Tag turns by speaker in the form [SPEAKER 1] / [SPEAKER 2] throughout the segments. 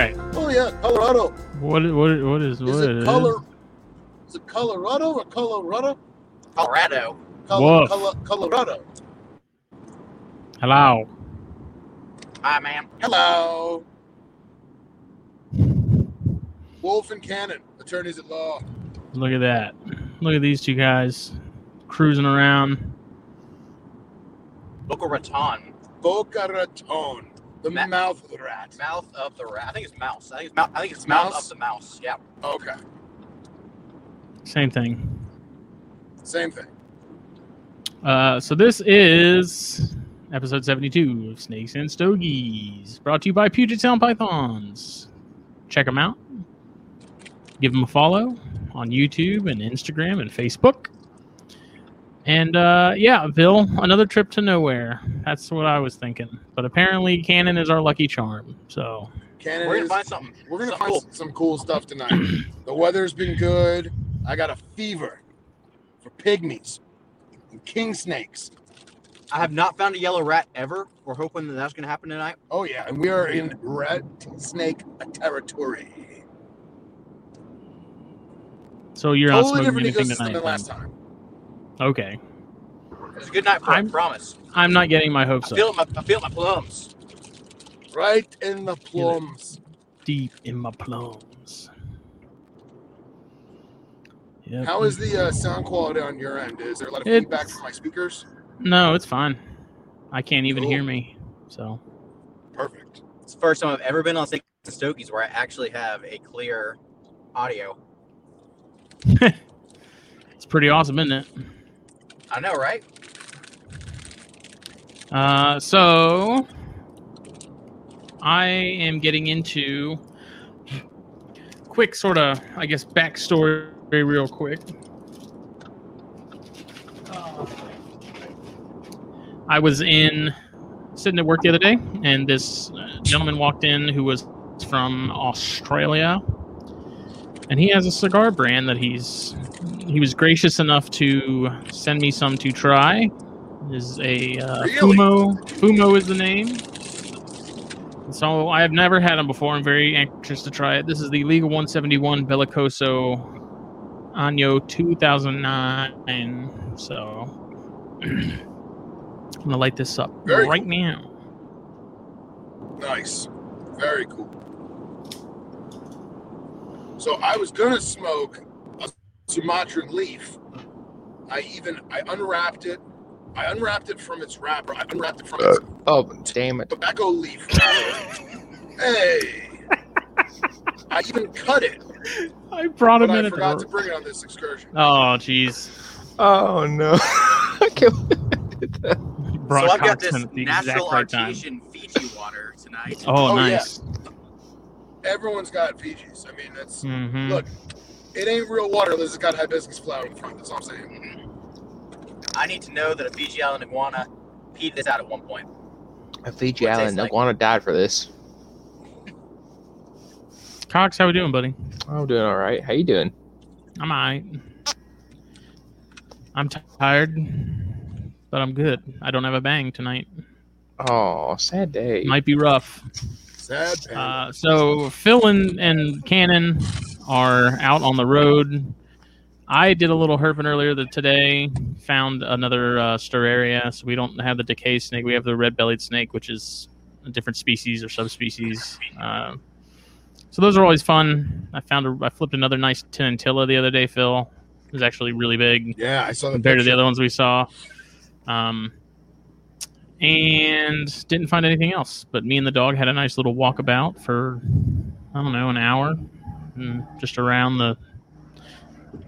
[SPEAKER 1] Oh, Colorado.
[SPEAKER 2] What i- what i- what is what
[SPEAKER 1] Is
[SPEAKER 2] it
[SPEAKER 1] it
[SPEAKER 2] is?
[SPEAKER 1] color? Is it Colorado or Colorado?
[SPEAKER 3] Colorado.
[SPEAKER 1] Colo-
[SPEAKER 2] Woof.
[SPEAKER 1] Colo- Colorado.
[SPEAKER 2] Hello.
[SPEAKER 3] Hi, ma'am.
[SPEAKER 1] Hello. Wolf and Cannon, attorneys at law.
[SPEAKER 2] Look at that. Look at these two guys cruising around.
[SPEAKER 3] Boca Raton,
[SPEAKER 1] Boca Raton, the
[SPEAKER 3] Ma-
[SPEAKER 1] mouth rat.
[SPEAKER 3] mouth of the rat. I think it's mouse. I think it's mouse. I think it's mouth
[SPEAKER 1] Mouse?
[SPEAKER 3] of the mouse. Yeah.
[SPEAKER 1] Okay,
[SPEAKER 2] Same thing.
[SPEAKER 1] same thing.
[SPEAKER 2] Uh, so this is episode 72 of Snakes and Stogies, brought to you by Puget Sound Pythons. Check them out. Give them a follow on YouTube and Instagram and Facebook. And uh, yeah, Bill, another trip to nowhere. That's what I was thinking. But apparently, Cannon is our lucky charm. So
[SPEAKER 1] Cannon
[SPEAKER 3] We're gonna
[SPEAKER 1] is.
[SPEAKER 3] find something.
[SPEAKER 1] We're gonna
[SPEAKER 3] something
[SPEAKER 1] find
[SPEAKER 3] cool.
[SPEAKER 1] some cool stuff tonight. the weather's been good. I got a fever for pygmies and king snakes.
[SPEAKER 3] I have not found a yellow rat ever. We're hoping that that's gonna happen tonight.
[SPEAKER 1] Oh yeah, and we are in rat snake territory.
[SPEAKER 2] so you're not
[SPEAKER 1] totally
[SPEAKER 2] smoking
[SPEAKER 1] different
[SPEAKER 2] anything
[SPEAKER 1] ecosystem
[SPEAKER 2] tonight.
[SPEAKER 1] than last
[SPEAKER 2] then.
[SPEAKER 1] time.
[SPEAKER 2] Okay.
[SPEAKER 3] It's a good night for
[SPEAKER 2] I'm-
[SPEAKER 3] it. Promise.
[SPEAKER 2] I'm not getting my
[SPEAKER 3] I
[SPEAKER 2] hopes
[SPEAKER 3] feel
[SPEAKER 2] up.
[SPEAKER 3] it. in My, I feel it in my plums.
[SPEAKER 1] Right in the plums.
[SPEAKER 2] Deep in my plums. Yep.
[SPEAKER 1] How is the uh, sound quality on your end? Is there a lot of
[SPEAKER 2] It's-
[SPEAKER 1] feedback from my speakers?
[SPEAKER 2] No, it's fine. I can't even
[SPEAKER 1] Cool.
[SPEAKER 2] hear me. So
[SPEAKER 1] Perfect.
[SPEAKER 3] It's the first time I've ever been on Six Stokies where I actually have a clear audio.
[SPEAKER 2] it's pretty awesome, isn't it?
[SPEAKER 3] I know, right?
[SPEAKER 2] Uh, so I am getting into quick sort of, I guess, backstory real quick. I was in sitting at work the other day, and this uh, gentleman walked in who was from Australia, and he has a cigar brand that he's he was gracious enough to send me some to try. Is a uh,
[SPEAKER 1] Really?
[SPEAKER 2] Fumo. Fumo is the name. So I have never had them before. I'm very anxious to try it. This is the Legal 171 Bellicoso Año 2009. So I'm gonna light this up
[SPEAKER 1] Very
[SPEAKER 2] right now.
[SPEAKER 1] Nice. Very cool. So I was gonna smoke a Sumatran leaf. I even I unwrapped it. I unwrapped it from its wrapper. I unwrapped it from its
[SPEAKER 4] Oh, damn it.
[SPEAKER 1] tobacco leaf. hey. I even cut it,
[SPEAKER 2] I brought
[SPEAKER 1] but
[SPEAKER 2] him
[SPEAKER 1] I
[SPEAKER 2] in at
[SPEAKER 1] forgot
[SPEAKER 2] the
[SPEAKER 1] to bring it on this excursion.
[SPEAKER 2] Oh jeez,
[SPEAKER 4] Oh, no. I can't believe that.
[SPEAKER 2] brought
[SPEAKER 3] so I've got
[SPEAKER 2] Cox
[SPEAKER 3] this
[SPEAKER 2] in at the
[SPEAKER 3] natural
[SPEAKER 2] exact right time.
[SPEAKER 3] artesian Fiji water tonight.
[SPEAKER 2] Oh,
[SPEAKER 1] Oh, yeah.
[SPEAKER 2] nice.
[SPEAKER 1] Everyone's got Fiji's. I mean, that's
[SPEAKER 2] Mhm.
[SPEAKER 1] Look. it ain't real water unless it's got hibiscus flower in front. That's all I'm saying.
[SPEAKER 3] I need to know that a Fiji Island iguana peed this out at one point.
[SPEAKER 4] A Fiji
[SPEAKER 3] What it
[SPEAKER 4] Island
[SPEAKER 3] tastes like.
[SPEAKER 4] iguana died for this.
[SPEAKER 2] Cox, how we doing, buddy?
[SPEAKER 4] I'm doing all right. How you doing?
[SPEAKER 2] I'm alright. I'm t- tired, but I'm good. I don't have a bang tonight.
[SPEAKER 4] Oh, sad day.
[SPEAKER 2] Might be rough.
[SPEAKER 1] Sad panda.
[SPEAKER 2] Uh, so Phil and, and Cannon are out on the road. I did a little herping earlier th- today. Found another uh, sterarea. So we don't have the decay snake. We have the red-bellied snake, which is a different species or subspecies. Uh, so those are always fun. I found a, I flipped another nice tenantilla the other day. Phil it was actually really big
[SPEAKER 1] yeah, I saw the
[SPEAKER 2] compared to the
[SPEAKER 1] picture.
[SPEAKER 2] other ones we saw. Um, and didn't find anything else. But me and the dog had a nice little walkabout for I don't know an hour, and just around the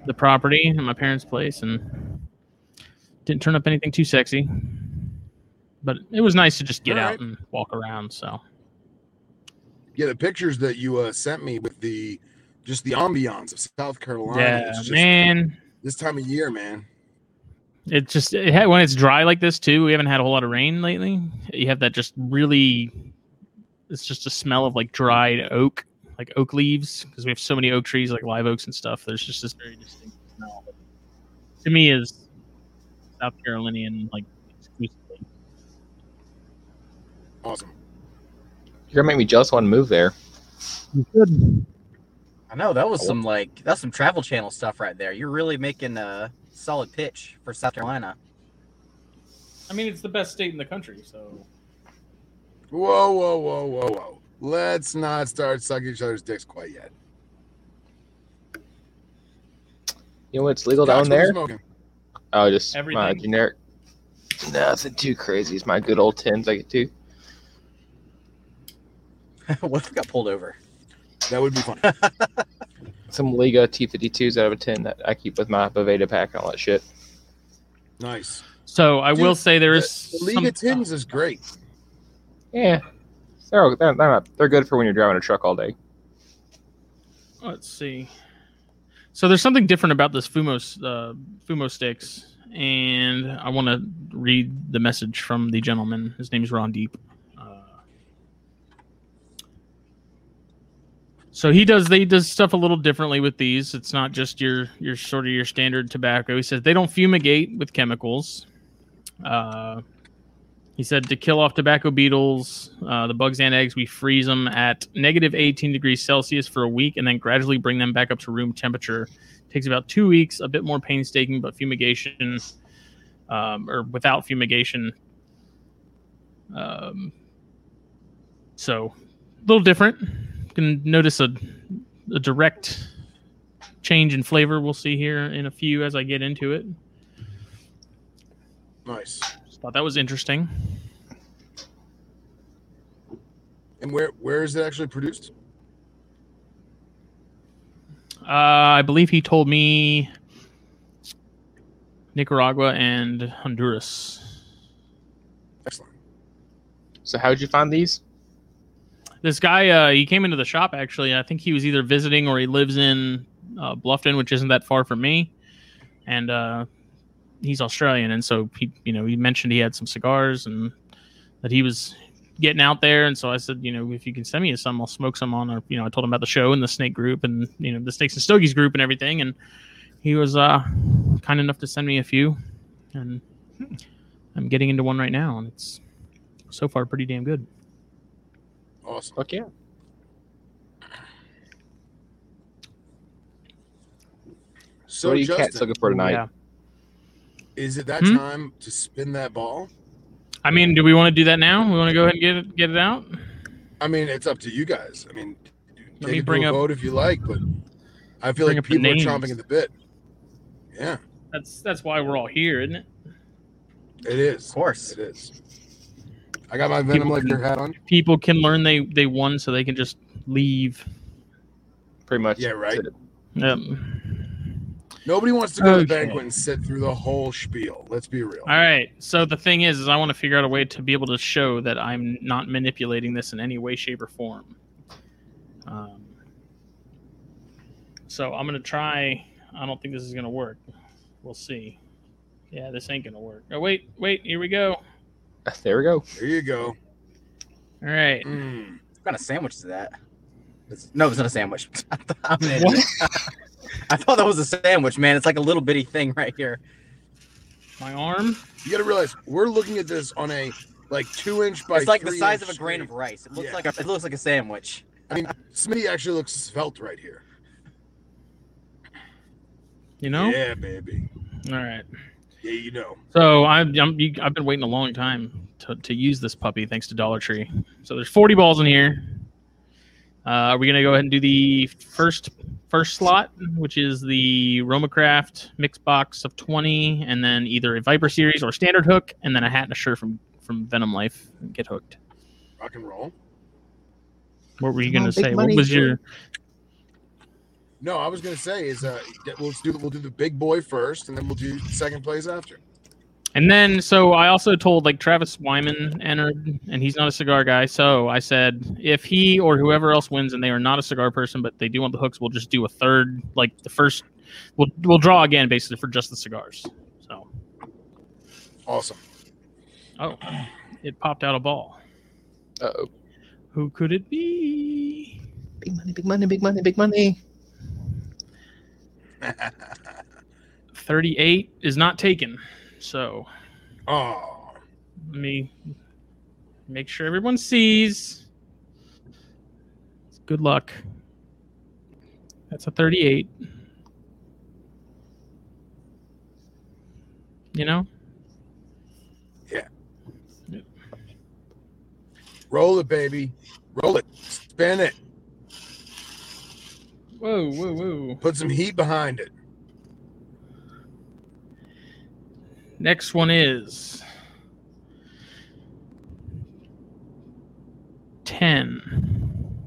[SPEAKER 2] the property in my parents' place, and didn't turn up anything too sexy. But it was nice to just get
[SPEAKER 1] All
[SPEAKER 2] out
[SPEAKER 1] right.
[SPEAKER 2] and walk around. So
[SPEAKER 1] Yeah, the pictures that you uh, sent me with the just the ambiance of South Carolina.
[SPEAKER 2] yeah,
[SPEAKER 1] it's just,
[SPEAKER 2] man,
[SPEAKER 1] This time of year, man.
[SPEAKER 2] It just it had, when it's dry like this too. We haven't had a whole lot of rain lately. You have that just really. It's just a smell of like dried oak, like oak leaves, because we have so many oak trees, like live oaks and stuff. There's just this very distinct smell. that to me, is South Carolinian like exclusively.
[SPEAKER 1] Awesome.
[SPEAKER 4] You're going to make me just want to move there.
[SPEAKER 2] You should.
[SPEAKER 3] I know that was some like that's some Travel Channel stuff right there. You're really making a solid pitch for South Carolina.
[SPEAKER 2] I mean, it's the best state in the country, so
[SPEAKER 1] Whoa, whoa, whoa, whoa, whoa. Let's not start sucking each other's dicks quite yet.
[SPEAKER 4] You know what's legal
[SPEAKER 1] That's what
[SPEAKER 4] down
[SPEAKER 1] we're
[SPEAKER 4] there?
[SPEAKER 1] smoking.
[SPEAKER 4] Oh, just my
[SPEAKER 2] Everything?
[SPEAKER 4] generic. Nothing too crazy. It's my good old tens I get to.
[SPEAKER 3] what if we got pulled over?
[SPEAKER 1] That would be fun.
[SPEAKER 4] Some Liga T52s out of a 10 that I keep with my Boveda pack and all that shit.
[SPEAKER 1] Nice.
[SPEAKER 2] so I
[SPEAKER 1] Dude,
[SPEAKER 2] will say there
[SPEAKER 1] the-
[SPEAKER 2] is
[SPEAKER 1] The League of
[SPEAKER 2] some-
[SPEAKER 1] Tins is great.
[SPEAKER 4] Yeah. They're, all- they're, they're, not, they're good for when you're driving a truck all day.
[SPEAKER 2] let's see. So there's something different about this Fumo uh, Fumo sticks, and I want to read the message from the gentleman. His name is Ron Deep. Uh, so he does they does stuff a little differently with these. It's not just your your sort of your standard tobacco. He says they don't fumigate with chemicals. Uh, he said to kill off tobacco beetles, uh, the bugs and eggs, we freeze them at negative 18 degrees Celsius for a week and then gradually bring them back up to room temperature. Takes about two weeks, a bit more painstaking, but fumigation um, or without fumigation. Um, so a little different. Can notice a, a direct change in flavor. We'll see here in a few as I get into it.
[SPEAKER 1] Nice.
[SPEAKER 2] Just thought that was interesting.
[SPEAKER 1] And where where is it actually produced?
[SPEAKER 2] Uh, I believe he told me Nicaragua and Honduras.
[SPEAKER 1] Excellent.
[SPEAKER 4] So, how'd you find these?
[SPEAKER 2] This guy, uh, he came into the shop actually. I think he was either visiting or he lives in uh, Bluffton, which isn't that far from me, and uh, he's Australian. And so he, you know, he mentioned he had some cigars and that he was getting out there. And so I said, you know, if you can send me some, I'll smoke some on. Or you know, I told him about the show and the Snake Group and you know the Snakes and Stogies group and everything. And he was uh, kind enough to send me a few, and
[SPEAKER 4] Hmm.
[SPEAKER 2] I'm getting into one right now, and it's so far pretty damn good.
[SPEAKER 1] Awesome.
[SPEAKER 4] Fuck yeah.
[SPEAKER 1] So
[SPEAKER 4] what are you
[SPEAKER 1] Justin,
[SPEAKER 4] cats looking for tonight?
[SPEAKER 2] Yeah.
[SPEAKER 1] is it that
[SPEAKER 2] Hmm?
[SPEAKER 1] time to spin that ball?
[SPEAKER 2] I mean, do we want to do that now? We want to go ahead and get it, get it out.
[SPEAKER 1] I mean, it's up to you guys. I mean,
[SPEAKER 2] Let
[SPEAKER 1] take
[SPEAKER 2] me
[SPEAKER 1] it
[SPEAKER 2] bring
[SPEAKER 1] to a
[SPEAKER 2] up-
[SPEAKER 1] vote if you like, but I feel
[SPEAKER 2] bring
[SPEAKER 1] like
[SPEAKER 2] up the
[SPEAKER 1] people are
[SPEAKER 2] names.
[SPEAKER 1] chomping at the bit. Yeah,
[SPEAKER 2] That's that's why we're all here, isn't it?
[SPEAKER 1] it is.
[SPEAKER 3] Of course.
[SPEAKER 1] It is. I got my venom
[SPEAKER 2] People
[SPEAKER 1] liquor
[SPEAKER 2] can-
[SPEAKER 1] hat on.
[SPEAKER 2] People can learn they they won, so they can just leave.
[SPEAKER 4] Pretty much.
[SPEAKER 1] Yeah, right.
[SPEAKER 4] That's it.
[SPEAKER 2] Yep.
[SPEAKER 1] Nobody wants to go to the
[SPEAKER 2] Okay.
[SPEAKER 1] banquet and sit through the whole spiel. Let's be real.
[SPEAKER 2] All right. So the thing is, is I want to figure out a way to be able to show that I'm not manipulating this in any way, shape, or form. Um, so I'm gonna try. I don't think this is gonna work. We'll see. Yeah, this ain't gonna work. Oh wait, wait. Here we go.
[SPEAKER 4] There we go.
[SPEAKER 1] There you go.
[SPEAKER 2] All right.
[SPEAKER 1] Mm.
[SPEAKER 3] What kind of sandwich is that? It's- no, it's not a sandwich. I'm an idiot.
[SPEAKER 4] What?
[SPEAKER 3] I thought that was a sandwich, man. It's like a little bitty thing right here.
[SPEAKER 2] My arm.
[SPEAKER 1] You got to realize we're looking at this on a like two inch by
[SPEAKER 3] it's like the
[SPEAKER 1] three
[SPEAKER 3] size of
[SPEAKER 1] inch
[SPEAKER 3] a grain of
[SPEAKER 1] screen.
[SPEAKER 3] rice. It looks
[SPEAKER 1] Yeah.
[SPEAKER 3] like a, it looks like a sandwich.
[SPEAKER 1] Smitty actually looks svelte right here.
[SPEAKER 2] You know.
[SPEAKER 1] Yeah, baby.
[SPEAKER 2] All right.
[SPEAKER 1] Yeah, you know.
[SPEAKER 2] So I'm, I'm you- I've been waiting a long time to, to use this puppy thanks to Dollar Tree. So there's 40 balls in here. Uh, are we gonna go ahead and do the first first slot, which is the Romacraft mix box of 20, and then either a Viper series or standard hook, and then a hat and a shirt from from Venom Life. And get hooked.
[SPEAKER 1] Rock and roll.
[SPEAKER 2] What were you
[SPEAKER 4] Come on,
[SPEAKER 2] gonna
[SPEAKER 4] big
[SPEAKER 2] say? What
[SPEAKER 4] money.
[SPEAKER 2] was your?
[SPEAKER 1] No, I was gonna say is uh, that we'll do we'll do the big boy first, and then we'll do second place after.
[SPEAKER 2] And then, so I also told like Travis Wyman entered, and he's not a cigar guy. So I said, if he or whoever else wins, and they are not a cigar person, but they do want the hooks, we'll just do a third, like the first. We'll we'll draw again, basically, for just the cigars. So,
[SPEAKER 1] Awesome.
[SPEAKER 2] oh, it popped out a ball.
[SPEAKER 4] Uh oh.
[SPEAKER 2] Who could it be?
[SPEAKER 4] Big money, big money, big money, big money.
[SPEAKER 2] Thirty-eight is not taken. So
[SPEAKER 1] Oh,
[SPEAKER 2] let me make sure everyone sees. Good luck. That's a 38. You know?
[SPEAKER 1] Roll it, baby. Roll it. Spin it.
[SPEAKER 2] Whoa, whoa, whoa.
[SPEAKER 1] Put some heat behind it.
[SPEAKER 2] Next one is 10,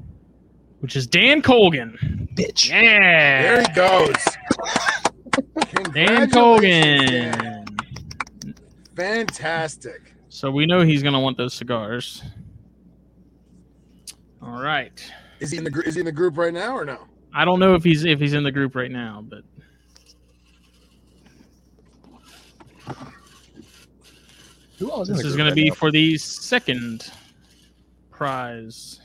[SPEAKER 2] which is Dan Colgan.
[SPEAKER 4] Bitch.
[SPEAKER 1] There
[SPEAKER 2] Yeah.
[SPEAKER 1] he goes.
[SPEAKER 2] Dan
[SPEAKER 1] Congratulations, Dan.
[SPEAKER 2] Colgan.
[SPEAKER 1] Fantastic.
[SPEAKER 2] So we know he's going to want those cigars. All right.
[SPEAKER 1] Is he in the gr- is he in the group right now or no?
[SPEAKER 2] I don't know if he's if he's in the group right now, but
[SPEAKER 4] Who else
[SPEAKER 2] this is going to be for the second prize.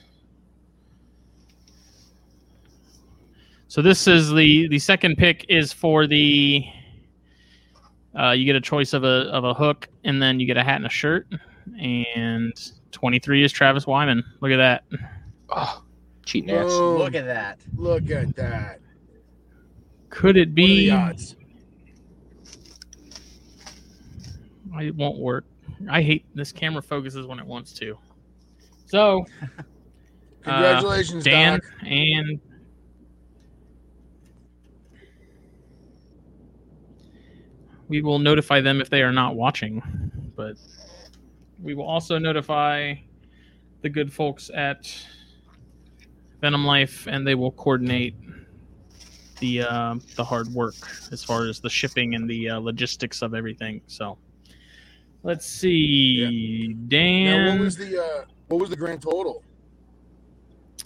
[SPEAKER 2] So this is the the second pick is for the. Uh, you get a choice of a of a hook, and then you get a hat and a shirt. And twenty three is Travis Wyman. Look at that. ah,
[SPEAKER 4] oh, cheating ass.
[SPEAKER 1] Boom.
[SPEAKER 3] Look at that.
[SPEAKER 1] Look at that.
[SPEAKER 2] Could it
[SPEAKER 1] What are
[SPEAKER 2] be?
[SPEAKER 1] the odds?
[SPEAKER 2] It won't work. I hate this camera focuses when it wants to. So
[SPEAKER 1] Congratulations,
[SPEAKER 2] uh, Dan
[SPEAKER 1] Doc.
[SPEAKER 2] and we will notify them if they are not watching, but we will also notify the good folks at Venom Life, and they will coordinate the uh, the hard work as far as the shipping and the uh, logistics of everything. So let's see, Dan.
[SPEAKER 1] Now, what was the uh, what was the grand total?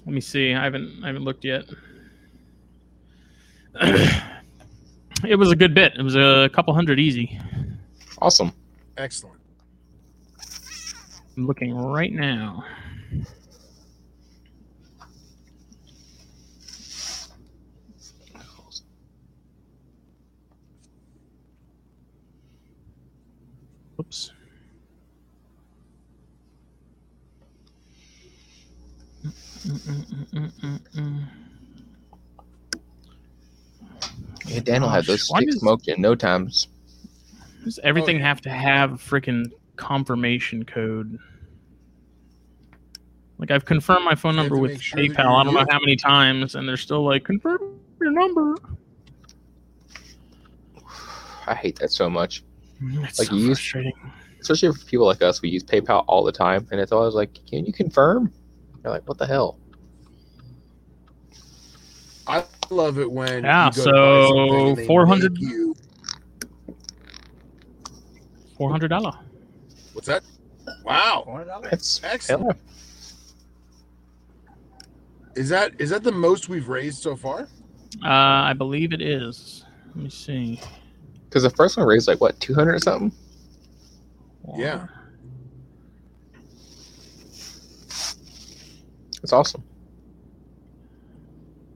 [SPEAKER 2] Let me see. I haven't I haven't looked yet. it was a good bit. It was a couple hundred easy.
[SPEAKER 4] Awesome.
[SPEAKER 1] Excellent.
[SPEAKER 2] I'm looking right now. Oops. Mm-mm-mm-mm-mm-mm.
[SPEAKER 4] Yeah, Dan will have those
[SPEAKER 2] Why
[SPEAKER 4] sticks
[SPEAKER 2] does-
[SPEAKER 4] smoked in no times.
[SPEAKER 2] Does everything
[SPEAKER 1] Oh, yeah.
[SPEAKER 2] have to have a freaking confirmation code? Like I've confirmed my phone
[SPEAKER 1] You have
[SPEAKER 2] number
[SPEAKER 1] to
[SPEAKER 2] with
[SPEAKER 1] make sure that
[SPEAKER 2] PayPal. I don't
[SPEAKER 1] you're
[SPEAKER 2] know how many times, and they're still like confirm your number.
[SPEAKER 4] I hate that so much.
[SPEAKER 2] It's
[SPEAKER 4] Like
[SPEAKER 2] Mm, so
[SPEAKER 4] you used-
[SPEAKER 2] frustrating.
[SPEAKER 4] Especially for people like us, we use PayPal all the time, and it's always like, "Can you confirm?" You're like, "What the hell?"
[SPEAKER 1] I love it when
[SPEAKER 2] Yeah,
[SPEAKER 1] you go to buy
[SPEAKER 2] so
[SPEAKER 1] something and they
[SPEAKER 2] 400
[SPEAKER 1] make you-
[SPEAKER 2] Four hundred dollar.
[SPEAKER 1] What's that? Wow.
[SPEAKER 3] $400?
[SPEAKER 4] That's
[SPEAKER 1] Excellent.
[SPEAKER 4] hell.
[SPEAKER 1] Is that is that the most we've raised so far?
[SPEAKER 2] Uh, I believe it is. Let me see.
[SPEAKER 4] Because the first one raised like what, two hundred or something?
[SPEAKER 1] Yeah.
[SPEAKER 4] It's awesome.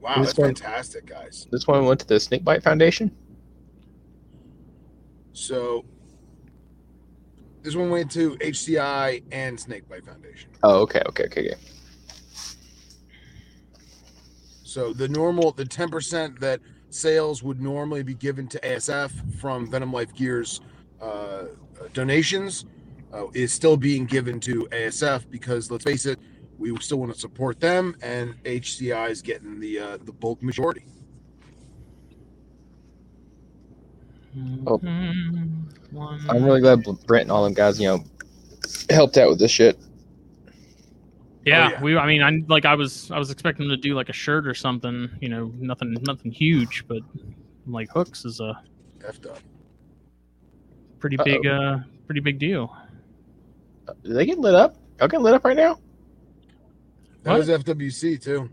[SPEAKER 1] Wow,
[SPEAKER 4] Who's
[SPEAKER 1] that's
[SPEAKER 4] going-
[SPEAKER 1] fantastic, guys.
[SPEAKER 4] This one went to the Snake Bite Foundation.
[SPEAKER 1] So this one went to HCI and Snakebite Foundation.
[SPEAKER 4] Oh, okay, okay, okay, okay.
[SPEAKER 1] So the normal, the ten percent that sales would normally be given to ASF from Venom Life Gears uh, donations uh, is still being given to ASF because let's face it, we still want to support them, and HCI is getting the uh, the bulk majority.
[SPEAKER 4] Oh.
[SPEAKER 2] Mhm. One-
[SPEAKER 4] I'm really glad Brent and all them guys, you know, helped out with this shit.
[SPEAKER 2] yeah,
[SPEAKER 1] Oh, yeah.
[SPEAKER 2] we. I mean, I like. I was. I was expecting them to do like a shirt or something. You know, nothing. Nothing huge, but like hooks is a
[SPEAKER 1] F dot.
[SPEAKER 2] pretty
[SPEAKER 4] Uh-oh.
[SPEAKER 2] big. Uh, pretty big deal.
[SPEAKER 4] Uh, Did they get lit up? Y'all get lit up right now?
[SPEAKER 1] That was FWC too.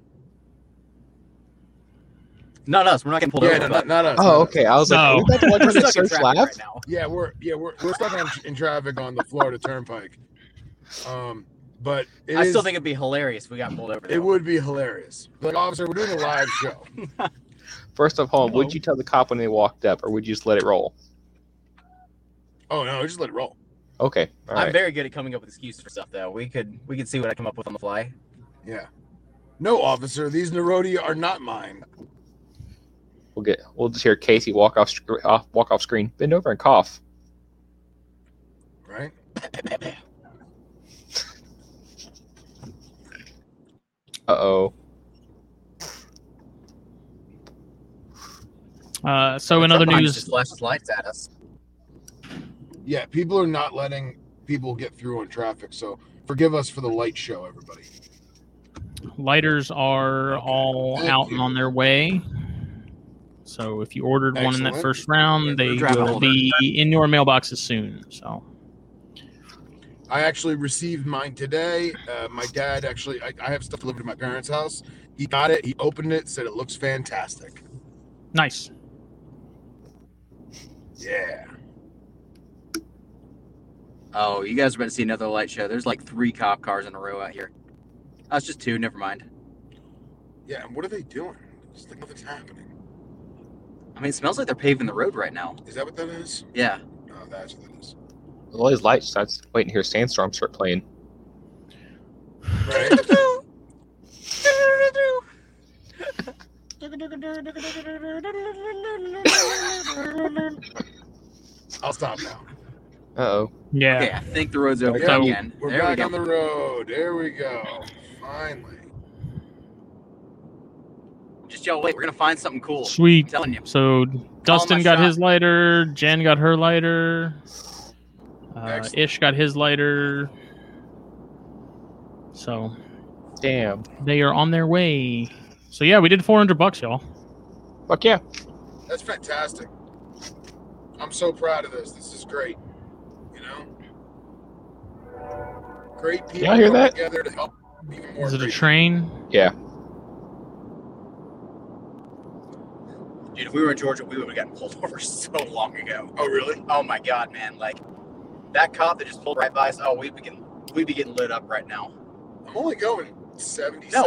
[SPEAKER 3] No, no, so we're not getting pulled
[SPEAKER 1] Yeah,
[SPEAKER 3] over.
[SPEAKER 1] no,
[SPEAKER 3] but-
[SPEAKER 1] not, not us.
[SPEAKER 4] Oh,
[SPEAKER 1] not us.
[SPEAKER 4] okay. I was like,
[SPEAKER 2] No.
[SPEAKER 4] are we about to watch
[SPEAKER 3] We're
[SPEAKER 4] the
[SPEAKER 3] stuck in
[SPEAKER 4] search
[SPEAKER 3] traffic
[SPEAKER 4] live?
[SPEAKER 3] right now.
[SPEAKER 1] Yeah, we're yeah we're, we're stuck on, in traffic on the Florida Turnpike. Um, but it
[SPEAKER 3] I still
[SPEAKER 1] is-
[SPEAKER 3] think it'd be hilarious if we got pulled over.
[SPEAKER 1] it would be hilarious. Like, officer, we're doing a live show.
[SPEAKER 4] First of all,
[SPEAKER 2] No.
[SPEAKER 4] would you tell the cop when they walked up, or would you just let it roll?
[SPEAKER 1] Oh no, just let it roll.
[SPEAKER 4] Okay, all
[SPEAKER 3] I'm
[SPEAKER 4] right.
[SPEAKER 3] very good at coming up with excuses for stuff, though. We could we could see what I come up with on the fly.
[SPEAKER 1] Yeah. No, officer, these Nerodia are not mine.
[SPEAKER 4] We'll get. We'll just hear Casey walk off, sc- off walk off screen, bend over and cough.
[SPEAKER 1] right?
[SPEAKER 4] Uh oh.
[SPEAKER 2] Uh, so in other
[SPEAKER 3] Somebody
[SPEAKER 2] news,
[SPEAKER 3] just flashes lights at us.
[SPEAKER 1] Yeah, people are not letting people get through on traffic, so forgive us for the light show, everybody.
[SPEAKER 2] lighters are all
[SPEAKER 1] Thank
[SPEAKER 2] out
[SPEAKER 1] you.
[SPEAKER 2] and on their way. So if you ordered one in that
[SPEAKER 1] Excellent.
[SPEAKER 2] first
[SPEAKER 1] We're
[SPEAKER 2] round, they
[SPEAKER 3] driving
[SPEAKER 2] will
[SPEAKER 3] over.
[SPEAKER 2] be in your mailboxes soon. So
[SPEAKER 1] I actually received mine today. Uh, my dad actually, I, I have stuff delivered to my parents' house. He got it, he opened it, said it looks fantastic.
[SPEAKER 2] nice.
[SPEAKER 1] Yeah.
[SPEAKER 3] Oh, you guys are about to see another light show. There's like three cop cars in a row out here. Oh, it's just two. Never mind.
[SPEAKER 1] Yeah, and what are they doing? It's like nothing's happening.
[SPEAKER 3] I mean, it smells like they're paving the road right now.
[SPEAKER 1] Is that what that is?
[SPEAKER 3] Yeah.
[SPEAKER 1] No, that's what that is.
[SPEAKER 4] With all these lights, I was waiting to hear Sandstorm start playing.
[SPEAKER 1] Right? I'll stop now.
[SPEAKER 4] Uh oh.
[SPEAKER 2] Yeah.
[SPEAKER 3] Okay, I think the road's open
[SPEAKER 1] Yeah,
[SPEAKER 3] again.
[SPEAKER 1] We're
[SPEAKER 3] there we
[SPEAKER 1] back
[SPEAKER 3] go.
[SPEAKER 1] on the road. There we go. Finally.
[SPEAKER 3] Just y'all wait. We're gonna find something cool. I'm
[SPEAKER 2] Sweet.
[SPEAKER 3] telling you.
[SPEAKER 2] So Dustin got
[SPEAKER 3] shot.
[SPEAKER 2] his lighter. Jan got her lighter. Uh,
[SPEAKER 1] Excellent.
[SPEAKER 2] Ish got his lighter. So
[SPEAKER 4] Damn.
[SPEAKER 2] they are on their way. So yeah, we did 400 bucks, y'all.
[SPEAKER 4] Fuck yeah.
[SPEAKER 1] That's fantastic. I'm so proud of this. This is great. You know? Great people
[SPEAKER 4] Y'all hear
[SPEAKER 1] come
[SPEAKER 4] that?
[SPEAKER 1] together to help even more.
[SPEAKER 2] Is it a
[SPEAKER 1] people.
[SPEAKER 2] train?
[SPEAKER 3] Dude, if we were in Georgia, we would have gotten pulled over so long ago.
[SPEAKER 1] Oh, really?
[SPEAKER 3] Oh my god, man! Like that cop that just pulled right by us. Oh, we'd be getting we'd be getting lit up right now.
[SPEAKER 1] I'm only going
[SPEAKER 3] No,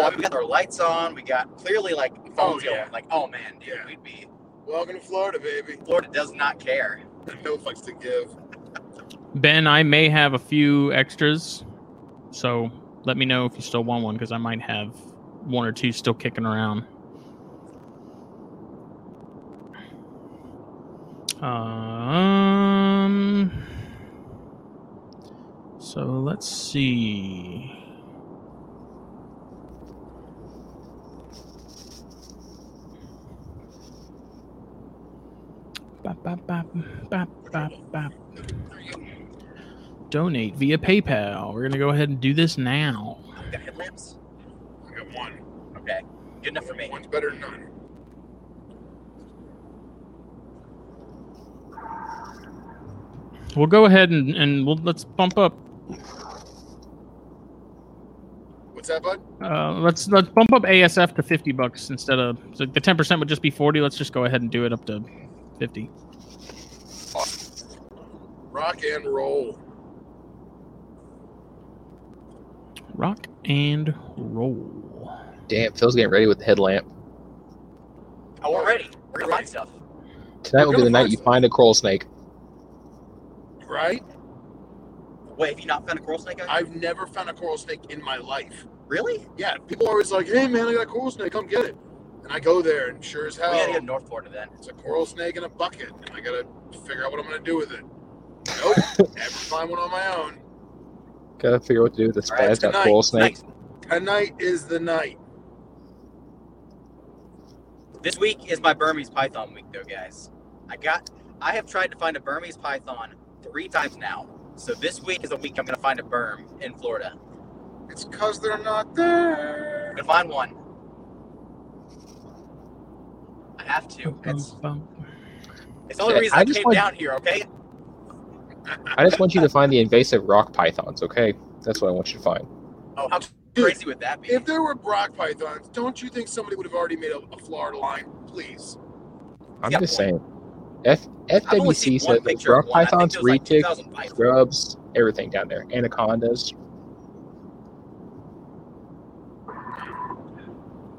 [SPEAKER 3] I mean,
[SPEAKER 1] 77.
[SPEAKER 3] we got our lights on. We got clearly like phones
[SPEAKER 1] Oh, yeah.
[SPEAKER 3] going. Like, oh man, dude,
[SPEAKER 1] Yeah.
[SPEAKER 3] we'd be.
[SPEAKER 1] Welcome to Florida, baby.
[SPEAKER 3] Florida does not care.
[SPEAKER 1] No fucks to give.
[SPEAKER 2] Ben, I may have a few extras. So let me know if you still want one because I might have one or two still kicking around. Um. So let's see. Bop, bop, bop, bop, bop, bop donate via PayPal. We're gonna go ahead and do this now.
[SPEAKER 3] We got headlamps.
[SPEAKER 1] I got one.
[SPEAKER 3] Okay, good enough for me.
[SPEAKER 1] One's better than none.
[SPEAKER 2] We'll go ahead and, and we'll let's bump up.
[SPEAKER 1] What's that, bud?
[SPEAKER 2] Uh, let's let's bump up ASF to fifty bucks instead of so the ten percent would just be forty. Let's just go ahead and do it up to fifty.
[SPEAKER 1] Rock and roll.
[SPEAKER 2] Rock and roll.
[SPEAKER 4] Damn. Phil's getting ready with the headlamp.
[SPEAKER 3] Oh, we're ready. We're gonna find stuff.
[SPEAKER 4] Tonight will be the
[SPEAKER 1] Gonna
[SPEAKER 4] night
[SPEAKER 1] find
[SPEAKER 4] you
[SPEAKER 1] some.
[SPEAKER 4] find a coral snake.
[SPEAKER 1] Right?
[SPEAKER 3] Wait, have you not found a coral snake? out here?
[SPEAKER 1] I've never found a coral snake in my life.
[SPEAKER 3] really?
[SPEAKER 1] Yeah, people are always like, hey, man, I got a coral snake. Come get it. And I go there, and sure as hell.
[SPEAKER 3] We gotta go to North Florida then.
[SPEAKER 1] It's a coral snake in a bucket, and I gotta figure out what I'm gonna do with it. Nope, never find one on my own.
[SPEAKER 4] Gotta figure out what to do with the
[SPEAKER 3] All right,
[SPEAKER 4] spazzed out
[SPEAKER 1] tonight.
[SPEAKER 4] coral snake.
[SPEAKER 3] Nice.
[SPEAKER 1] Tonight is the night.
[SPEAKER 3] This week is my Burmese python week, though, guys. I got, I have tried to find a Burmese python three times now. So this week is the week I'm gonna find a berm in Florida.
[SPEAKER 1] It's cause they're not
[SPEAKER 3] I'm
[SPEAKER 1] there.
[SPEAKER 3] gonna find one. I have to. It's, it's the only
[SPEAKER 4] Yeah,
[SPEAKER 3] reason
[SPEAKER 4] I
[SPEAKER 3] I,
[SPEAKER 4] just
[SPEAKER 3] came
[SPEAKER 4] want-
[SPEAKER 3] down here. Okay.
[SPEAKER 4] I just want you to find the invasive rock pythons, okay? That's what I want you to find.
[SPEAKER 3] Oh, how
[SPEAKER 1] Dude,
[SPEAKER 3] crazy would that be?
[SPEAKER 1] If there were Brock pythons, don't you think somebody would have already made a, a Florida line? Please.
[SPEAKER 4] I'm
[SPEAKER 3] Yeah,
[SPEAKER 4] just
[SPEAKER 3] boy.
[SPEAKER 4] saying. F
[SPEAKER 3] I've only seen
[SPEAKER 4] FWC
[SPEAKER 3] one
[SPEAKER 4] said there's
[SPEAKER 3] picture of
[SPEAKER 4] rock
[SPEAKER 3] one. I think
[SPEAKER 4] pythons,
[SPEAKER 3] there was like
[SPEAKER 4] reed ticks,
[SPEAKER 3] 2,000 pythons.
[SPEAKER 4] grubs, everything down there. Anacondas.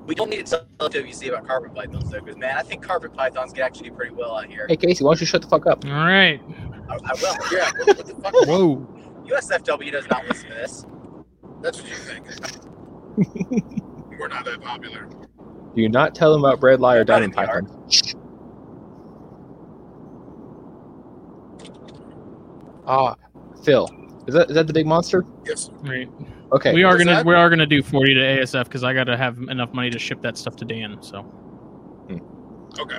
[SPEAKER 3] We don't need to tell WC about carpet pythons though, because man, I think carpet pythons can actually do pretty well out here.
[SPEAKER 4] Hey Casey, why don't you shut the fuck up?
[SPEAKER 2] All right.
[SPEAKER 3] I, I will.
[SPEAKER 1] Yeah. What, what the fuck?
[SPEAKER 2] Whoa.
[SPEAKER 3] USFW does not listen to this.
[SPEAKER 1] That's what you think. we're not that popular.
[SPEAKER 4] Do not tell them about bread lie or
[SPEAKER 3] Right in
[SPEAKER 4] diamond
[SPEAKER 3] the
[SPEAKER 4] python. Ah, Phil, is that is that the big monster?
[SPEAKER 1] Yes.
[SPEAKER 2] Right.
[SPEAKER 4] Okay.
[SPEAKER 2] we are
[SPEAKER 1] Does
[SPEAKER 2] gonna
[SPEAKER 1] that-
[SPEAKER 2] we are gonna do forty to ASF because I gotta have enough money to ship that stuff to Dan. So
[SPEAKER 1] Okay.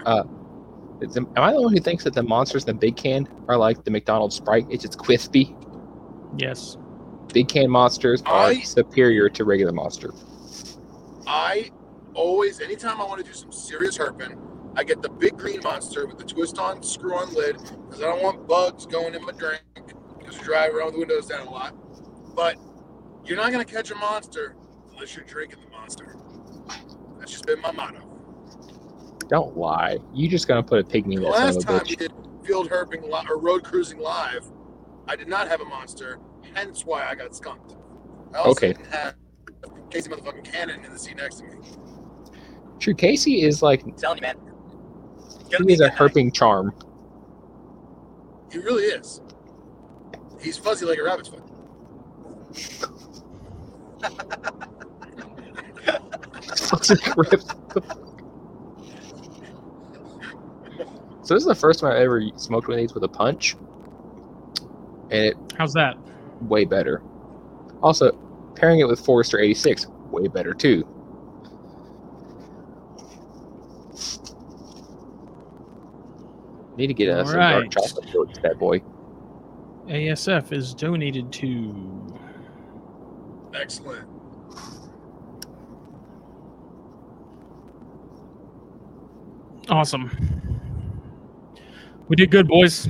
[SPEAKER 4] Is- am I the one who thinks that the monsters in the big can are like the McDonald's Sprite? It's just crispy.
[SPEAKER 2] yes,
[SPEAKER 4] Big can monsters are
[SPEAKER 1] I-
[SPEAKER 4] superior to regular monster.
[SPEAKER 1] I always, anytime I want to do some serious herping, I get the big green monster with the twist on, screw on lid because I don't want bugs going in my drink because you drive around with the windows down a lot. But you're not going to catch a monster unless you're drinking the monster. That's just been my motto.
[SPEAKER 4] Don't lie. You just gonna put a pygmy in
[SPEAKER 1] The
[SPEAKER 4] that son of
[SPEAKER 1] last
[SPEAKER 4] a
[SPEAKER 1] time
[SPEAKER 4] bitch.
[SPEAKER 1] we did field herping li- or road cruising live, I did not have a monster, hence why I got skunked. I also
[SPEAKER 4] Okay.
[SPEAKER 1] didn't have Casey motherfucking Cannon in the seat next to me.
[SPEAKER 4] True, Casey is like
[SPEAKER 3] I'm telling you, man. It's gonna
[SPEAKER 4] he is
[SPEAKER 3] be
[SPEAKER 4] a
[SPEAKER 3] good night.
[SPEAKER 4] herping charm.
[SPEAKER 1] He really is. He's fuzzy like a rabbit's foot.
[SPEAKER 4] so this is the first time I ever smoked one of these with a punch, and it
[SPEAKER 2] how's that?
[SPEAKER 4] way better. Also, pairing it with Forrester 86, way better too. Need to get us some dark
[SPEAKER 2] Alright.
[SPEAKER 4] chocolate shorts, that boy.
[SPEAKER 2] ASF is donated to.
[SPEAKER 1] Excellent.
[SPEAKER 2] Awesome. We did good, boys.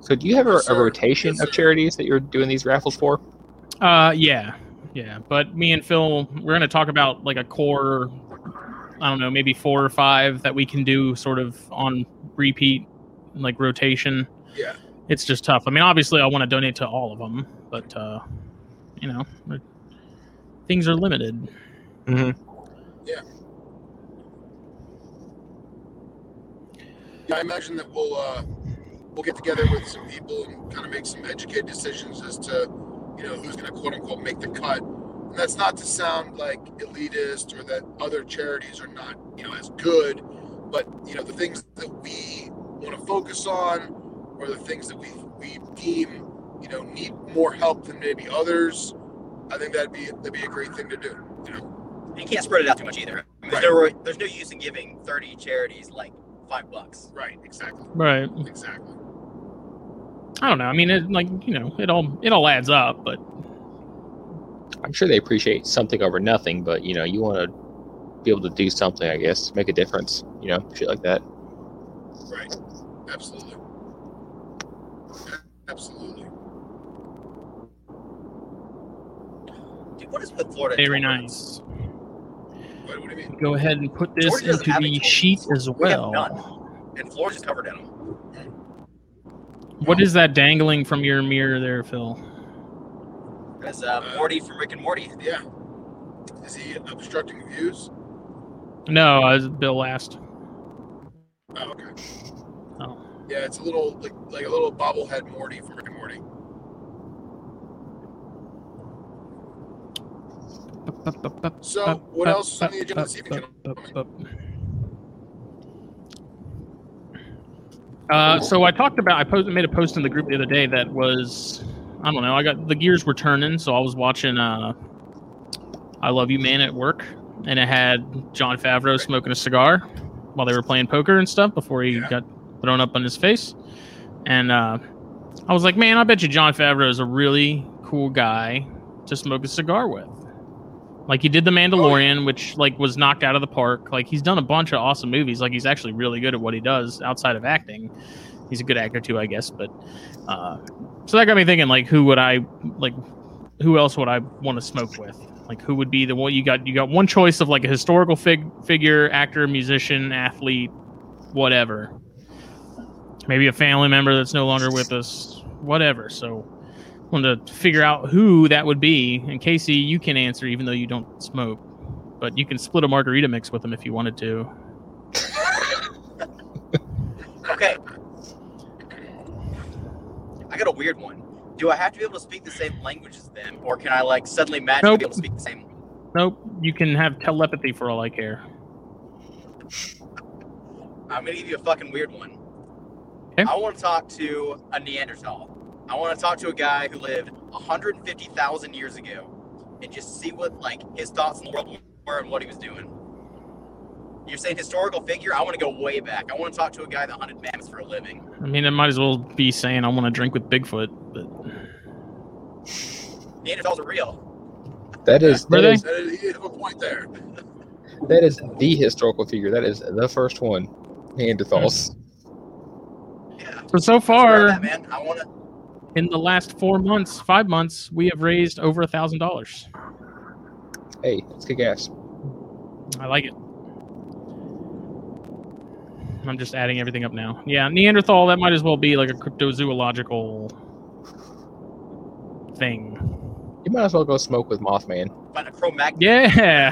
[SPEAKER 4] So, do you have a,
[SPEAKER 1] Yes,
[SPEAKER 4] a
[SPEAKER 1] sir.
[SPEAKER 4] rotation
[SPEAKER 1] Yes,
[SPEAKER 4] of
[SPEAKER 1] sir.
[SPEAKER 4] charities that you're doing these raffles for?
[SPEAKER 2] Uh, yeah, yeah. But me and Phil, we're gonna talk about like a core. I don't know, maybe four or five that we can do sort of on repeat, like rotation.
[SPEAKER 1] Yeah.
[SPEAKER 2] It's just tough. I mean, obviously, I want to donate to all of them, but uh, you know, we're- things are limited.
[SPEAKER 1] Yeah, I imagine that we'll uh, we'll get together with some people and kind of make some educated decisions as to you know who's going to quote unquote make the cut. And that's not to sound like elitist or that other charities are not you know as good, but you know the things that we want to focus on or the things that we we deem you know need more help than maybe others. I think that'd be that'd be a great thing to do. You know.
[SPEAKER 3] You can't spread it out too much either. I mean, There's, no, there's no use in giving 30 charities like five bucks.
[SPEAKER 1] Right, exactly.
[SPEAKER 2] Right.
[SPEAKER 1] Exactly.
[SPEAKER 2] I don't know. I mean, it like you know, it all it all adds up, but
[SPEAKER 4] I'm sure they appreciate something over nothing, but you know, you want to be able to do something, I guess, make a difference, you know, shit like that.
[SPEAKER 1] Right. Absolutely. Absolutely.
[SPEAKER 3] Dude, what is with Florida?
[SPEAKER 2] very
[SPEAKER 3] tournaments?
[SPEAKER 2] nice.
[SPEAKER 1] What, what do you mean?
[SPEAKER 2] Go ahead and put this
[SPEAKER 3] Georgia doesn't
[SPEAKER 2] into
[SPEAKER 3] have
[SPEAKER 2] the
[SPEAKER 3] any
[SPEAKER 2] sheet
[SPEAKER 3] tournaments.
[SPEAKER 2] as
[SPEAKER 3] We have
[SPEAKER 2] well.
[SPEAKER 3] none. And Florida's covered in them.
[SPEAKER 2] What is that dangling from your mirror there, Phil?
[SPEAKER 3] As uh, Morty from Rick and Morty.
[SPEAKER 1] Yeah. Is he obstructing views?
[SPEAKER 2] No, I was Bill last.
[SPEAKER 1] Oh, okay.
[SPEAKER 2] Oh.
[SPEAKER 1] Yeah, it's a little like like a little bobblehead Morty from Rick and Morty. So, what else is on the agenda this evening? gentlemen?
[SPEAKER 2] Uh, so I talked about I posted made a post in the group the other day that was I don't know I got the gears were turning so I was watching uh, I Love You Man at work and it had John Favreau smoking a cigar while they were playing poker and stuff before he
[SPEAKER 1] Yeah.
[SPEAKER 2] got thrown up on his face and uh, I was like man I bet you John Favreau is a really cool guy to smoke a cigar with like he did The Mandalorian, which like was knocked out of the park. Like he's done a bunch of awesome movies. Like he's actually really good at what he does outside of acting. He's a good actor too, I guess. But uh, so that got me thinking. Like who would I like? Who else would I want to smoke with? Like who would be the one you got? You got one choice of like a historical fig figure, actor, musician, athlete, whatever. Maybe a family member that's no longer with us. Whatever. So wanted to figure out who that would be. And Casey, you can answer even though you don't smoke, but you can split a margarita mix with them if you wanted to.
[SPEAKER 3] Okay. I got a weird one. Do I have to be able to speak the same language as them, or can I like suddenly magically
[SPEAKER 2] Nope.
[SPEAKER 3] be able to speak the same?
[SPEAKER 2] Nope, you can have telepathy for all I care.
[SPEAKER 3] I'm gonna give you a fucking weird one.
[SPEAKER 2] Okay.
[SPEAKER 3] I want to talk to a Neanderthal. I want to talk to a guy who lived 150,000 years ago and just see what like his thoughts in the world were and what he was doing. You're saying historical figure? I want to go way back. I want to talk to a guy that hunted mammoths for a living.
[SPEAKER 2] I mean, it might as well be saying I want to drink with Bigfoot, but
[SPEAKER 3] Neanderthals are real.
[SPEAKER 4] That is
[SPEAKER 2] Were
[SPEAKER 4] that
[SPEAKER 2] they?
[SPEAKER 4] is
[SPEAKER 1] That is, you have a point there.
[SPEAKER 4] that is the historical figure. That is the first one. Neanderthals.
[SPEAKER 3] Yeah.
[SPEAKER 2] so so
[SPEAKER 3] Swear on
[SPEAKER 2] far
[SPEAKER 3] that, man. I want to.
[SPEAKER 2] in the last four months, five months, we have raised over a thousand dollars. Hmm.
[SPEAKER 4] Hey, let's kick ass.
[SPEAKER 2] I like it. I'm just adding everything up now. Yeah, Neanderthal. That might as well be like a cryptozoological thing.
[SPEAKER 4] You might as well go smoke with Mothman.
[SPEAKER 3] find a Cro-Magnon.
[SPEAKER 2] Yeah.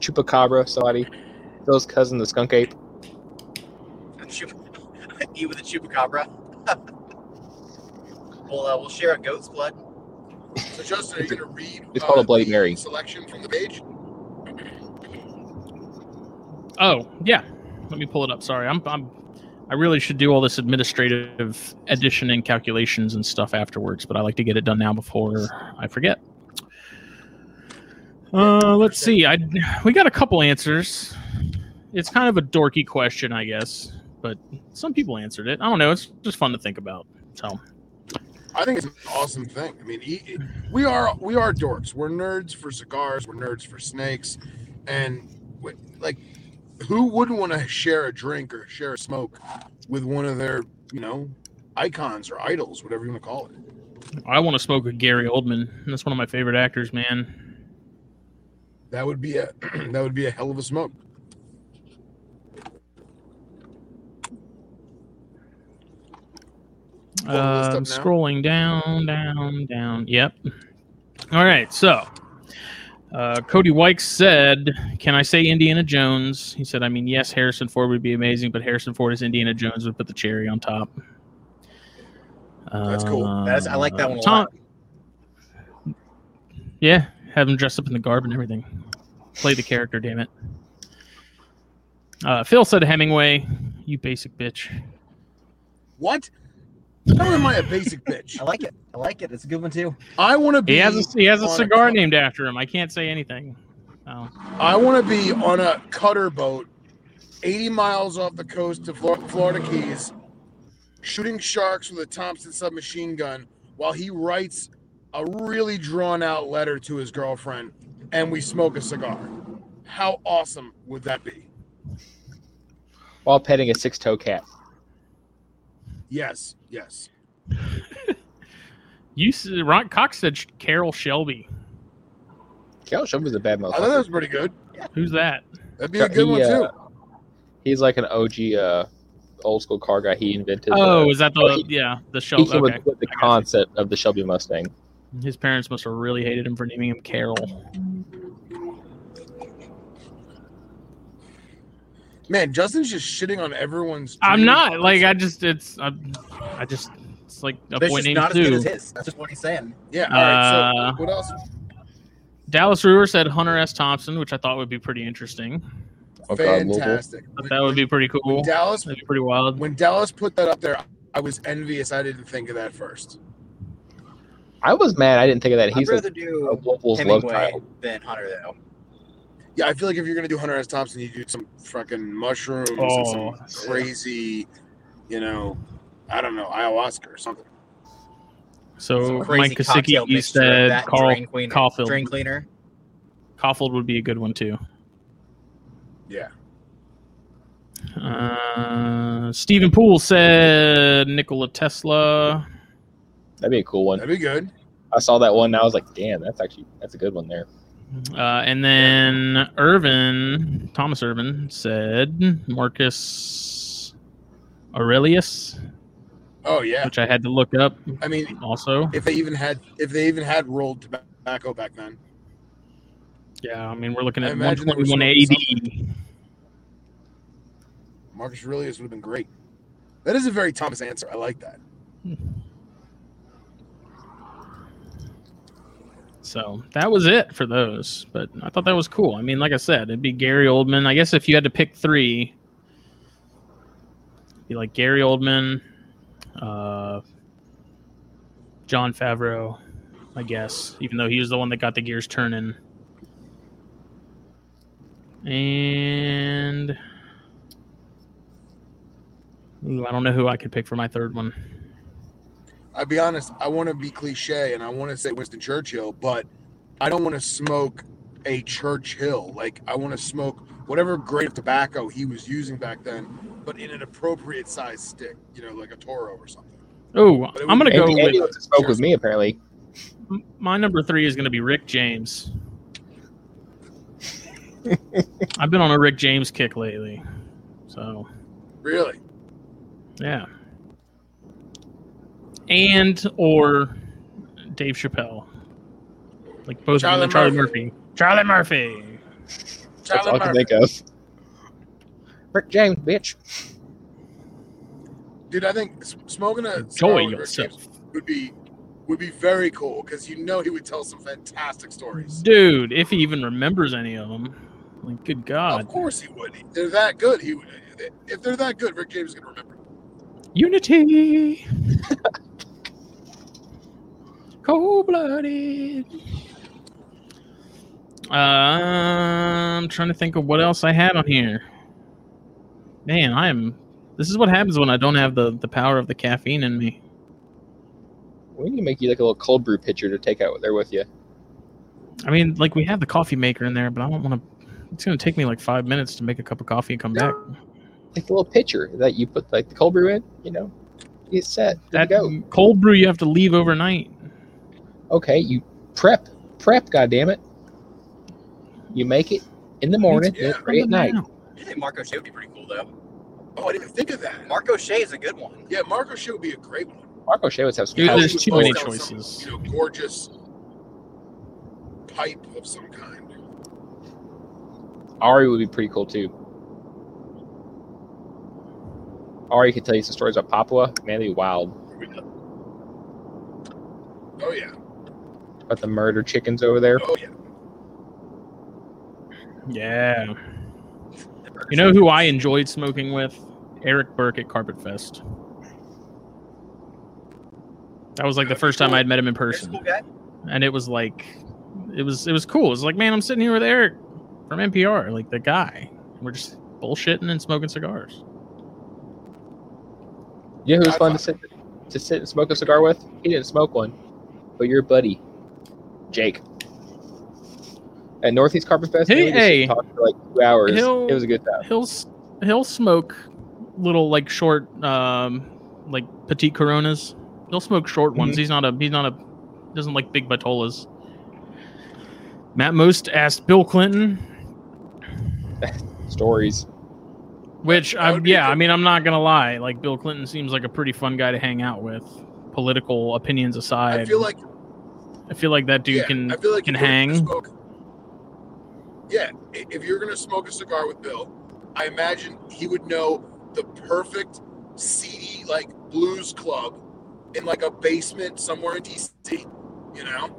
[SPEAKER 4] Chupacabra, somebody. Phil's cousin, the skunk ape.
[SPEAKER 3] Chup- eat with a chupacabra. we'll uh, we'll share a goat's blood.
[SPEAKER 1] So Justin, are you going to read? uh,
[SPEAKER 4] It's called a Bloody
[SPEAKER 1] the
[SPEAKER 4] Mary.
[SPEAKER 1] Selection from the page.
[SPEAKER 2] Oh yeah. Let me pull it up. Sorry, I'm. I'm I really should do all this administrative addition and calculations and stuff afterwards, but I like to get it done now before I forget. Uh, let's see. I we got a couple answers. It's kind of a dorky question, I guess, but some people answered it. I don't know. It's just fun to think about. So
[SPEAKER 1] I think it's an awesome thing. I mean, he, we are we are dorks. We're nerds for cigars. We're nerds for snakes, and we- like, who wouldn't want to share a drink or share a smoke with one of their you know icons or idols, whatever you want to call it?
[SPEAKER 2] I want to smoke with Gary Oldman. That's one of my favorite actors, man.
[SPEAKER 1] That would be a that would be a hell of a smoke. Pull the list
[SPEAKER 2] Um,
[SPEAKER 1] up now.
[SPEAKER 2] scrolling down, down, down. Yep. All right. So, uh, Cody Weick said, "Can I say Indiana Jones?" He said, "I mean, yes, Harrison Ford would be amazing, but Harrison Ford is Indiana Jones would put the cherry on top."
[SPEAKER 1] That's cool.
[SPEAKER 3] That's- I like that
[SPEAKER 2] Uh,
[SPEAKER 3] one a
[SPEAKER 2] Tom-
[SPEAKER 3] lot.
[SPEAKER 2] Yeah, have him dressed up in the garb and everything. Play the character, damn it. Uh, Phil said Hemingway, "You basic bitch."
[SPEAKER 1] What? How am I a basic bitch?
[SPEAKER 3] I like it. I like it. It's a good one too.
[SPEAKER 1] I want to be.
[SPEAKER 2] He has a, he has a
[SPEAKER 1] on a
[SPEAKER 2] cigar
[SPEAKER 1] cup.
[SPEAKER 2] named after him. I can't say anything. Oh.
[SPEAKER 1] I want to be on a cutter boat, 80 miles off the coast of Flor- Florida Keys, shooting sharks with a Thompson submachine gun while he writes a really drawn out letter to his girlfriend and we smoke a cigar. How awesome would that be?
[SPEAKER 4] While petting a six toe cat.
[SPEAKER 1] Yes, yes.
[SPEAKER 2] You s- Ron Cox said Sh- Carol Shelby.
[SPEAKER 4] Cal Shelby's a bad
[SPEAKER 1] I thought that
[SPEAKER 4] motherfucker.
[SPEAKER 1] was pretty good.
[SPEAKER 2] Who's that?
[SPEAKER 1] That'd be a good one,
[SPEAKER 4] He, uh,
[SPEAKER 1] too.
[SPEAKER 4] He's like an OG uh, old school car guy. He invented
[SPEAKER 2] Oh,
[SPEAKER 4] the,
[SPEAKER 2] is that the
[SPEAKER 4] oh, he-
[SPEAKER 2] yeah the
[SPEAKER 4] he
[SPEAKER 2] Shelby?
[SPEAKER 4] came
[SPEAKER 2] Okay.
[SPEAKER 4] up with the concept of the Shelby Mustang.
[SPEAKER 2] His parents must have really hated him for naming him Carol.
[SPEAKER 1] Man, Justin's just shitting on everyone's.
[SPEAKER 2] I'm
[SPEAKER 1] dream
[SPEAKER 2] not like I
[SPEAKER 1] concept.
[SPEAKER 2] just it's i I just it's like a
[SPEAKER 3] That's
[SPEAKER 2] boy
[SPEAKER 3] just
[SPEAKER 2] named
[SPEAKER 3] not as
[SPEAKER 2] Sue.
[SPEAKER 3] good as his. That's just what he's saying.
[SPEAKER 1] Yeah, all right.
[SPEAKER 2] Uh,
[SPEAKER 1] so, what else?
[SPEAKER 2] Dallas Ruher said Hunter S. Thompson, which I thought would be pretty interesting.
[SPEAKER 4] Oh, God, Louisville.
[SPEAKER 1] Fantastic.
[SPEAKER 2] But that would be pretty cool.
[SPEAKER 1] Dallas
[SPEAKER 2] That'd be pretty wild.
[SPEAKER 1] when Dallas put that up there, I was envious. I didn't think of that first.
[SPEAKER 4] I was mad. I didn't think of that. He's
[SPEAKER 3] I'd
[SPEAKER 4] like
[SPEAKER 3] rather
[SPEAKER 4] a
[SPEAKER 3] do
[SPEAKER 4] Louisville's love
[SPEAKER 3] Hemingway
[SPEAKER 4] child.
[SPEAKER 3] than Hunter though.
[SPEAKER 1] Yeah, I feel like if you're gonna do Hunter S. Thompson, you do some fucking mushrooms
[SPEAKER 2] Oh.
[SPEAKER 1] and some crazy, you know, I don't know, ayahuasca or something.
[SPEAKER 2] So
[SPEAKER 3] Some crazy
[SPEAKER 2] Mike
[SPEAKER 3] cocktail
[SPEAKER 2] Kosicki
[SPEAKER 3] mixture of
[SPEAKER 2] said
[SPEAKER 3] that and
[SPEAKER 2] Carl
[SPEAKER 3] drain cleaner.
[SPEAKER 2] Caulfield.
[SPEAKER 3] Drain cleaner.
[SPEAKER 2] Coughlin would be a good one too.
[SPEAKER 1] Yeah.
[SPEAKER 2] Uh, Stephen Poole said Nikola Tesla.
[SPEAKER 4] That'd be a cool one.
[SPEAKER 1] That'd be good.
[SPEAKER 4] I saw that one. and I was like, damn, that's actually that's a good one there.
[SPEAKER 2] Uh, and then Irvin, Thomas Irvin, said Marcus Aurelius,
[SPEAKER 1] Oh yeah.
[SPEAKER 2] which I had to look up
[SPEAKER 1] I mean,
[SPEAKER 2] also.
[SPEAKER 1] if they even had if they even had rolled tobacco back then.
[SPEAKER 2] Yeah, I mean, we're looking
[SPEAKER 1] I
[SPEAKER 2] at
[SPEAKER 1] imagine they were
[SPEAKER 2] 121
[SPEAKER 1] smoking
[SPEAKER 2] AD.
[SPEAKER 1] Marcus Aurelius would have been great. That is a very Thomas answer. I like that.
[SPEAKER 2] So that was it for those. But I thought that was cool. I mean, like I said, it'd be Gary Oldman. I guess if you had to pick three, it'd be like Gary Oldman, uh, John Favreau, I guess, even though he was the one that got the gears turning. And Ooh, I don't know who I could pick for my third one.
[SPEAKER 1] I'll be honest, I want to be cliche and I want to say Winston Churchill, but I don't want to smoke a Churchill. Like, I want to smoke whatever grade of tobacco he was using back then, but in an appropriate size stick, you know, like a Toro or something.
[SPEAKER 2] Oh, I'm gonna
[SPEAKER 1] Andy-
[SPEAKER 2] go
[SPEAKER 4] Andy, Andy
[SPEAKER 2] with
[SPEAKER 4] wants to smoke with me apparently.
[SPEAKER 2] m- my number three is gonna be Rick James. I've been on a Rick James kick lately, so
[SPEAKER 1] Really?
[SPEAKER 2] yeah. And or Dave Chappelle, like both of
[SPEAKER 1] Charlie
[SPEAKER 2] them, Charlie
[SPEAKER 1] Murphy.
[SPEAKER 2] Murphy. Charlie Murphy.
[SPEAKER 4] That's all
[SPEAKER 1] Tyler
[SPEAKER 4] I can
[SPEAKER 1] Murphy.
[SPEAKER 4] think of. Rick James, bitch.
[SPEAKER 1] Dude, I think s- smoking a cigar
[SPEAKER 2] Enjoy
[SPEAKER 1] with Rick James
[SPEAKER 2] yourself,
[SPEAKER 1] would be would be very cool because you know he would tell some fantastic stories.
[SPEAKER 2] dude. If he even remembers any of them, like good God,
[SPEAKER 1] Of course he would. They're that good. He would. If they're that good, Rick James is gonna remember.
[SPEAKER 2] Unity. Cold blooded. Uh, I'm trying to think of what else I had on here. Man, I am. This is what happens when I don't have the, the power of the caffeine in me.
[SPEAKER 4] We need to make you like a little cold brew pitcher to take out there with you.
[SPEAKER 2] I mean, like, we have the coffee maker in there, but I don't want to. It's going to take me like five minutes to make a cup of coffee and come back.
[SPEAKER 4] Like the little pitcher that you put like the cold brew in, you know? It's set. There
[SPEAKER 2] That
[SPEAKER 4] you go.
[SPEAKER 2] cold brew, you have to leave overnight.
[SPEAKER 4] Okay, you prep. Prep, goddammit. You make it in the morning,
[SPEAKER 1] yeah,
[SPEAKER 4] then ready at night.
[SPEAKER 3] I think Marco Shea would be pretty cool though.
[SPEAKER 1] Oh, I didn't think of that.
[SPEAKER 3] Marco Shea is a good one.
[SPEAKER 1] Yeah, Marco Shea would be a great one.
[SPEAKER 4] Marco Shea would have some
[SPEAKER 2] Dude,
[SPEAKER 4] houses.
[SPEAKER 2] there's
[SPEAKER 1] He would
[SPEAKER 2] too
[SPEAKER 1] always
[SPEAKER 2] many
[SPEAKER 1] have some,
[SPEAKER 2] choices.
[SPEAKER 1] you know, gorgeous pipe of some kind.
[SPEAKER 4] Ari would be pretty cool too. Ari could tell you some stories about Papua. Man, they'd be wild.
[SPEAKER 1] Oh yeah.
[SPEAKER 4] About the murder chickens over there.
[SPEAKER 1] Oh yeah.
[SPEAKER 2] Yeah. You know who I enjoyed smoking with? Eric Burke at Carpet Fest. That was like the first time I'd met him in
[SPEAKER 3] He's a cool
[SPEAKER 2] person,
[SPEAKER 3] guy.
[SPEAKER 2] and it was like, it was it was cool. It was like, man, I'm sitting here with Eric from NPR, like the guy. We're just bullshitting and smoking cigars.
[SPEAKER 4] You know who was
[SPEAKER 1] I'd
[SPEAKER 4] fun
[SPEAKER 1] buy-
[SPEAKER 4] to sit to sit and smoke a cigar with? He didn't smoke one, but your buddy, Jake. At Northeast Carpet Fest,
[SPEAKER 2] Hey,
[SPEAKER 4] we just
[SPEAKER 2] hey.
[SPEAKER 4] talked for like two hours.
[SPEAKER 2] He'll-
[SPEAKER 4] It was a good time.
[SPEAKER 2] He'll s- he'll smoke little like short, um, like petite Coronas. He'll smoke short ones. He's not a he's not a doesn't like big Batolas. Matt Most asked Bill Clinton
[SPEAKER 4] Stories.
[SPEAKER 2] Which,
[SPEAKER 1] That
[SPEAKER 2] I,
[SPEAKER 1] would be
[SPEAKER 2] yeah,
[SPEAKER 1] good.
[SPEAKER 2] I mean, I'm not gonna lie. Like Bill Clinton seems like a pretty fun guy to hang out with, political opinions aside.
[SPEAKER 1] I feel like
[SPEAKER 2] I feel like that dude
[SPEAKER 1] yeah,
[SPEAKER 2] can.
[SPEAKER 1] I feel like
[SPEAKER 2] can
[SPEAKER 1] if you're gonna
[SPEAKER 2] hang.
[SPEAKER 1] smoke- yeah, i- if you're gonna smoke a cigar with Bill, I imagine he would know the perfect seedy like blues club in like a basement somewhere in DC, you know,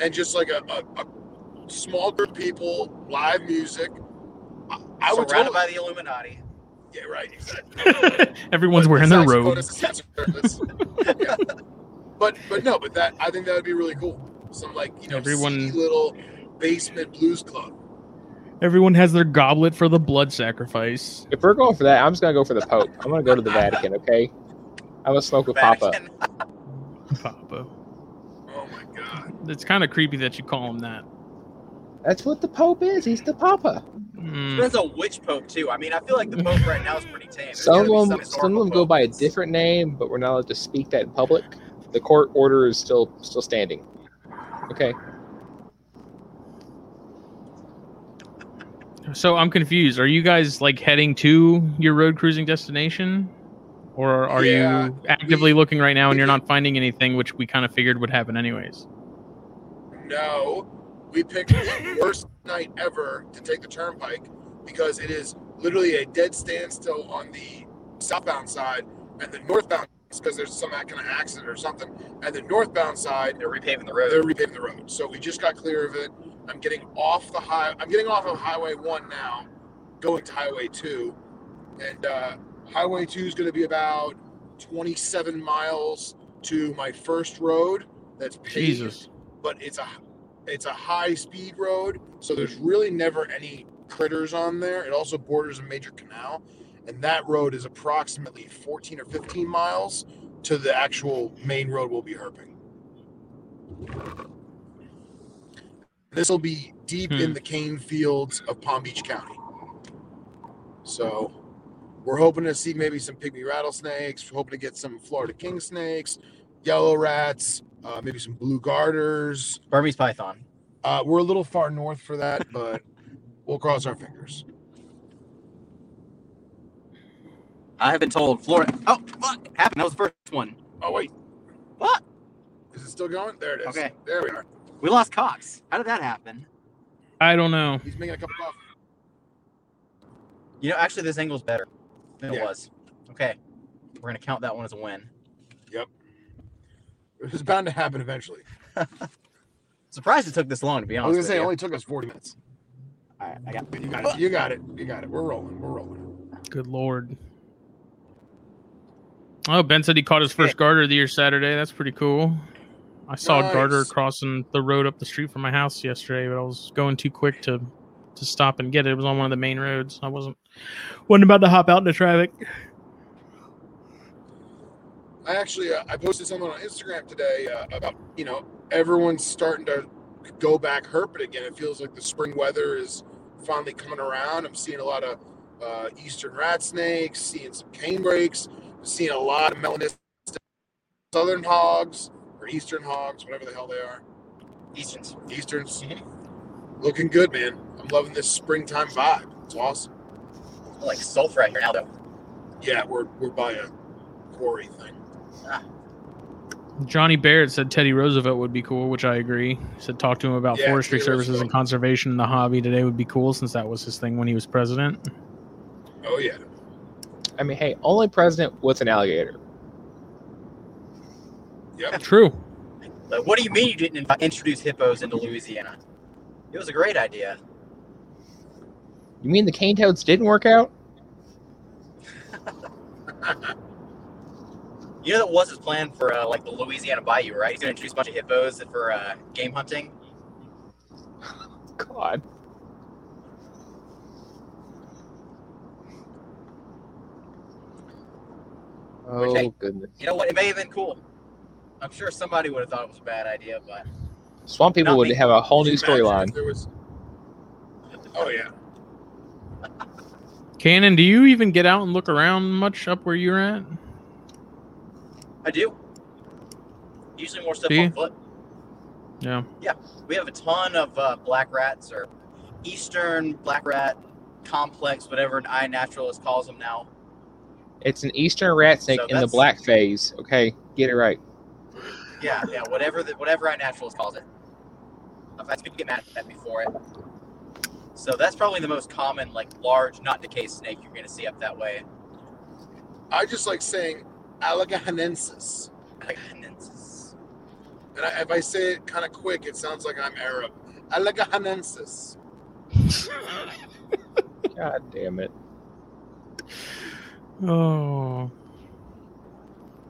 [SPEAKER 1] and just like a, a, a small group of people, live music. I, I would totally,
[SPEAKER 3] Surrounded by the Illuminati.
[SPEAKER 1] yeah, right, exactly.
[SPEAKER 2] Everyone's
[SPEAKER 1] But
[SPEAKER 2] wearing their
[SPEAKER 1] saxophone
[SPEAKER 2] robe.
[SPEAKER 1] is a saxophonist. Yeah. But but no, but that I think that would be really cool. Some like you know
[SPEAKER 2] Everyone-
[SPEAKER 1] seedy little basement blues club.
[SPEAKER 2] Everyone has their goblet for the blood sacrifice.
[SPEAKER 4] If we're going for that, I'm just gonna go for the Pope. I'm gonna go to the Vatican, okay? I'm gonna smoke with
[SPEAKER 3] Back
[SPEAKER 4] Papa.
[SPEAKER 3] in-
[SPEAKER 2] Papa.
[SPEAKER 1] Oh my god.
[SPEAKER 2] It's kind of creepy that you call him that.
[SPEAKER 4] That's what the Pope is. He's the Papa.
[SPEAKER 2] Mm,
[SPEAKER 3] Depends on which pope too. I mean, I feel like the pope right now is pretty tame. There's
[SPEAKER 4] Some
[SPEAKER 3] gotta be
[SPEAKER 4] of them, some
[SPEAKER 3] historical
[SPEAKER 4] of them go by a
[SPEAKER 3] popes.
[SPEAKER 4] different name, but we're not allowed to speak that in public. The court order is still still standing. Okay.
[SPEAKER 2] so I'm confused. Are you guys like heading to your road cruising destination, or are
[SPEAKER 1] Yeah,
[SPEAKER 2] you actively
[SPEAKER 1] we-
[SPEAKER 2] looking right now and
[SPEAKER 1] we
[SPEAKER 2] you're
[SPEAKER 1] did-
[SPEAKER 2] not finding anything, which we kind of figured would happen anyways?
[SPEAKER 1] No, we picked the worst night ever to take the turnpike because it is literally a dead standstill on the southbound side and the northbound it's because there's some kind of accident or something. And the northbound side,
[SPEAKER 3] They're repaving the
[SPEAKER 1] they're
[SPEAKER 3] road.
[SPEAKER 1] repaving the road. So we just got clear of it. I'm getting off the high. I'm getting off of Highway One now, going to Highway Two, and uh, Highway Two is going to be about 27 miles to my first road. That's paved,
[SPEAKER 2] Jesus.
[SPEAKER 1] but it's a it's a high speed road, so there's really never any critters on there. It also borders a major canal, and that road is approximately 14 or 15 miles to the actual main road we'll be herping. This will be deep in
[SPEAKER 2] Hmm.
[SPEAKER 1] the cane fields of Palm Beach County. So we're hoping to see maybe some pygmy rattlesnakes, hoping to get some Florida king snakes, yellow rats, uh, maybe some blue garters.
[SPEAKER 3] Burmese python.
[SPEAKER 1] Uh, we're a little far north for that, but we'll cross our fingers.
[SPEAKER 3] I have been told Florida. Oh, what happened? That was the first one.
[SPEAKER 1] Oh, wait.
[SPEAKER 3] What?
[SPEAKER 1] Is it still going? There it is.
[SPEAKER 3] Okay.
[SPEAKER 1] There we are.
[SPEAKER 3] We lost Cox. How did that happen?
[SPEAKER 2] I don't know.
[SPEAKER 1] He's making a cup of coffee.
[SPEAKER 3] You know, actually, this angle's better than it
[SPEAKER 1] Yeah.
[SPEAKER 3] was. Okay, we're gonna count that one as a win.
[SPEAKER 1] It's bound to happen eventually.
[SPEAKER 3] Surprised it took this long, to be
[SPEAKER 1] I was
[SPEAKER 3] honest.
[SPEAKER 1] going to say, it
[SPEAKER 3] with
[SPEAKER 1] only took us 40 minutes.
[SPEAKER 3] you. All right, I got.
[SPEAKER 1] But you got it. You got it. You got it. We're rolling. We're rolling.
[SPEAKER 2] Good lord. Oh, Ben said he caught his first garter of the year Saturday. That's pretty cool. I saw a garter
[SPEAKER 1] Nice.
[SPEAKER 2] crossing the road up the street from my house yesterday, but I was going too quick to to stop and get it. It was on one of the main roads. I wasn't wasn't about to hop out into traffic.
[SPEAKER 1] I actually uh, I posted something on Instagram today uh, about you know everyone's starting to go back herping again. It feels like the spring weather is finally coming around. I'm seeing a lot of uh, eastern rat snakes, seeing some canebrakes, seeing a lot of melanistic southern hogs or eastern hogs, whatever the hell they are.
[SPEAKER 3] Easton's.
[SPEAKER 1] Easterns looking good, man. I'm loving this springtime vibe. It's awesome.
[SPEAKER 3] Like sulfur right here now, though.
[SPEAKER 1] Yeah, we're we're by a quarry thing.
[SPEAKER 2] Johnny Barrett said Teddy Roosevelt would be cool, which I agree. He said talk to him about
[SPEAKER 1] Yeah,
[SPEAKER 2] forestry
[SPEAKER 1] Teddy
[SPEAKER 2] services and
[SPEAKER 1] Roosevelt.
[SPEAKER 2] conservation in the hobby today would be cool since that was his thing when he was president.
[SPEAKER 1] Oh yeah.
[SPEAKER 4] I mean, hey, only president with an alligator.
[SPEAKER 1] Yep.
[SPEAKER 2] True.
[SPEAKER 3] Like, what do you mean you didn't invi- introduce hippos into Louisiana? It was a great idea.
[SPEAKER 4] You mean the cane toads didn't work out?
[SPEAKER 3] You know that was his plan for uh, like the Louisiana Bayou, right? He's gonna introduce a bunch of hippos for uh, game hunting.
[SPEAKER 4] God. Oh
[SPEAKER 2] Oh,
[SPEAKER 3] Okay.
[SPEAKER 4] goodness.
[SPEAKER 3] You know what? It may have been cool. I'm sure somebody would have thought it was a bad idea, but
[SPEAKER 4] Swamp people would
[SPEAKER 3] Nothing.
[SPEAKER 4] have a whole new
[SPEAKER 1] Imagine if
[SPEAKER 4] storyline.
[SPEAKER 1] There was. Oh yeah.
[SPEAKER 2] Cannon, do you even get out and look around much up where you're at?
[SPEAKER 3] I do. Usually more stuff
[SPEAKER 2] Do you?
[SPEAKER 3] on foot.
[SPEAKER 2] Yeah.
[SPEAKER 3] We have a ton of uh, black rats or eastern black rat complex, whatever an eye naturalist calls them now.
[SPEAKER 4] It's an eastern rat snake
[SPEAKER 3] So
[SPEAKER 4] in the
[SPEAKER 3] that's-
[SPEAKER 4] black phase. Okay, get it right.
[SPEAKER 3] Yeah, yeah, whatever the, whatever eye naturalist calls it. I've had people get mad at me for it. So that's probably the most common, like large, not decay snake you're gonna see up that way.
[SPEAKER 1] I just like saying Allegahanensis,
[SPEAKER 3] Like, and it's just-
[SPEAKER 1] and I, if I say it kind of quick, it sounds like I'm Arab. Allegahanensis.
[SPEAKER 4] God damn it.
[SPEAKER 2] Oh.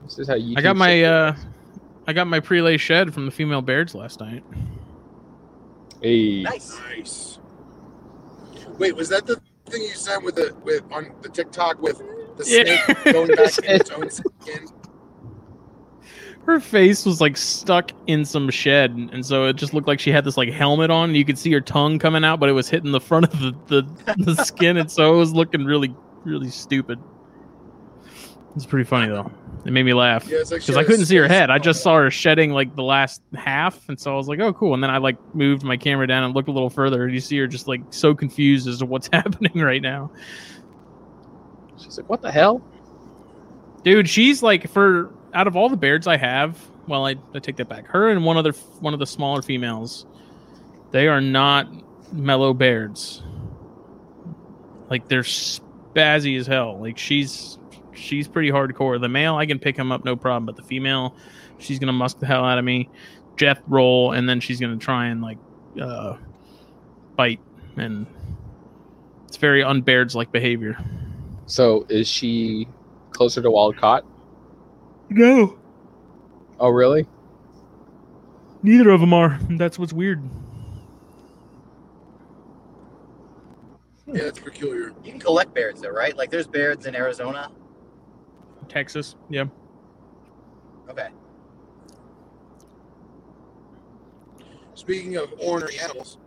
[SPEAKER 4] This is how you
[SPEAKER 2] I got my uh I got my prelay shed from the female bears last night.
[SPEAKER 4] Hey.
[SPEAKER 3] Nice.
[SPEAKER 1] Nice. Wait, was that the thing you sent with the with on the TikTok with the snake going back in its own skin?
[SPEAKER 2] Her face was like stuck in some shed and so it just looked like she had this like helmet on and you could see her tongue coming out but it was hitting the front of the the, the skin and so it was looking really really stupid. It's pretty funny though. It made me laugh.
[SPEAKER 1] Yeah, it's like she
[SPEAKER 2] because I
[SPEAKER 1] had a
[SPEAKER 2] couldn't see her
[SPEAKER 1] space
[SPEAKER 2] head. I
[SPEAKER 1] bubble.
[SPEAKER 2] just saw her shedding like the last half, and so I was like, "Oh, cool." And then I like moved my camera down and looked a little further, and you see her just like so confused as to what's happening right now,
[SPEAKER 4] She's like, what the hell?
[SPEAKER 2] dude. She's like, for out of all the beards I have, well, I, I take that back. Her and one other one of the smaller females, they are not mellow beards. Like they're spazzy as hell. Like she's she's pretty hardcore. The male, I can pick him up no problem, but the female, she's gonna musk the hell out of me. Jeff roll, and then she's gonna try and like uh, bite, and it's very unbeards like behavior.
[SPEAKER 4] So is she closer to Wildcott?
[SPEAKER 2] No,
[SPEAKER 4] Oh, really?
[SPEAKER 2] neither of them are. That's what's weird.
[SPEAKER 1] Yeah, that's peculiar.
[SPEAKER 3] You can collect bears though, right? Like there's bears in Arizona.
[SPEAKER 2] Texas, yeah.
[SPEAKER 3] Okay.
[SPEAKER 1] Speaking of ornery animals,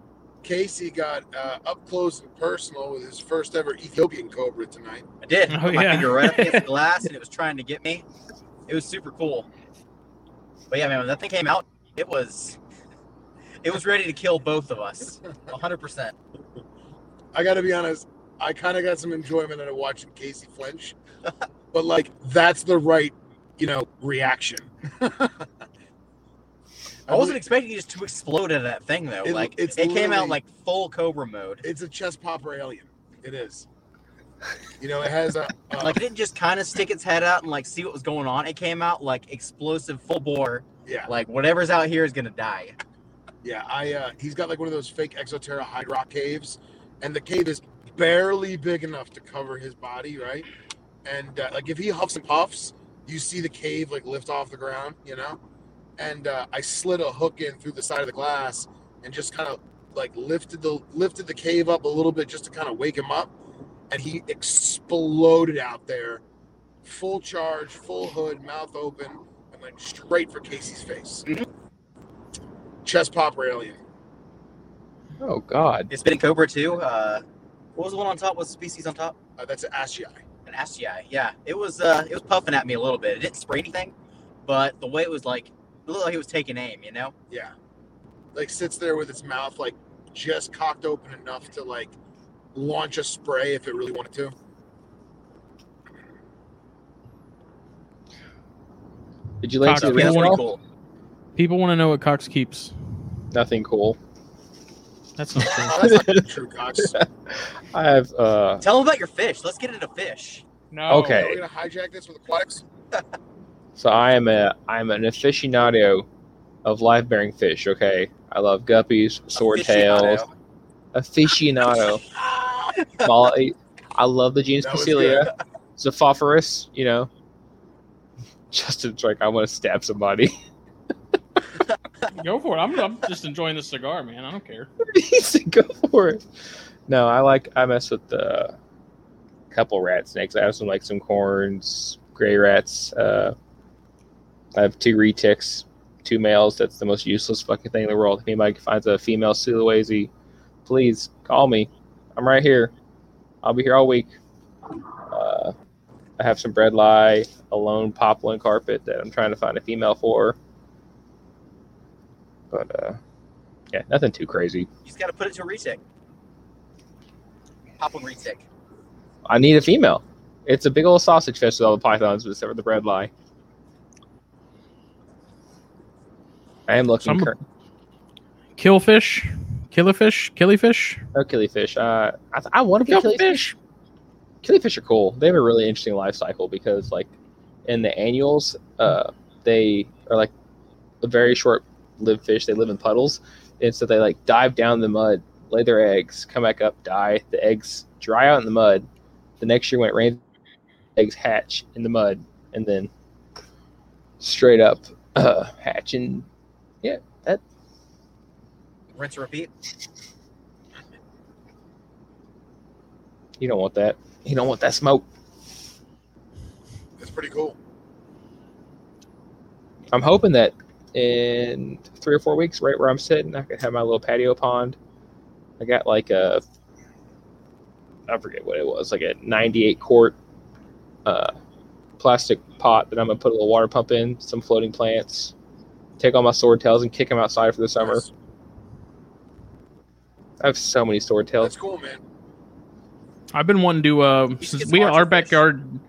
[SPEAKER 1] Casey got uh, up close and personal with his first ever Ethiopian cobra tonight.
[SPEAKER 3] I did.
[SPEAKER 2] Oh,
[SPEAKER 3] Put my
[SPEAKER 2] yeah.
[SPEAKER 3] finger right up against the glass and it was trying to get me. It was super cool. But yeah, man, when that thing came out, it was it was ready to kill both of us. 100%.
[SPEAKER 1] I got to be honest, I kind of got some enjoyment out of watching Casey flinch, but like that's the right, you know, reaction.
[SPEAKER 3] I wasn't expecting you just to explode out of that thing though.
[SPEAKER 1] It-
[SPEAKER 3] like
[SPEAKER 1] it's
[SPEAKER 3] it came out
[SPEAKER 1] literally-
[SPEAKER 3] like full cobra mode.
[SPEAKER 1] It's a chest popper alien. It is. You know, it has a. uh, a
[SPEAKER 3] Like it didn't just kind of stick its head out and like see what was going on. It came out like explosive full bore.
[SPEAKER 1] yeah,
[SPEAKER 3] Like whatever's out here is gonna die.
[SPEAKER 1] yeah. I uh, he's got like one of those fake Exoterra hide rock caves, and the cave is barely big enough to cover his body, right? And uh, like if he huffs and puffs, you see the cave like lift off the ground, you know. And uh, I slid a hook in through the side of the glass and just kind of like lifted the lifted the cave up a little bit just to kind of wake him up, and he exploded out there, full charge, full hood, mouth open, and went straight for Casey's face. Chest popper alien.
[SPEAKER 4] Oh God.
[SPEAKER 3] It's been in Cobra too. Uh, what was the one on top? What species on top?
[SPEAKER 1] Uh, that's an Ascii.
[SPEAKER 3] An ascii. Yeah, it was. Uh, it was puffing at me a little bit. It didn't spray anything, but the way it was like, it looked like it was taking aim. You know?
[SPEAKER 1] Yeah. Like sits there with its mouth like just cocked open enough to like launch a spray if it really wanted to.
[SPEAKER 4] Did you land to the
[SPEAKER 2] Cocked
[SPEAKER 3] Yeah, it's
[SPEAKER 4] ring
[SPEAKER 2] Cool.
[SPEAKER 3] pretty
[SPEAKER 4] wall?
[SPEAKER 3] cool.
[SPEAKER 2] People want to know what Cox keeps.
[SPEAKER 4] Nothing cool.
[SPEAKER 2] That's not true.
[SPEAKER 1] Oh, that's not true, Cox.
[SPEAKER 4] I have uh
[SPEAKER 3] Tell them about your fish. Let's get into fish.
[SPEAKER 2] no.
[SPEAKER 4] Okay.
[SPEAKER 1] Are we gonna hijack this with aquatics?
[SPEAKER 4] So I am a I'm an aficionado of live bearing fish. Okay, I love guppies, swordtails,
[SPEAKER 3] Aficionado.
[SPEAKER 4] aficionado. Molly, I love the genus
[SPEAKER 1] That was
[SPEAKER 4] Pecilia, Zophophorus. You know, Justin's like I want to stab somebody.
[SPEAKER 2] Go for it. I'm, I'm just enjoying the cigar, man. I don't care.
[SPEAKER 4] He said, go for it. No, I like I mess with the couple rat snakes. I have some like some corns, gray rats. Uh, I have two retics, two males. That's the most useless fucking thing in the world. If anybody finds a female Sulawesi, please call me. I'm right here. I'll be here all week. Uh, I have some bread lie, a lone poplin carpet that I'm trying to find a female for. But uh, yeah, nothing too crazy.
[SPEAKER 3] You just gotta put it to a retic. Pop one retic.
[SPEAKER 4] I need a female. It's a big old sausage fest with all the pythons, but except for the bread lie. I am looking
[SPEAKER 2] Some-
[SPEAKER 4] cur-
[SPEAKER 2] Killfish, killifish, killifish,
[SPEAKER 4] oh, killifish. Uh, I, th- I want to be killifish. Killifish are cool. They have a really interesting life cycle because, like, in the annuals, uh, they are like a very short lived fish. They live in puddles, and so they like dive down the mud, lay their eggs, come back up, die. The eggs dry out in the mud. The next year, when it rains, eggs hatch in the mud, and then straight up uh, hatch. And yeah, that
[SPEAKER 3] Rinse and repeat.
[SPEAKER 4] you don't want that. You don't want that smoke.
[SPEAKER 1] That's pretty cool.
[SPEAKER 4] I'm hoping that in three or four weeks, right where I'm sitting, I could have my little patio pond. I got like a, I forget what it was, like a 98 quart uh, plastic pot that I'm gonna put a little water pump in, some floating plants, take all my swordtails and kick them outside for the summer.
[SPEAKER 1] That's,
[SPEAKER 4] I have so many swordtails.
[SPEAKER 1] that's cool, man.
[SPEAKER 2] I've been wanting to. Uh,
[SPEAKER 3] should
[SPEAKER 2] since
[SPEAKER 3] get
[SPEAKER 2] we
[SPEAKER 3] some
[SPEAKER 2] our
[SPEAKER 3] archerfish.
[SPEAKER 2] backyard,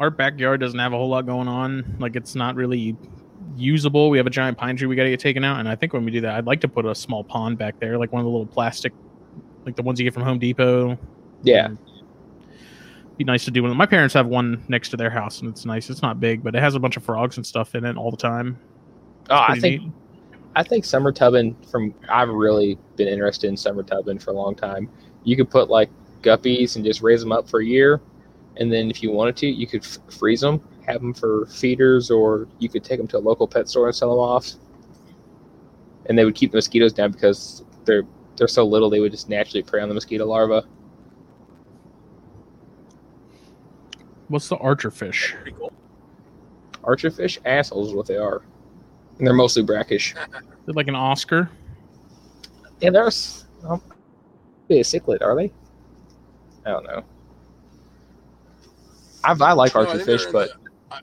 [SPEAKER 2] our backyard doesn't have a whole lot going on. Like it's not really usable. We have a giant pine tree we got to get taken out, and I think when we do that, I'd like to put a small pond back there, like one of the little plastic, like the ones you get from Home Depot.
[SPEAKER 4] Yeah,
[SPEAKER 2] be nice to do one. My parents have one next to their house, and it's nice. It's not big, but it has a bunch of frogs and stuff in it all the time.
[SPEAKER 4] Oh, I
[SPEAKER 2] Pretty
[SPEAKER 4] think
[SPEAKER 2] neat.
[SPEAKER 4] I think summer tubbing from I've really been interested in summer tubbing for a long time. You could put like guppies and just raise them up for a year, and then if you wanted to, you could f- freeze them, have them for feeders, or you could take them to a local pet store and sell them off. And they would keep the mosquitoes down because they're they're so little they would just naturally prey on the mosquito larva.
[SPEAKER 2] What's the archer fish?
[SPEAKER 3] Pretty cool.
[SPEAKER 4] Archerfish assholes is what they are, and they're mostly brackish.
[SPEAKER 2] Is it like an Oscar?
[SPEAKER 4] Yeah, they're s- um, they're a cichlid, are they? I don't know. I, I like
[SPEAKER 1] No, I think
[SPEAKER 4] archer fish,
[SPEAKER 1] they're in
[SPEAKER 4] but
[SPEAKER 1] the- I, I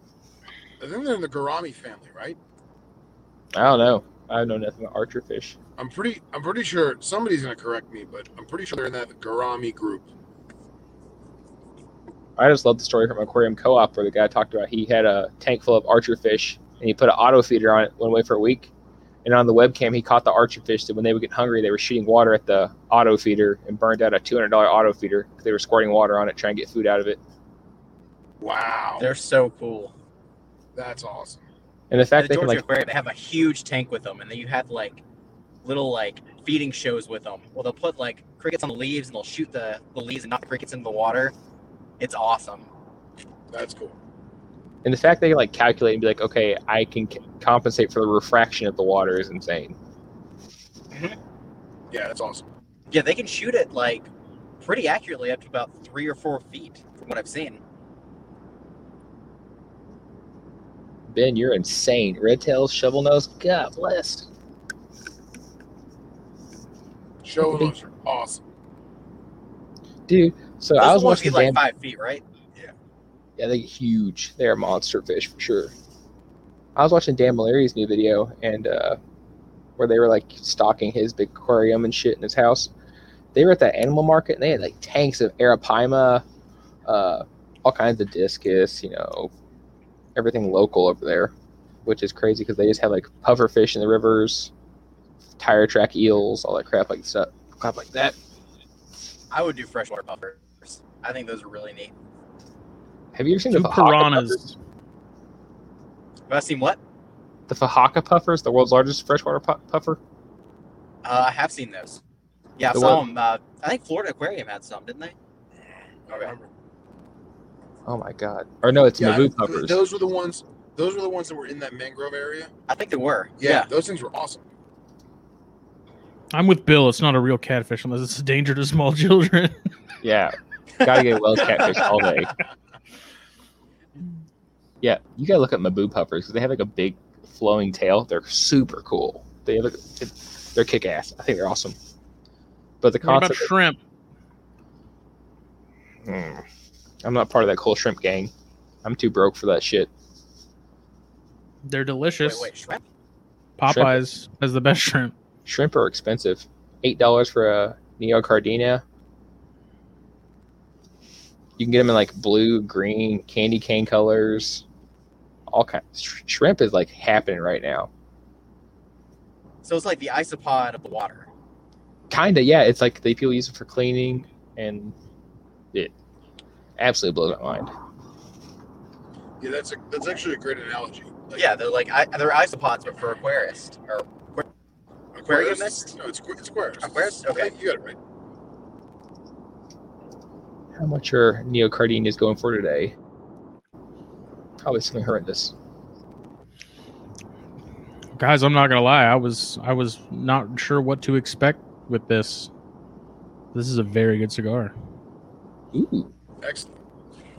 [SPEAKER 1] think they're in the gourami family, right?
[SPEAKER 4] I don't know. I know nothing about archer fish.
[SPEAKER 1] I'm pretty. I'm pretty sure somebody's gonna correct me, but I'm pretty sure they're in that gourami group.
[SPEAKER 4] I just love the story from Aquarium Co-op where the guy talked about he had a tank full of archer fish and he put an auto feeder on it, went away for a week, and on the webcam he caught the archer fish that when they would get hungry they were shooting water at the auto feeder and burned out a two hundred dollar auto feeder because they were squirting water on it trying to get food out of it.
[SPEAKER 1] Wow,
[SPEAKER 3] They're so cool.
[SPEAKER 1] that's awesome.
[SPEAKER 4] And the fact
[SPEAKER 3] At the
[SPEAKER 4] they can
[SPEAKER 3] Georgia
[SPEAKER 4] like
[SPEAKER 3] Aquarium, they have a huge tank with them, and then you have like little like feeding shows with them. Well, they'll put like crickets on the leaves, and they'll shoot the, the leaves and knock the crickets into the water. It's awesome.
[SPEAKER 1] That's cool.
[SPEAKER 4] And the fact they can like calculate and be like, okay, I can c- compensate for the refraction of the water is insane.
[SPEAKER 1] Yeah, that's awesome.
[SPEAKER 3] Yeah, they can shoot it like pretty accurately up to about three or four feet from what I've seen.
[SPEAKER 4] Ben, you're insane. Red tails, shovel nose, God bless.
[SPEAKER 1] Show and those are awesome.
[SPEAKER 4] Dude, so
[SPEAKER 3] Those
[SPEAKER 4] I was
[SPEAKER 3] ones
[SPEAKER 4] watching
[SPEAKER 3] get,
[SPEAKER 4] the
[SPEAKER 3] like
[SPEAKER 4] damn-
[SPEAKER 3] five feet, right?
[SPEAKER 4] Yeah, they're huge. They're monster fish for sure. I was watching Dan Malaria's new video and uh, where they were like stocking his big aquarium and shit in his house. They were at that animal market and they had like tanks of arapaima, uh, all kinds of discus, you know, everything local over there, which is crazy because they just have like puffer fish in the rivers, tire track eels, all that crap like stuff, crap like that.
[SPEAKER 3] I would do freshwater puffers. I think those are really neat.
[SPEAKER 4] Have you ever seen
[SPEAKER 2] Two
[SPEAKER 4] the Fajaca puffers?
[SPEAKER 2] piranhas.
[SPEAKER 3] Have I seen what?
[SPEAKER 4] The Fajaca puffers, the world's largest freshwater pu- puffer.
[SPEAKER 3] Uh, I have seen those. Yeah, I
[SPEAKER 4] The
[SPEAKER 3] saw
[SPEAKER 4] what?
[SPEAKER 3] them. Uh, I think Florida Aquarium had some, didn't they?
[SPEAKER 1] I remember.
[SPEAKER 4] Oh my god! Or no, it's
[SPEAKER 1] Yeah,
[SPEAKER 4] Mavoo
[SPEAKER 1] I-
[SPEAKER 4] puffers.
[SPEAKER 1] those were the ones. Those were the ones that were in that mangrove area.
[SPEAKER 3] I think they were.
[SPEAKER 1] Yeah, those things were awesome.
[SPEAKER 2] I'm with Bill. It's not a real catfish unless it's a danger to small children.
[SPEAKER 4] Yeah, gotta get Wells catfish all day. Yeah, you gotta look at Maboo puffers because they have like a big flowing tail. They're super cool. They have like, they're kick ass. I think they're awesome. But the
[SPEAKER 2] what about
[SPEAKER 4] concept,
[SPEAKER 2] shrimp?
[SPEAKER 4] Hmm. I'm not part of that cool shrimp gang. I'm too broke for that shit.
[SPEAKER 2] They're
[SPEAKER 3] Wait,
[SPEAKER 2] delicious.
[SPEAKER 3] wait, shrimp?
[SPEAKER 2] Popeyes has the best shrimp.
[SPEAKER 4] Shrimp are expensive. Eight dollars for a neocardina. You can get them in like blue, green, candy cane colors. All kind. Sh- shrimp is like happening right now.
[SPEAKER 3] So it's like the isopod of the water.
[SPEAKER 4] Kinda, yeah. It's like they people use it for cleaning, and it absolutely blows my mind.
[SPEAKER 1] Yeah, that's a, that's actually a great analogy. Like,
[SPEAKER 3] Yeah, they're like I, they're isopods, but for aquarist or aquarium mist?
[SPEAKER 1] No, it's aqu- it's squares.
[SPEAKER 3] Aquarius? Okay.
[SPEAKER 1] you got it right.
[SPEAKER 4] How much are neocardinas going for today? Probably something horrendous.
[SPEAKER 2] Guys, I'm not gonna lie. I was I was not sure what to expect with this. This is a very good cigar.
[SPEAKER 4] Ooh,
[SPEAKER 1] Excellent.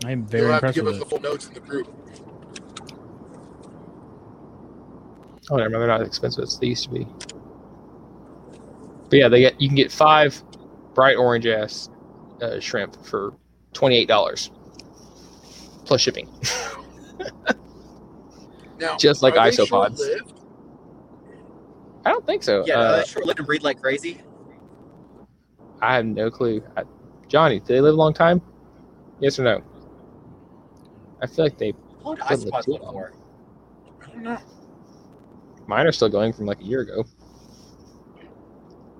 [SPEAKER 2] I am
[SPEAKER 1] You'll
[SPEAKER 2] very
[SPEAKER 1] have to
[SPEAKER 2] impressed
[SPEAKER 1] give
[SPEAKER 2] with
[SPEAKER 1] us the
[SPEAKER 2] it.
[SPEAKER 1] full notes in the group.
[SPEAKER 4] oh, never mind. They're not as expensive as they used to be. But yeah, they get you can get five bright orange ass uh, shrimp for twenty eight dollars plus shipping.
[SPEAKER 1] Now,
[SPEAKER 4] Just like
[SPEAKER 1] are they
[SPEAKER 4] isopods.
[SPEAKER 1] short-lived?
[SPEAKER 4] I don't think so.
[SPEAKER 3] Yeah,
[SPEAKER 4] Uh,
[SPEAKER 3] uh, sure lived and breed like crazy.
[SPEAKER 4] I have no clue. I, Johnny, do they live a long time? Yes or no? I feel like they
[SPEAKER 3] How long do
[SPEAKER 4] Doesn't look
[SPEAKER 3] isopods
[SPEAKER 4] too
[SPEAKER 3] live
[SPEAKER 4] long.
[SPEAKER 3] for?
[SPEAKER 1] I don't know.
[SPEAKER 4] mine are still going from like a year ago.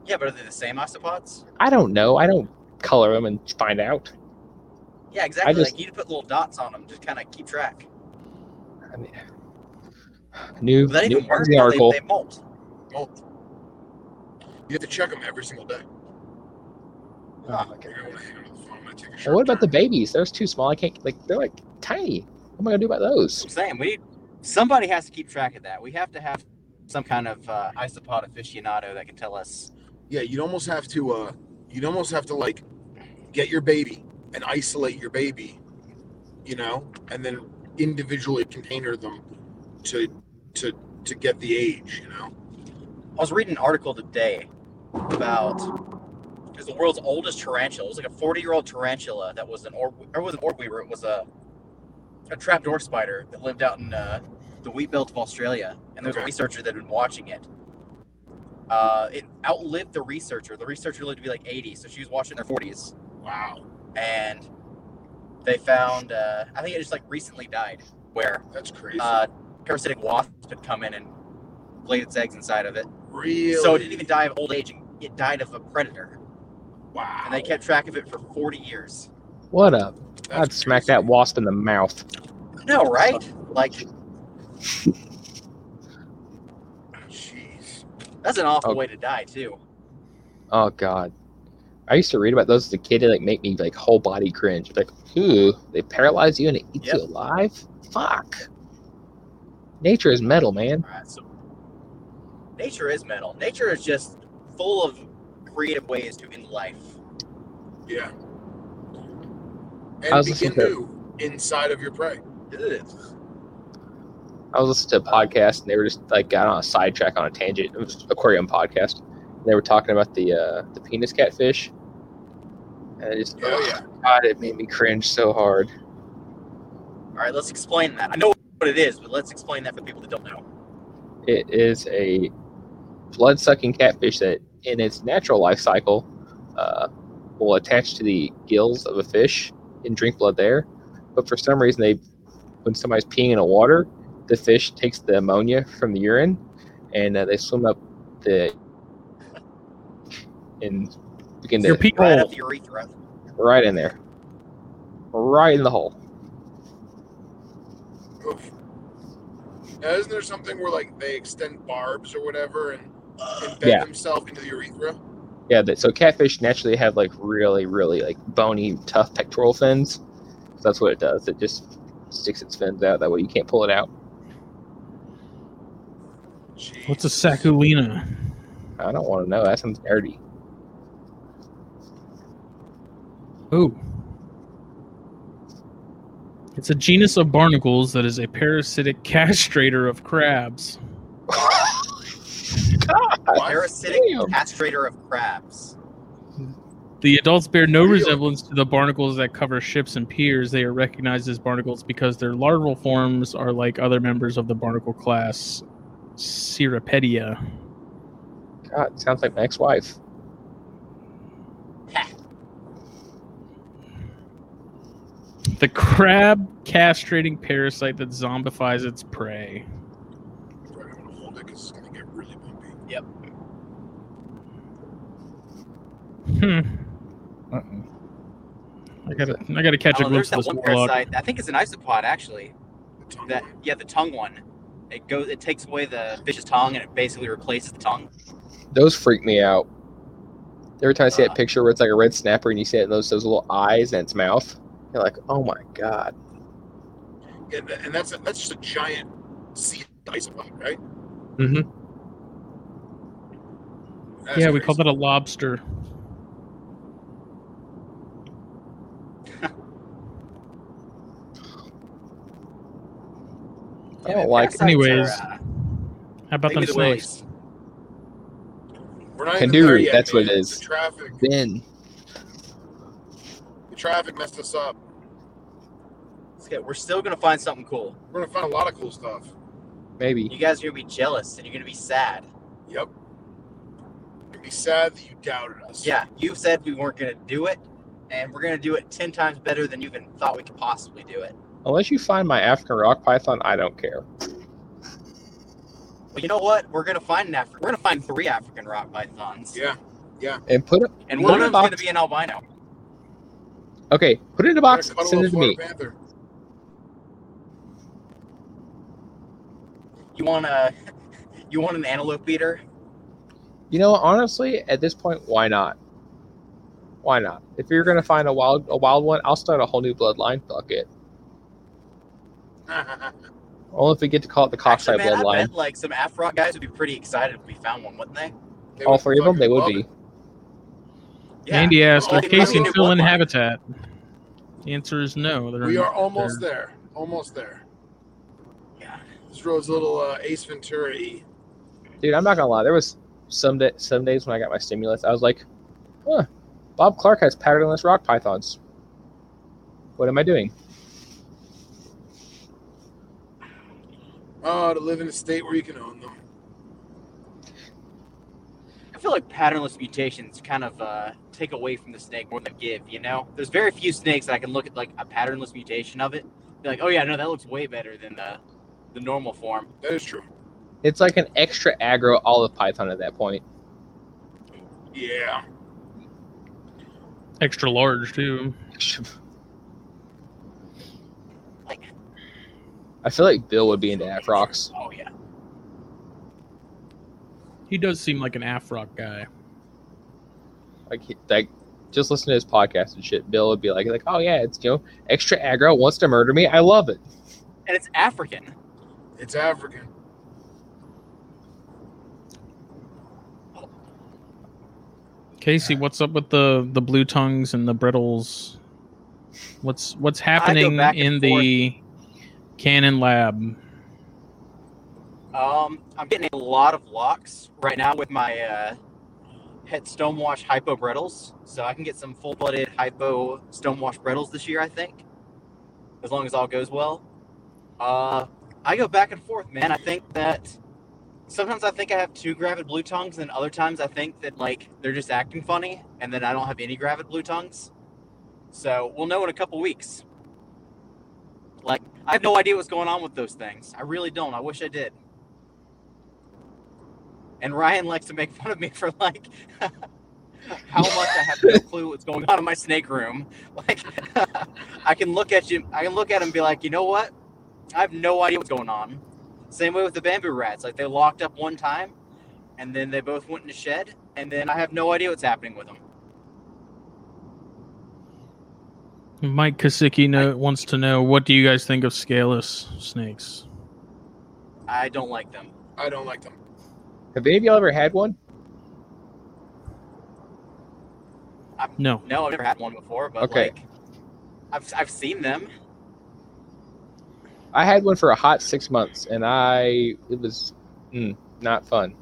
[SPEAKER 3] Yeah, but are they the same isopods?
[SPEAKER 4] I don't know. I don't color them and find out.
[SPEAKER 3] Yeah, exactly.
[SPEAKER 4] just-
[SPEAKER 3] like you need to put little dots on them, just kind of keep track.
[SPEAKER 4] I mean, new,
[SPEAKER 3] But that
[SPEAKER 4] new
[SPEAKER 3] even
[SPEAKER 4] part
[SPEAKER 3] works.
[SPEAKER 4] of
[SPEAKER 3] though,
[SPEAKER 4] the
[SPEAKER 3] They,
[SPEAKER 4] article.
[SPEAKER 3] they molt.
[SPEAKER 1] Molt. You have to check them every single day.
[SPEAKER 4] Oh,
[SPEAKER 1] You're
[SPEAKER 4] my God.
[SPEAKER 1] gonna wanna hang on the phone, I'm gonna take a
[SPEAKER 4] And what
[SPEAKER 1] short
[SPEAKER 4] about the
[SPEAKER 1] turn.
[SPEAKER 4] babies? They're too small. I can't like they're like tiny. What am I gonna do about those?
[SPEAKER 3] I'm saying we somebody has to keep track of that. We have to have some kind of uh, isopod aficionado that can tell us.
[SPEAKER 1] Yeah, you'd almost have to. uh You'd almost have to like get your baby and isolate your baby, you know, and then individually container them to to to get the age, you know.
[SPEAKER 3] I was reading an article today about because the world's oldest tarantula. It was like a 40 year old tarantula that was an orb or it was an orb weaver. It was a a trapdoor spider that lived out in uh, the wheat belt of Australia. And there's
[SPEAKER 1] Okay.
[SPEAKER 3] a researcher that had been watching it. Uh, it outlived the researcher. The researcher lived to be like 80, so she was watching their 40s.
[SPEAKER 1] Wow,
[SPEAKER 3] and they found uh, I think it just like recently died where
[SPEAKER 1] that's crazy.
[SPEAKER 3] uh, parasitic wasp had come in and laid its eggs inside of it.
[SPEAKER 1] really?
[SPEAKER 3] So it didn't even die of old age; it died of a predator,
[SPEAKER 1] Wow.
[SPEAKER 3] and they kept track of it for forty years.
[SPEAKER 4] What up?
[SPEAKER 1] That's
[SPEAKER 4] I'd smack
[SPEAKER 1] crazy.
[SPEAKER 4] that wasp in the mouth.
[SPEAKER 3] No, right? Like
[SPEAKER 1] Jeez.
[SPEAKER 3] that's an awful
[SPEAKER 4] Oh.
[SPEAKER 3] way to die too.
[SPEAKER 4] Oh god. I used to read about those as a kid. They like make me like whole body cringe. Like, ooh, they paralyze you and it eats
[SPEAKER 3] Yep.
[SPEAKER 4] you alive. Fuck. Nature is metal, man.
[SPEAKER 3] All right, so nature is metal. Nature is just full of creative ways to end life.
[SPEAKER 1] Yeah.
[SPEAKER 4] I
[SPEAKER 1] And
[SPEAKER 4] was listening
[SPEAKER 1] begin new inside of your prey.
[SPEAKER 3] Ugh.
[SPEAKER 4] I was listening to a podcast and they were just like got on a sidetrack on a tangent. It was aquarium podcast. And they were talking about the uh, the penis catfish. And I just
[SPEAKER 1] Oh yeah.
[SPEAKER 4] God, it made me cringe so hard.
[SPEAKER 3] All right, let's explain that. I know what it is, but let's explain that for people that don't know.
[SPEAKER 4] It is a blood sucking catfish that, in its natural life cycle, uh, will attach to the gills of a fish and drink blood there. But for some reason, they, when somebody's peeing in the water, the fish takes the ammonia from the urine and uh, they swim up the and begin
[SPEAKER 2] Your
[SPEAKER 4] to
[SPEAKER 2] pee
[SPEAKER 3] Right
[SPEAKER 2] hole.
[SPEAKER 3] up the urethra.
[SPEAKER 4] right in there, right in the hole.
[SPEAKER 1] Oof. Now, isn't there something where like they extend barbs or whatever and embed
[SPEAKER 4] Yeah.
[SPEAKER 1] themselves into the urethra?
[SPEAKER 4] Yeah, that, so catfish naturally have like really, really like bony, tough pectoral fins. So that's what it does. It just sticks its fins out. That way you can't pull it out.
[SPEAKER 1] Jeez.
[SPEAKER 2] What's a saculina?
[SPEAKER 4] I don't want to know. That sounds dirty.
[SPEAKER 2] Ooh. It's a genus of barnacles that is a parasitic castrator of crabs.
[SPEAKER 3] Parasitic
[SPEAKER 4] Damn.
[SPEAKER 3] castrator of crabs.
[SPEAKER 2] The adults bear no
[SPEAKER 1] Really?
[SPEAKER 2] resemblance to the barnacles that cover ships and piers. They are recognized as barnacles because their larval forms are like other members of the barnacle class Cirripedia.
[SPEAKER 4] God, sounds like my ex-wife.
[SPEAKER 2] The crab castrating parasite that zombifies its prey.
[SPEAKER 1] Right, I'm gonna hold it 'cause it's gonna get really bumpy.
[SPEAKER 2] Hmm. I gotta, I gotta catch
[SPEAKER 3] Oh,
[SPEAKER 2] a
[SPEAKER 3] there's
[SPEAKER 2] glimpse of this
[SPEAKER 3] that one
[SPEAKER 2] warlock.
[SPEAKER 3] parasite. I think it's an isopod actually.
[SPEAKER 1] The tongue
[SPEAKER 3] That
[SPEAKER 1] one.
[SPEAKER 3] yeah, the tongue one. It goes. It takes away the fish's tongue and it basically replaces the tongue.
[SPEAKER 4] Those freak me out. Every time I see
[SPEAKER 3] Uh.
[SPEAKER 4] that picture where it's like a red snapper and you see it in those those little eyes and its mouth, you're like, oh my god.
[SPEAKER 1] Yeah, tha- and that's a, that's just a giant sea isopod, right?
[SPEAKER 4] Mhm.
[SPEAKER 1] Mm-hmm.
[SPEAKER 2] yeah, we call that a lobster.
[SPEAKER 4] I don't like.
[SPEAKER 3] Parasites
[SPEAKER 2] anyways,
[SPEAKER 3] are, uh,
[SPEAKER 2] How about
[SPEAKER 3] they
[SPEAKER 2] them
[SPEAKER 3] do the willies.
[SPEAKER 2] snakes?
[SPEAKER 1] We're not
[SPEAKER 4] Kanduri,
[SPEAKER 1] even there yet,
[SPEAKER 4] that's what it
[SPEAKER 1] man.
[SPEAKER 4] is.
[SPEAKER 1] The traffic,
[SPEAKER 4] Then
[SPEAKER 1] the traffic messed us up.
[SPEAKER 3] It's good. We're still gonna find something cool.
[SPEAKER 1] We're gonna find a lot of cool stuff.
[SPEAKER 4] maybe
[SPEAKER 3] You guys are gonna be jealous and you're gonna be sad.
[SPEAKER 1] Yep. You'd be sad that you doubted us.
[SPEAKER 3] Yeah, you said we weren't gonna do it, and we're gonna do it ten times better than you even thought we could possibly do it.
[SPEAKER 4] unless you find my African rock python, I don't care.
[SPEAKER 3] But you know what? We're gonna find an African. We're gonna find three African rock pythons.
[SPEAKER 1] Yeah.
[SPEAKER 4] And put up
[SPEAKER 3] And
[SPEAKER 4] What
[SPEAKER 3] one of them's
[SPEAKER 4] about-
[SPEAKER 3] gonna be an albino.
[SPEAKER 4] Okay, put it in a box.
[SPEAKER 1] Cuddle
[SPEAKER 4] Send
[SPEAKER 1] a
[SPEAKER 4] it to
[SPEAKER 1] Florida
[SPEAKER 4] me.
[SPEAKER 1] Panther.
[SPEAKER 3] You want a, you want an antelope beater?
[SPEAKER 4] You know, honestly, at this point, why not? Why not? If you're gonna find a wild a wild one, I'll start a whole new bloodline. Fuck it. Only if we get to call it the Cockside
[SPEAKER 3] Actually, man, I
[SPEAKER 4] bloodline.
[SPEAKER 3] bet like some Afrock guys would be pretty excited if we found one, wouldn't they?
[SPEAKER 1] They
[SPEAKER 4] All
[SPEAKER 1] would
[SPEAKER 4] three of them,
[SPEAKER 1] fucking
[SPEAKER 4] they would
[SPEAKER 1] love
[SPEAKER 4] be.
[SPEAKER 1] it.
[SPEAKER 2] Andy asked,
[SPEAKER 1] Oh,
[SPEAKER 2] "Will
[SPEAKER 1] they
[SPEAKER 2] Casey
[SPEAKER 1] really
[SPEAKER 2] fill in
[SPEAKER 3] want one.
[SPEAKER 2] habitat?" The answer is no. They're
[SPEAKER 1] We
[SPEAKER 2] not.
[SPEAKER 1] are almost there. Almost there.
[SPEAKER 3] Yeah.
[SPEAKER 1] This road's a little uh, Ace Ventura.
[SPEAKER 4] Dude, I'm not gonna lie. There was some da- some days when I got my stimulus, I was like, "Huh, Bob Clark has patternless rock pythons. What am I doing?"
[SPEAKER 1] Oh, to live in a state where you can own them.
[SPEAKER 3] I feel like patternless mutations kind of uh, take away from the snake more than they give. You know, there's very few snakes that I can look at like a patternless mutation of it. Be like, oh yeah, no, that looks way better than the the normal form.
[SPEAKER 1] That is true.
[SPEAKER 4] It's like an extra aggro olive python at that point.
[SPEAKER 1] Yeah.
[SPEAKER 2] extra large too.
[SPEAKER 4] I feel like Bill would be into Afrox.
[SPEAKER 3] Oh yeah,
[SPEAKER 2] He does seem like an Afrock guy.
[SPEAKER 4] Like, he- like, just listen to his podcast and shit. Bill would be like, like, oh yeah, it's you know, extra aggro wants to murder me. I love it.
[SPEAKER 3] and it's African.
[SPEAKER 1] It's African.
[SPEAKER 2] Casey, what's up with the the blue tongues and the brittles? What's what's happening
[SPEAKER 3] back
[SPEAKER 2] in
[SPEAKER 3] and
[SPEAKER 2] the Canon lab?
[SPEAKER 3] Um, I'm getting a lot of locks right now with my uh, head stonewash hypo brettles, so I can get some full blooded hypo stonewash brettles this year. I think, as long as all goes well. Uh, I go back and forth, man. I think that sometimes I think I have two gravid blue tongues, and other times I think that like they're just acting funny, and then I don't have any gravid blue tongues. So we'll know in a couple weeks. Like I have no idea what's going on with those things. I really don't. I wish I did and Ryan likes to make fun of me for like how much I have no clue what's going on in my snake room. Like I can look at you, I can look at him and be like, you know what? I have no idea what's going on. Same way with the bamboo rats. Like they locked up one time, and then they both went in a shed, and then I have no idea what's happening with them.
[SPEAKER 2] Mike Kosicki know, wants to know what do you guys think of scaleless snakes?
[SPEAKER 3] I don't like them.
[SPEAKER 1] I don't like them.
[SPEAKER 4] Have any of y'all ever had one?
[SPEAKER 2] No,
[SPEAKER 3] No, I've never had one before, but
[SPEAKER 4] Okay.
[SPEAKER 3] like I've I've seen them.
[SPEAKER 4] I had one for a hot six months, and I it was mm, not fun.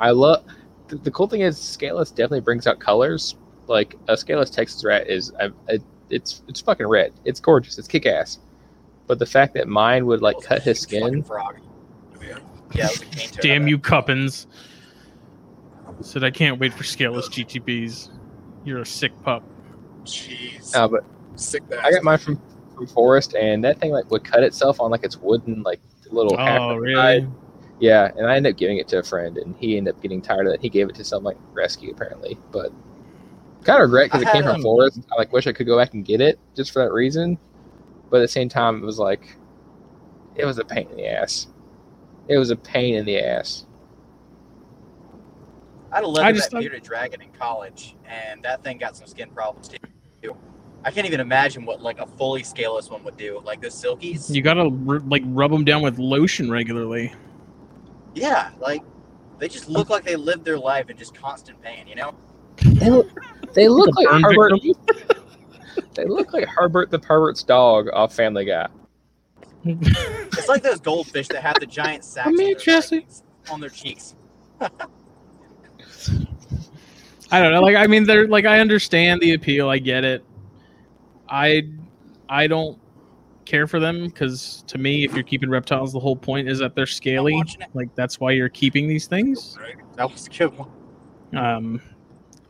[SPEAKER 4] I love the, the cool thing is scaleless definitely brings out colors. Like a scaleless Texas rat is, I, I, it's it's fucking red. It's gorgeous. It's kick ass. But the fact that mine would like cut his
[SPEAKER 3] Huge fucking
[SPEAKER 4] skin,
[SPEAKER 3] Frog.
[SPEAKER 1] Yeah.
[SPEAKER 3] Yeah. it was a cane toad.
[SPEAKER 2] damn you, Cuppins! Said I can't wait for scaleless GTPs. You're a sick pup.
[SPEAKER 1] Jeez.
[SPEAKER 4] uh, but
[SPEAKER 1] Sick
[SPEAKER 4] I
[SPEAKER 1] bastard.
[SPEAKER 4] got mine from from forest, and that thing like would cut itself on like its wooden like little. half
[SPEAKER 2] Oh,
[SPEAKER 4] of the
[SPEAKER 2] really?
[SPEAKER 4] side. Yeah, and I ended up giving it to a friend, and he ended up getting tired of it. He gave it to some like rescue apparently, but kind of regret because it
[SPEAKER 3] I
[SPEAKER 4] came
[SPEAKER 3] had,
[SPEAKER 4] from
[SPEAKER 3] um,
[SPEAKER 4] Forest. I like wish I could go back and get it just for that reason, but at the same time, it was like it was a pain in the ass. It was a pain in the ass.
[SPEAKER 3] I had a leather
[SPEAKER 2] just
[SPEAKER 3] that
[SPEAKER 2] don't-
[SPEAKER 3] bearded dragon in college, and that thing got some skin problems too. I can't even imagine what like a fully scaleless one would do. Like those silkies.
[SPEAKER 2] You gotta r- like rub them down with lotion regularly.
[SPEAKER 3] yeah, like they just look like they lived their life in just constant pain. You know?
[SPEAKER 4] They look, they look
[SPEAKER 2] The
[SPEAKER 4] like
[SPEAKER 2] burn
[SPEAKER 4] Herbert.
[SPEAKER 2] victim.
[SPEAKER 4] They look like Herbert the pervert's dog off Family Guy.
[SPEAKER 3] It's like those goldfish that have the giant sacks on
[SPEAKER 2] here,
[SPEAKER 3] their,
[SPEAKER 2] Jesse.
[SPEAKER 3] like, on their cheeks.
[SPEAKER 2] I don't know. Like, I mean, they're like, I understand the appeal. I get it. I, I don't care for them because to me, if you're keeping reptiles, the whole point is that they're
[SPEAKER 3] I'm
[SPEAKER 2] scaly.
[SPEAKER 3] watching it.
[SPEAKER 2] Like, that's why you're keeping these things.
[SPEAKER 1] Right.
[SPEAKER 3] That was a good one.
[SPEAKER 2] Um,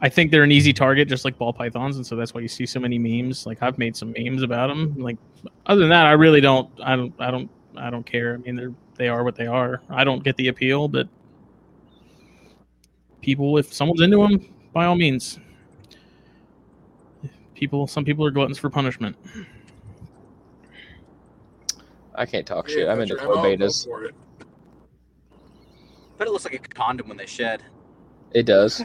[SPEAKER 2] I think they're an easy target, just like ball pythons, and so that's why you see so many memes. Like, I've made some memes about them. Like, other than that, I really don't. I don't. I don't. I don't care. I mean, they're they are what they are. I don't get the appeal, but people, if someone's into them, by all means. People, some people are gluttons for punishment.
[SPEAKER 4] I can't talk
[SPEAKER 1] Yeah,
[SPEAKER 4] shit. I'm
[SPEAKER 1] that's
[SPEAKER 4] into
[SPEAKER 1] right.
[SPEAKER 4] core
[SPEAKER 1] all- I'm
[SPEAKER 4] betas.
[SPEAKER 1] for it.
[SPEAKER 3] But it looks like a condom when they shed.
[SPEAKER 4] It does.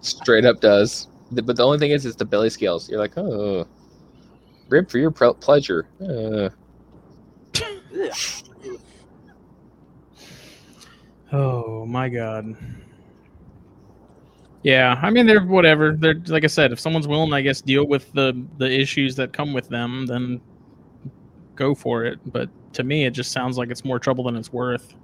[SPEAKER 4] Straight up does. The- But the only thing is, it's the belly scales. You're like, oh, rib for your pre- pleasure. Uh,
[SPEAKER 3] Ugh.
[SPEAKER 2] Oh my god. Yeah, I mean they're whatever. They're like I said, if someone's willing, I guess, deal with the the issues that come with them, then go for it. But to me, it just sounds like it's more trouble than it's worth.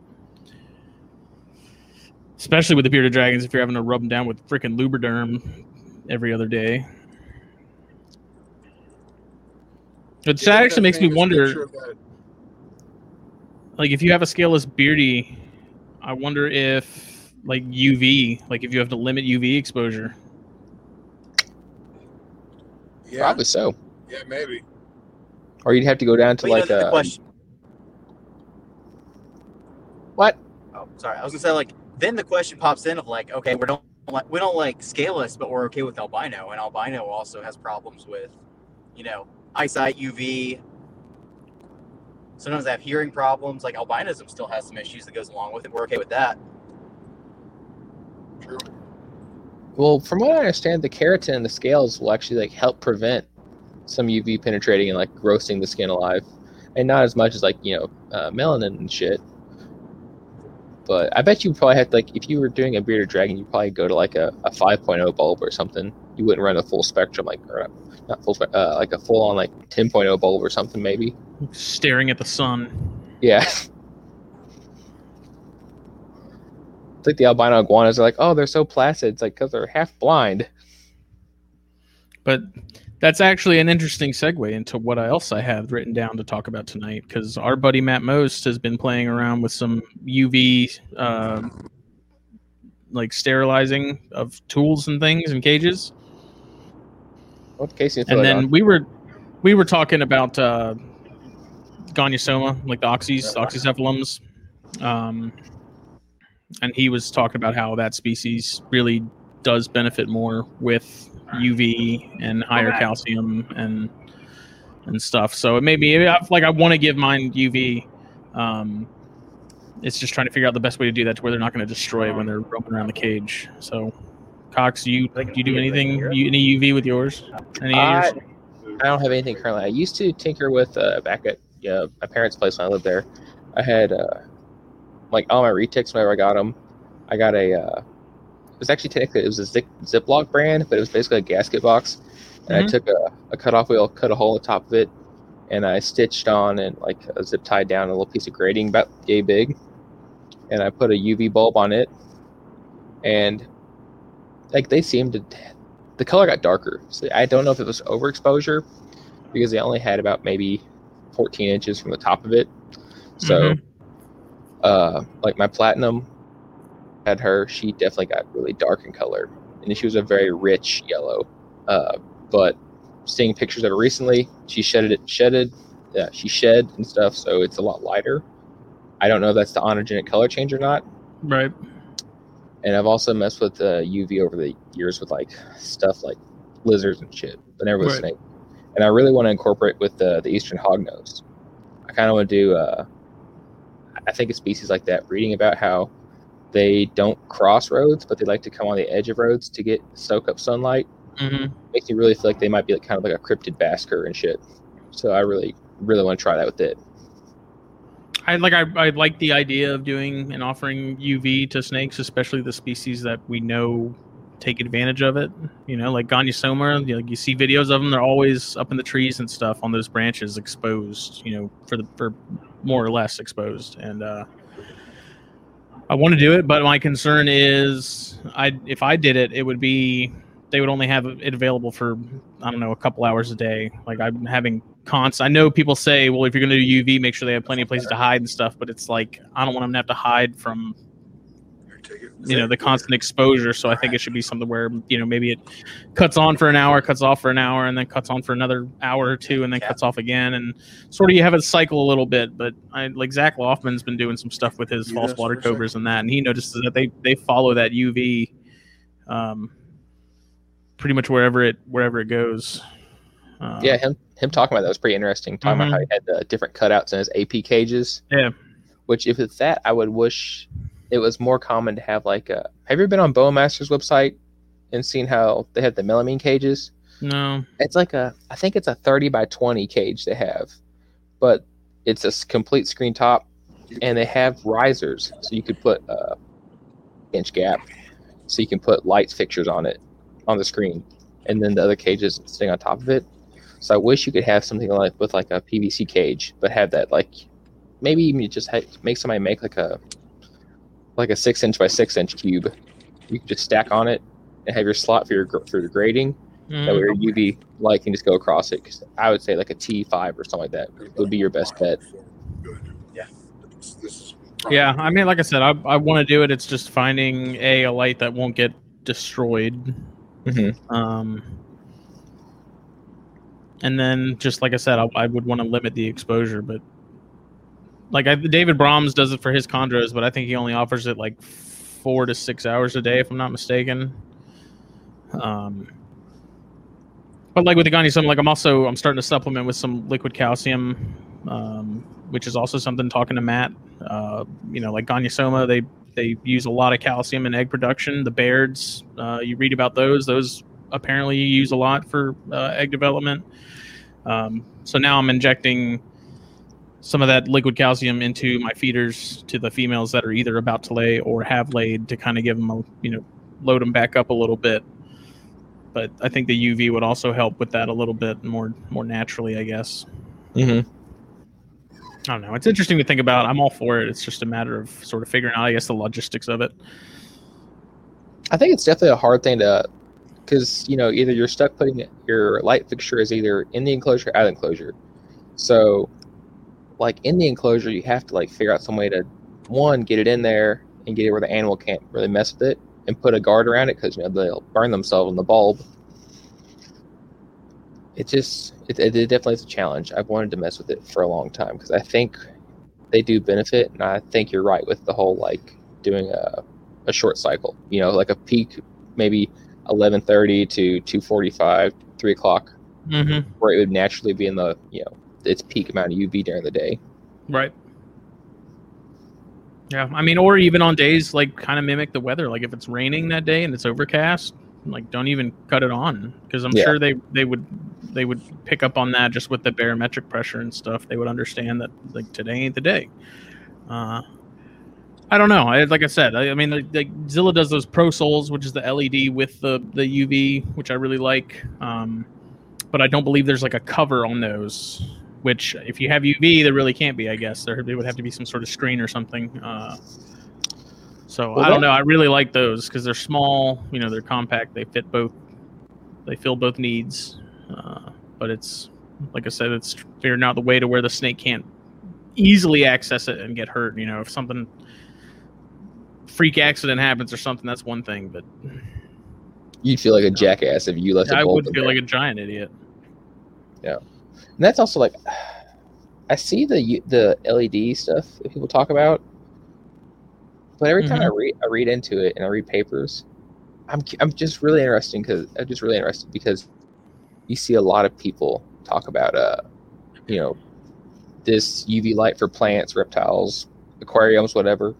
[SPEAKER 2] Especially with the bearded dragons, if you're having to rub them down with freaking lubriderm every other day. Which
[SPEAKER 1] Yeah,
[SPEAKER 2] that actually makes me
[SPEAKER 1] famous
[SPEAKER 2] wonder
[SPEAKER 1] picture of that-
[SPEAKER 2] like if you have a scaleless beardy i wonder if like uv like if you have to limit uv exposure
[SPEAKER 1] Yeah,
[SPEAKER 4] Probably so.
[SPEAKER 1] yeah, maybe.
[SPEAKER 4] Or you'd have to go down to
[SPEAKER 3] But you know,
[SPEAKER 4] like uh,
[SPEAKER 3] the
[SPEAKER 4] a
[SPEAKER 3] question.
[SPEAKER 4] What?
[SPEAKER 3] Oh, sorry. I was gonna say like then the question pops in of like, okay, we don't like we don't like scaleless, but we're okay with albino, and albino also has problems with, you know, eyesight, UV. Sometimes they have hearing problems. Like albinism still has some issues that goes along with it. We're okay with that.
[SPEAKER 1] True.
[SPEAKER 4] Well, from what I understand, the keratin and the scales will actually like help prevent some UV penetrating and like roasting the skin alive, and not as much as like you know uh, melanin and shit. But I bet you probably have to, like if you were doing a bearded dragon, you probably go to like a, a 5.0 bulb or something. You wouldn't run a full spectrum like or not full spe- uh, like a full on like 10.0 bulb or something maybe.
[SPEAKER 2] staring at the sun
[SPEAKER 4] Yeah. It's like the albino iguanas are like, oh, they're so placid. It's like because they're half blind.
[SPEAKER 2] but that's actually an interesting segue into what else i have written down to talk about tonight because our buddy matt most has been playing around with some uv uh, like sterilizing of tools and things and cages
[SPEAKER 4] What case you feel
[SPEAKER 2] and
[SPEAKER 4] like
[SPEAKER 2] then
[SPEAKER 4] on?
[SPEAKER 2] we were we were talking about uh goniosoma like the oxys
[SPEAKER 3] Yeah.
[SPEAKER 2] oxycephalums um and he was talking about how that species really does benefit more with uv and higher
[SPEAKER 3] Correct.
[SPEAKER 2] calcium and and stuff so it made me I- like i want to give mine uv um it's just trying to figure out the best way to do that to where they're not going to destroy it when they're roaming around the cage so cox you do you do anything you, any uv with yours any of yours?
[SPEAKER 4] I- I don't have anything currently. I used to tinker with uh, back at yeah, my parents' place when I lived there. I had uh, like all my retics whenever I got them. I got a. Uh, it was actually technically it was a Zip, Ziploc brand, but it was basically a gasket box. And I
[SPEAKER 2] Mhm.
[SPEAKER 4] took a, a cutoff wheel, cut a hole in the top of it, and I stitched on and like a zip tied down a little piece of grating about yay big, and I put a UV bulb on it, and like they seemed to, the color got darker. So I don't know if it was overexposure, because they only had about maybe 14 inches from the top of it. So, uh, like my platinum had her, she definitely got really dark in color, and she was a very rich yellow. Uh, but seeing pictures of her recently, she shedded it, shedded, yeah, she shed and stuff, so it's a lot lighter. I don't know if that's the onogenic color change or not.
[SPEAKER 2] Right.
[SPEAKER 4] And I've also messed with uh, UV over the years with like stuff like lizards and shit, but never with
[SPEAKER 2] Right.
[SPEAKER 4] snake. And I really want to incorporate with the the eastern hognose. I kind of want to do. Uh, I think it's species like that. Reading about how they don't cross roads, but they like to come on the edge of roads to get soak up sunlight.
[SPEAKER 2] Mm-hmm.
[SPEAKER 4] Makes me really feel like they might be like kind of like a cryptid basker and shit. So I really, really want to try that with it.
[SPEAKER 2] I like I, I like the idea of doing and offering UV to snakes, especially the species that we know take advantage of it. You know, like Gonyosoma, you, know, you see videos of them; they're always up in the trees and stuff on those branches, exposed. You know, for the for more or less exposed. And uh, I want to do it, but my concern is, I if I did it, it would be they would only have it available for I don't know a couple hours a day. Like I'm having cons. I know people say, well, if you're going to do UV, make sure they have plenty of places to hide and stuff. But it's like I don't want them to have to hide from
[SPEAKER 1] Here, take it.
[SPEAKER 2] you know the constant exposure. So I think it should be something where you know maybe it cuts on for an hour, cuts off for an hour, and then cuts on for another hour or two, and then
[SPEAKER 3] Yeah.
[SPEAKER 2] cuts off again, and sort of you have it cycle a little bit. But I like Zach Loftman's been doing some stuff with his
[SPEAKER 1] You
[SPEAKER 2] false
[SPEAKER 1] guys
[SPEAKER 2] water
[SPEAKER 1] for a second.
[SPEAKER 2] cobras and that, and he notices that they they follow that UV. Um, pretty much wherever it wherever it goes. Uh,
[SPEAKER 4] yeah, him him talking about that was pretty interesting. Talking about how he had the different cutouts in his AP cages.
[SPEAKER 2] Yeah.
[SPEAKER 4] Which, if it's that, I would wish it was more common to have like a. Have you ever been on Bowmaster's website and seen how they have the melamine cages?
[SPEAKER 2] No.
[SPEAKER 4] It's like a. I think it's a thirty by twenty cage they have, but it's a s- complete screen top, and they have risers so you could put a inch gap, so you can put lights fixtures on it on the screen, and then the other cages sitting on top of it. So I wish you could have something like with like a PVC cage, but have that like maybe even you just ha- make somebody make like a like a six inch by six inch cube. You can just stack on it and have your slot for your gr- for your grading. That way
[SPEAKER 2] Mm.
[SPEAKER 4] your UV light can just go across it. 'cause I would say like a T five or something like that would be your best bet.
[SPEAKER 1] Good.
[SPEAKER 3] Yeah.
[SPEAKER 1] This, this is
[SPEAKER 2] Yeah, I mean, like I said, I, I want to do it. It's just finding a, a light that won't get destroyed.
[SPEAKER 4] Mhm.
[SPEAKER 2] Um, and then, just like I said, I, I would want to limit the exposure, but like I, David Brahms does it for his chondros, but I think he only offers it like four to six hours a day, if I'm not mistaken. Um, but like with the Gandhi, something like I'm also I'm starting to supplement with some liquid calcium, um, which is also something talking to Matt. Uh, you know, like Ganyasoma, they they use a lot of calcium in egg production. The Bairds, uh, you read about those. Those apparently you use a lot for uh, egg development. Um, so now I'm injecting some of that liquid calcium into my feeders to the females that are either about to lay or have laid to kind of give them a you know load them back up a little bit. But I think the UV would also help with that a little bit more more naturally, I guess.
[SPEAKER 4] Mm-hmm.
[SPEAKER 2] I don't know. It's interesting to think about. I'm all for it. It's just a matter of sort of figuring out, I guess, the logistics of it.
[SPEAKER 4] I think it's definitely a hard thing to because you know either you're stuck putting it- your light fixture is either in the enclosure or out of the enclosure. So like in the enclosure, you have to like figure out some way to one get it in there and get it where the animal can't really mess with it, and put a guard around it because you know they'll burn themselves in the bulb. It just it, it definitely is a challenge. I've wanted to mess with it for a long time because I think they do benefit, and I think you're right with the whole like doing a a short cycle. You know, like a peak maybe 11:30 to 2:45, three o'clock,
[SPEAKER 2] Mm-hmm.
[SPEAKER 4] where it would naturally be in the you know its peak amount of UV during the day.
[SPEAKER 2] Right. Yeah. I mean, or even on days like kind of mimic the weather. Like if it's raining that day and it's overcast, like don't even cut it on because I'm
[SPEAKER 4] Yeah.
[SPEAKER 2] sure they they would they would pick up on that just with the barometric pressure and stuff. They would understand that like today ain't the day. Uh, I don't know. I, like I said, I, I mean, like, like Zilla does those Pro Souls, which is the LED with the the UV, which I really like. Um, but I don't believe there's like a cover on those. Which, if you have UV, there really can't be. I guess there there would have to be some sort of screen or something. Uh, so
[SPEAKER 4] Well,
[SPEAKER 2] I don't
[SPEAKER 4] that-
[SPEAKER 2] know. I really like those because they're small. You know, they're compact. They fit both. They fill both needs. Uh, but it's like I said, it's figuring out the way to where the snake can't easily access it and get hurt. You know, if something freak accident happens or something, that's one thing. But
[SPEAKER 4] You'd feel like a jackass if you left
[SPEAKER 2] I
[SPEAKER 4] a bulb.
[SPEAKER 2] would
[SPEAKER 4] in
[SPEAKER 2] feel
[SPEAKER 4] there.
[SPEAKER 2] like a giant idiot.
[SPEAKER 4] and that's also like I see the U- the LED stuff that people talk about, but every time I read I read into it and I read papers, I'm cu- I'm just really interested because I'm just really interested because you see a lot of people talk about uh you know this UV light for plants, reptiles, aquariums, whatever,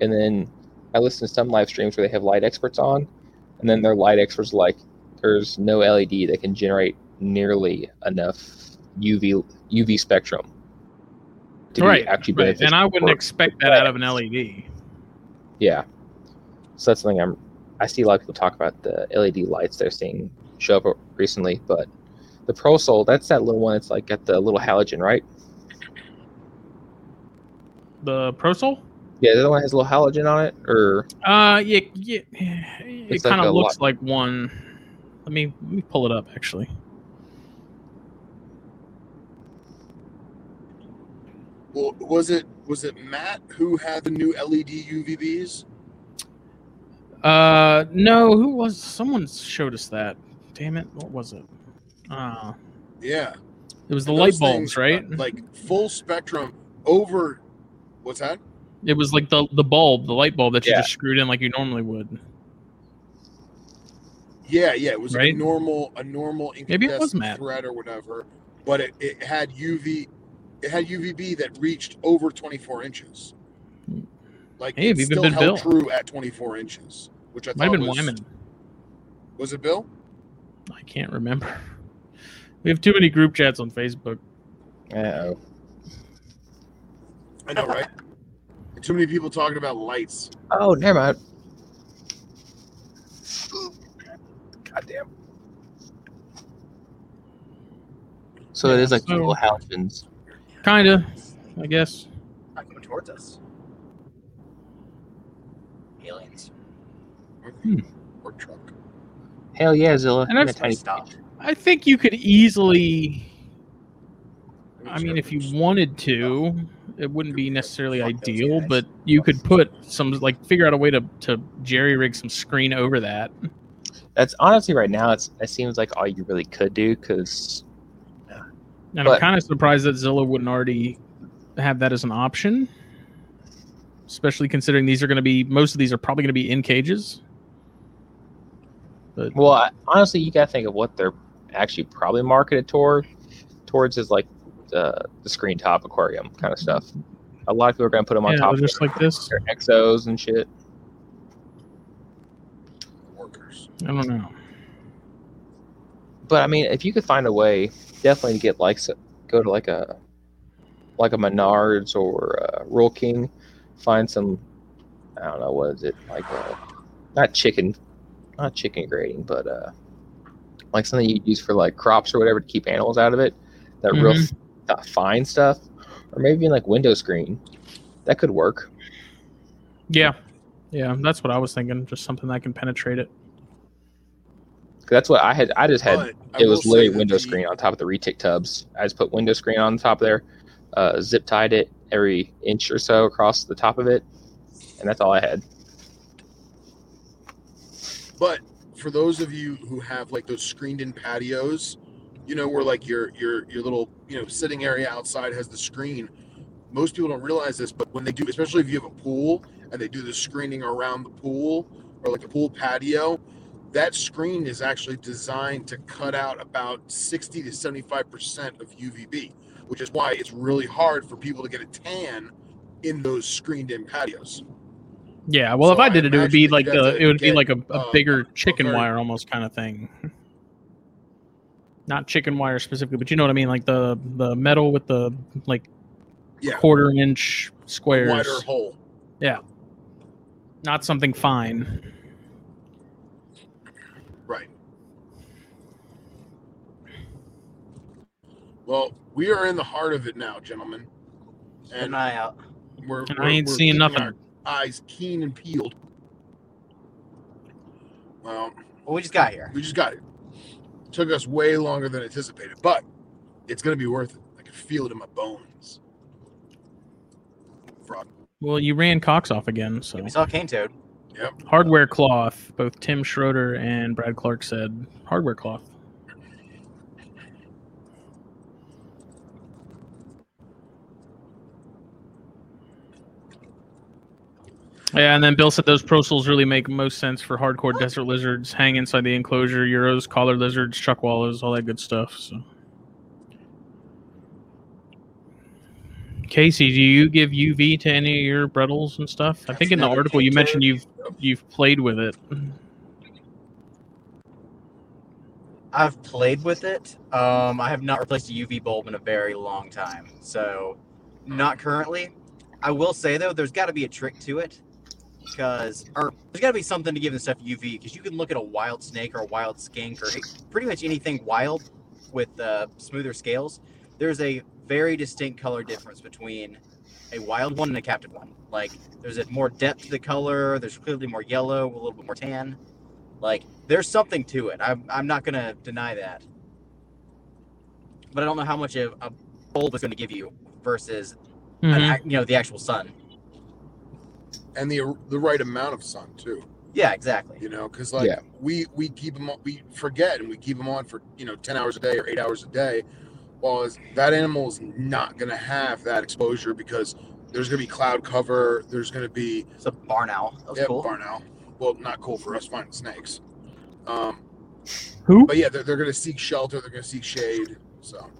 [SPEAKER 4] and then I listen to some live streams where they have light experts on, and then their light experts are like there's no LED that can generate nearly enough UV UV spectrum to
[SPEAKER 2] Right,
[SPEAKER 4] be actually
[SPEAKER 2] Right.
[SPEAKER 4] beneficial.
[SPEAKER 2] And I wouldn't
[SPEAKER 4] for-
[SPEAKER 2] expect that out of an E LED.
[SPEAKER 4] yeah. So that's something I'm. I see a lot of people talk about the LED lights they're seeing show up recently, but the Pro Soul, that's that little one. It's like got the little halogen, right?
[SPEAKER 2] The Prosol?
[SPEAKER 4] Yeah, the other one has a little halogen on it, or
[SPEAKER 2] Uh, yeah, yeah it
[SPEAKER 4] It's like
[SPEAKER 2] kind
[SPEAKER 4] a
[SPEAKER 2] of looks like one. Let me let me pull it up actually.
[SPEAKER 1] Well, was it was it Matt who had the new E LED UVBs?
[SPEAKER 2] Uh, no, who was someone showed us that? Damn it, what was it? Uh,
[SPEAKER 1] Yeah,
[SPEAKER 2] it was the
[SPEAKER 1] And
[SPEAKER 2] light
[SPEAKER 1] those
[SPEAKER 2] bulbs,
[SPEAKER 1] things, uh,
[SPEAKER 2] right?
[SPEAKER 1] like full spectrum over. What's that?
[SPEAKER 2] It was like the the bulb, the light bulb that you
[SPEAKER 4] Yeah.
[SPEAKER 2] just screwed in like you normally would.
[SPEAKER 1] Yeah, yeah, it was
[SPEAKER 2] Right?
[SPEAKER 1] a normal, a normal
[SPEAKER 2] Maybe it was
[SPEAKER 1] incandescent
[SPEAKER 2] matte.
[SPEAKER 1] thread or whatever, but it, it had UV, it had UVB that reached over 24 inches. Like
[SPEAKER 2] Hey,
[SPEAKER 1] it
[SPEAKER 2] maybe it
[SPEAKER 1] still
[SPEAKER 2] been
[SPEAKER 1] held
[SPEAKER 2] Bill.
[SPEAKER 1] true at 24 inches, which I
[SPEAKER 2] Might
[SPEAKER 1] thought
[SPEAKER 2] have been
[SPEAKER 1] was,
[SPEAKER 2] Wyman.
[SPEAKER 1] Was it Bill?
[SPEAKER 2] I can't remember. We have too many group chats on Facebook.
[SPEAKER 4] Uh-oh.
[SPEAKER 1] I know, right? And Too many people talking about lights.
[SPEAKER 4] Oh, never mind. Goddamn. So it is like
[SPEAKER 2] so-
[SPEAKER 4] little halogens.
[SPEAKER 2] Kinda, I guess.
[SPEAKER 3] Not coming towards us. Aliens.
[SPEAKER 1] Or truck.
[SPEAKER 4] Hell yeah, Zilla.
[SPEAKER 2] And
[SPEAKER 4] You're
[SPEAKER 2] I've-
[SPEAKER 4] a
[SPEAKER 3] Tiny
[SPEAKER 4] tiny-
[SPEAKER 3] stop.
[SPEAKER 2] I think you could easily. I mean, if you
[SPEAKER 1] circles.
[SPEAKER 2] wanted to, it wouldn't be necessarily
[SPEAKER 3] Fuck those
[SPEAKER 2] ideal,
[SPEAKER 3] guys.
[SPEAKER 2] but you could put some like figure out a way to to jerry rig some screen over that.
[SPEAKER 4] That's honestly right now. It's it seems like all you really could do because
[SPEAKER 2] And I'm
[SPEAKER 4] But-
[SPEAKER 2] kind of surprised that Zillow wouldn't already have that as an option, especially considering these are going to be most of these are probably going to be in cages. But
[SPEAKER 4] well, I, honestly, you gotta think of what they're actually probably marketed toward towards is like the the screen top aquarium kind of stuff. A lot of people are gonna put them on
[SPEAKER 2] yeah,
[SPEAKER 4] top of
[SPEAKER 2] just like this.
[SPEAKER 4] their exos and shit.
[SPEAKER 1] workers.
[SPEAKER 2] I don't know.
[SPEAKER 4] But I mean, if you could find a way, definitely to get like s- go to like a like a Menards or a Rural King, find some I don't know what is it like uh not chicken, not chicken grating, but uh like something you use for like crops or whatever to keep animals out of it. That real
[SPEAKER 2] Mhm.
[SPEAKER 4] that fine stuff, or maybe even like window screen, that could work.
[SPEAKER 2] Yeah, yeah, that's what I was thinking. Just something that can penetrate it.
[SPEAKER 4] 'Cause that's what I had. I just had
[SPEAKER 1] But I
[SPEAKER 4] it
[SPEAKER 1] will
[SPEAKER 4] was
[SPEAKER 1] say
[SPEAKER 4] literally
[SPEAKER 1] that
[SPEAKER 4] window
[SPEAKER 1] the-
[SPEAKER 4] screen on top of the retic tubs. I just put window screen on the top there, uh, zip tied it every inch or so across the top of it, and that's all I had.
[SPEAKER 1] But for those of you who have like those screened-in patios, you know where like your your your little you know sitting area outside has the screen. Most people don't realize this, but when they do, especially if you have a pool and they do the screening around the pool or like a pool patio, that screen is actually designed to cut out about 60 to 75 percent of UVB, which is why it's really hard for people to get a tan in those screened-in patios.
[SPEAKER 2] Yeah, well,
[SPEAKER 1] So
[SPEAKER 2] if I
[SPEAKER 1] I
[SPEAKER 2] did it, it would be
[SPEAKER 1] imagine
[SPEAKER 2] like
[SPEAKER 1] you'd have
[SPEAKER 2] the
[SPEAKER 1] to
[SPEAKER 2] it would be
[SPEAKER 1] get,
[SPEAKER 2] like a, a
[SPEAKER 1] uh,
[SPEAKER 2] bigger
[SPEAKER 1] a
[SPEAKER 2] chicken
[SPEAKER 1] very-
[SPEAKER 2] wire almost kind of thing. Not chicken wire specifically, but you know what I mean, like the the metal with the like
[SPEAKER 1] Yeah.
[SPEAKER 2] quarter inch squares.
[SPEAKER 1] Wider hole.
[SPEAKER 2] Not something fine.
[SPEAKER 1] Right. Well, we are in the heart of it now, gentlemen.
[SPEAKER 3] Keep an
[SPEAKER 1] And
[SPEAKER 3] eye out.
[SPEAKER 1] we're,
[SPEAKER 2] And
[SPEAKER 1] we're-
[SPEAKER 2] I ain't
[SPEAKER 1] we're
[SPEAKER 2] seeing
[SPEAKER 1] keeping
[SPEAKER 2] nothing.
[SPEAKER 1] Our eyes keen and peeled. Well,
[SPEAKER 3] Well, we just got here.
[SPEAKER 1] we just got it. Took us way longer than anticipated, but it's going to be worth it. I can feel it in my bones. Frog.
[SPEAKER 2] Well, you ran Cox off again, so
[SPEAKER 3] We saw Cane Toad.
[SPEAKER 2] hardware cloth. Both Tim Schroeder and Brad Clark said hardware cloth. Yeah, and then Bill said those prosols really make most sense for hardcore desert lizards. Hang inside the enclosure, euros, collar lizards, chuck wallows, all that good stuff. So, Casey, do you give UV to any of your brettles and stuff? I think in the
[SPEAKER 1] Never
[SPEAKER 2] article you
[SPEAKER 1] taken.
[SPEAKER 2] mentioned you've you've played with it.
[SPEAKER 3] I've played with it. Um, I have not replaced a UV bulb in a very long time, so not currently. I will say though, there's got to be a trick to it, because or there's got to be something to give this stuff UV, because you can look at a wild snake or a wild skink or pretty much anything wild with uh, smoother scales. There's a very distinct color difference between a wild one and a captive one. Like there's a more depth to the color. There's clearly more yellow, a little bit more tan. Like there's something to it. I'm I'm not gonna deny that. But I don't know how much a, a bulb is gonna give you versus an
[SPEAKER 2] Mhm.
[SPEAKER 3] ac you know the actual sun.
[SPEAKER 1] And the the right amount of sun too.
[SPEAKER 3] Yeah, exactly.
[SPEAKER 1] you know because like
[SPEAKER 4] Yeah.
[SPEAKER 1] we we keep them we forget and we keep them on for you know 10 hours a day or 8 hours a day well is- that animal is not going to have that exposure because there's going to be cloud cover there's going to be
[SPEAKER 3] It's a barn owl. That was
[SPEAKER 1] yeah,
[SPEAKER 3] cool.
[SPEAKER 1] barn owl well not cool for us finding snakes um
[SPEAKER 2] Who?
[SPEAKER 1] But yeah, they're, they're going to seek shelter. They're going to seek shade. So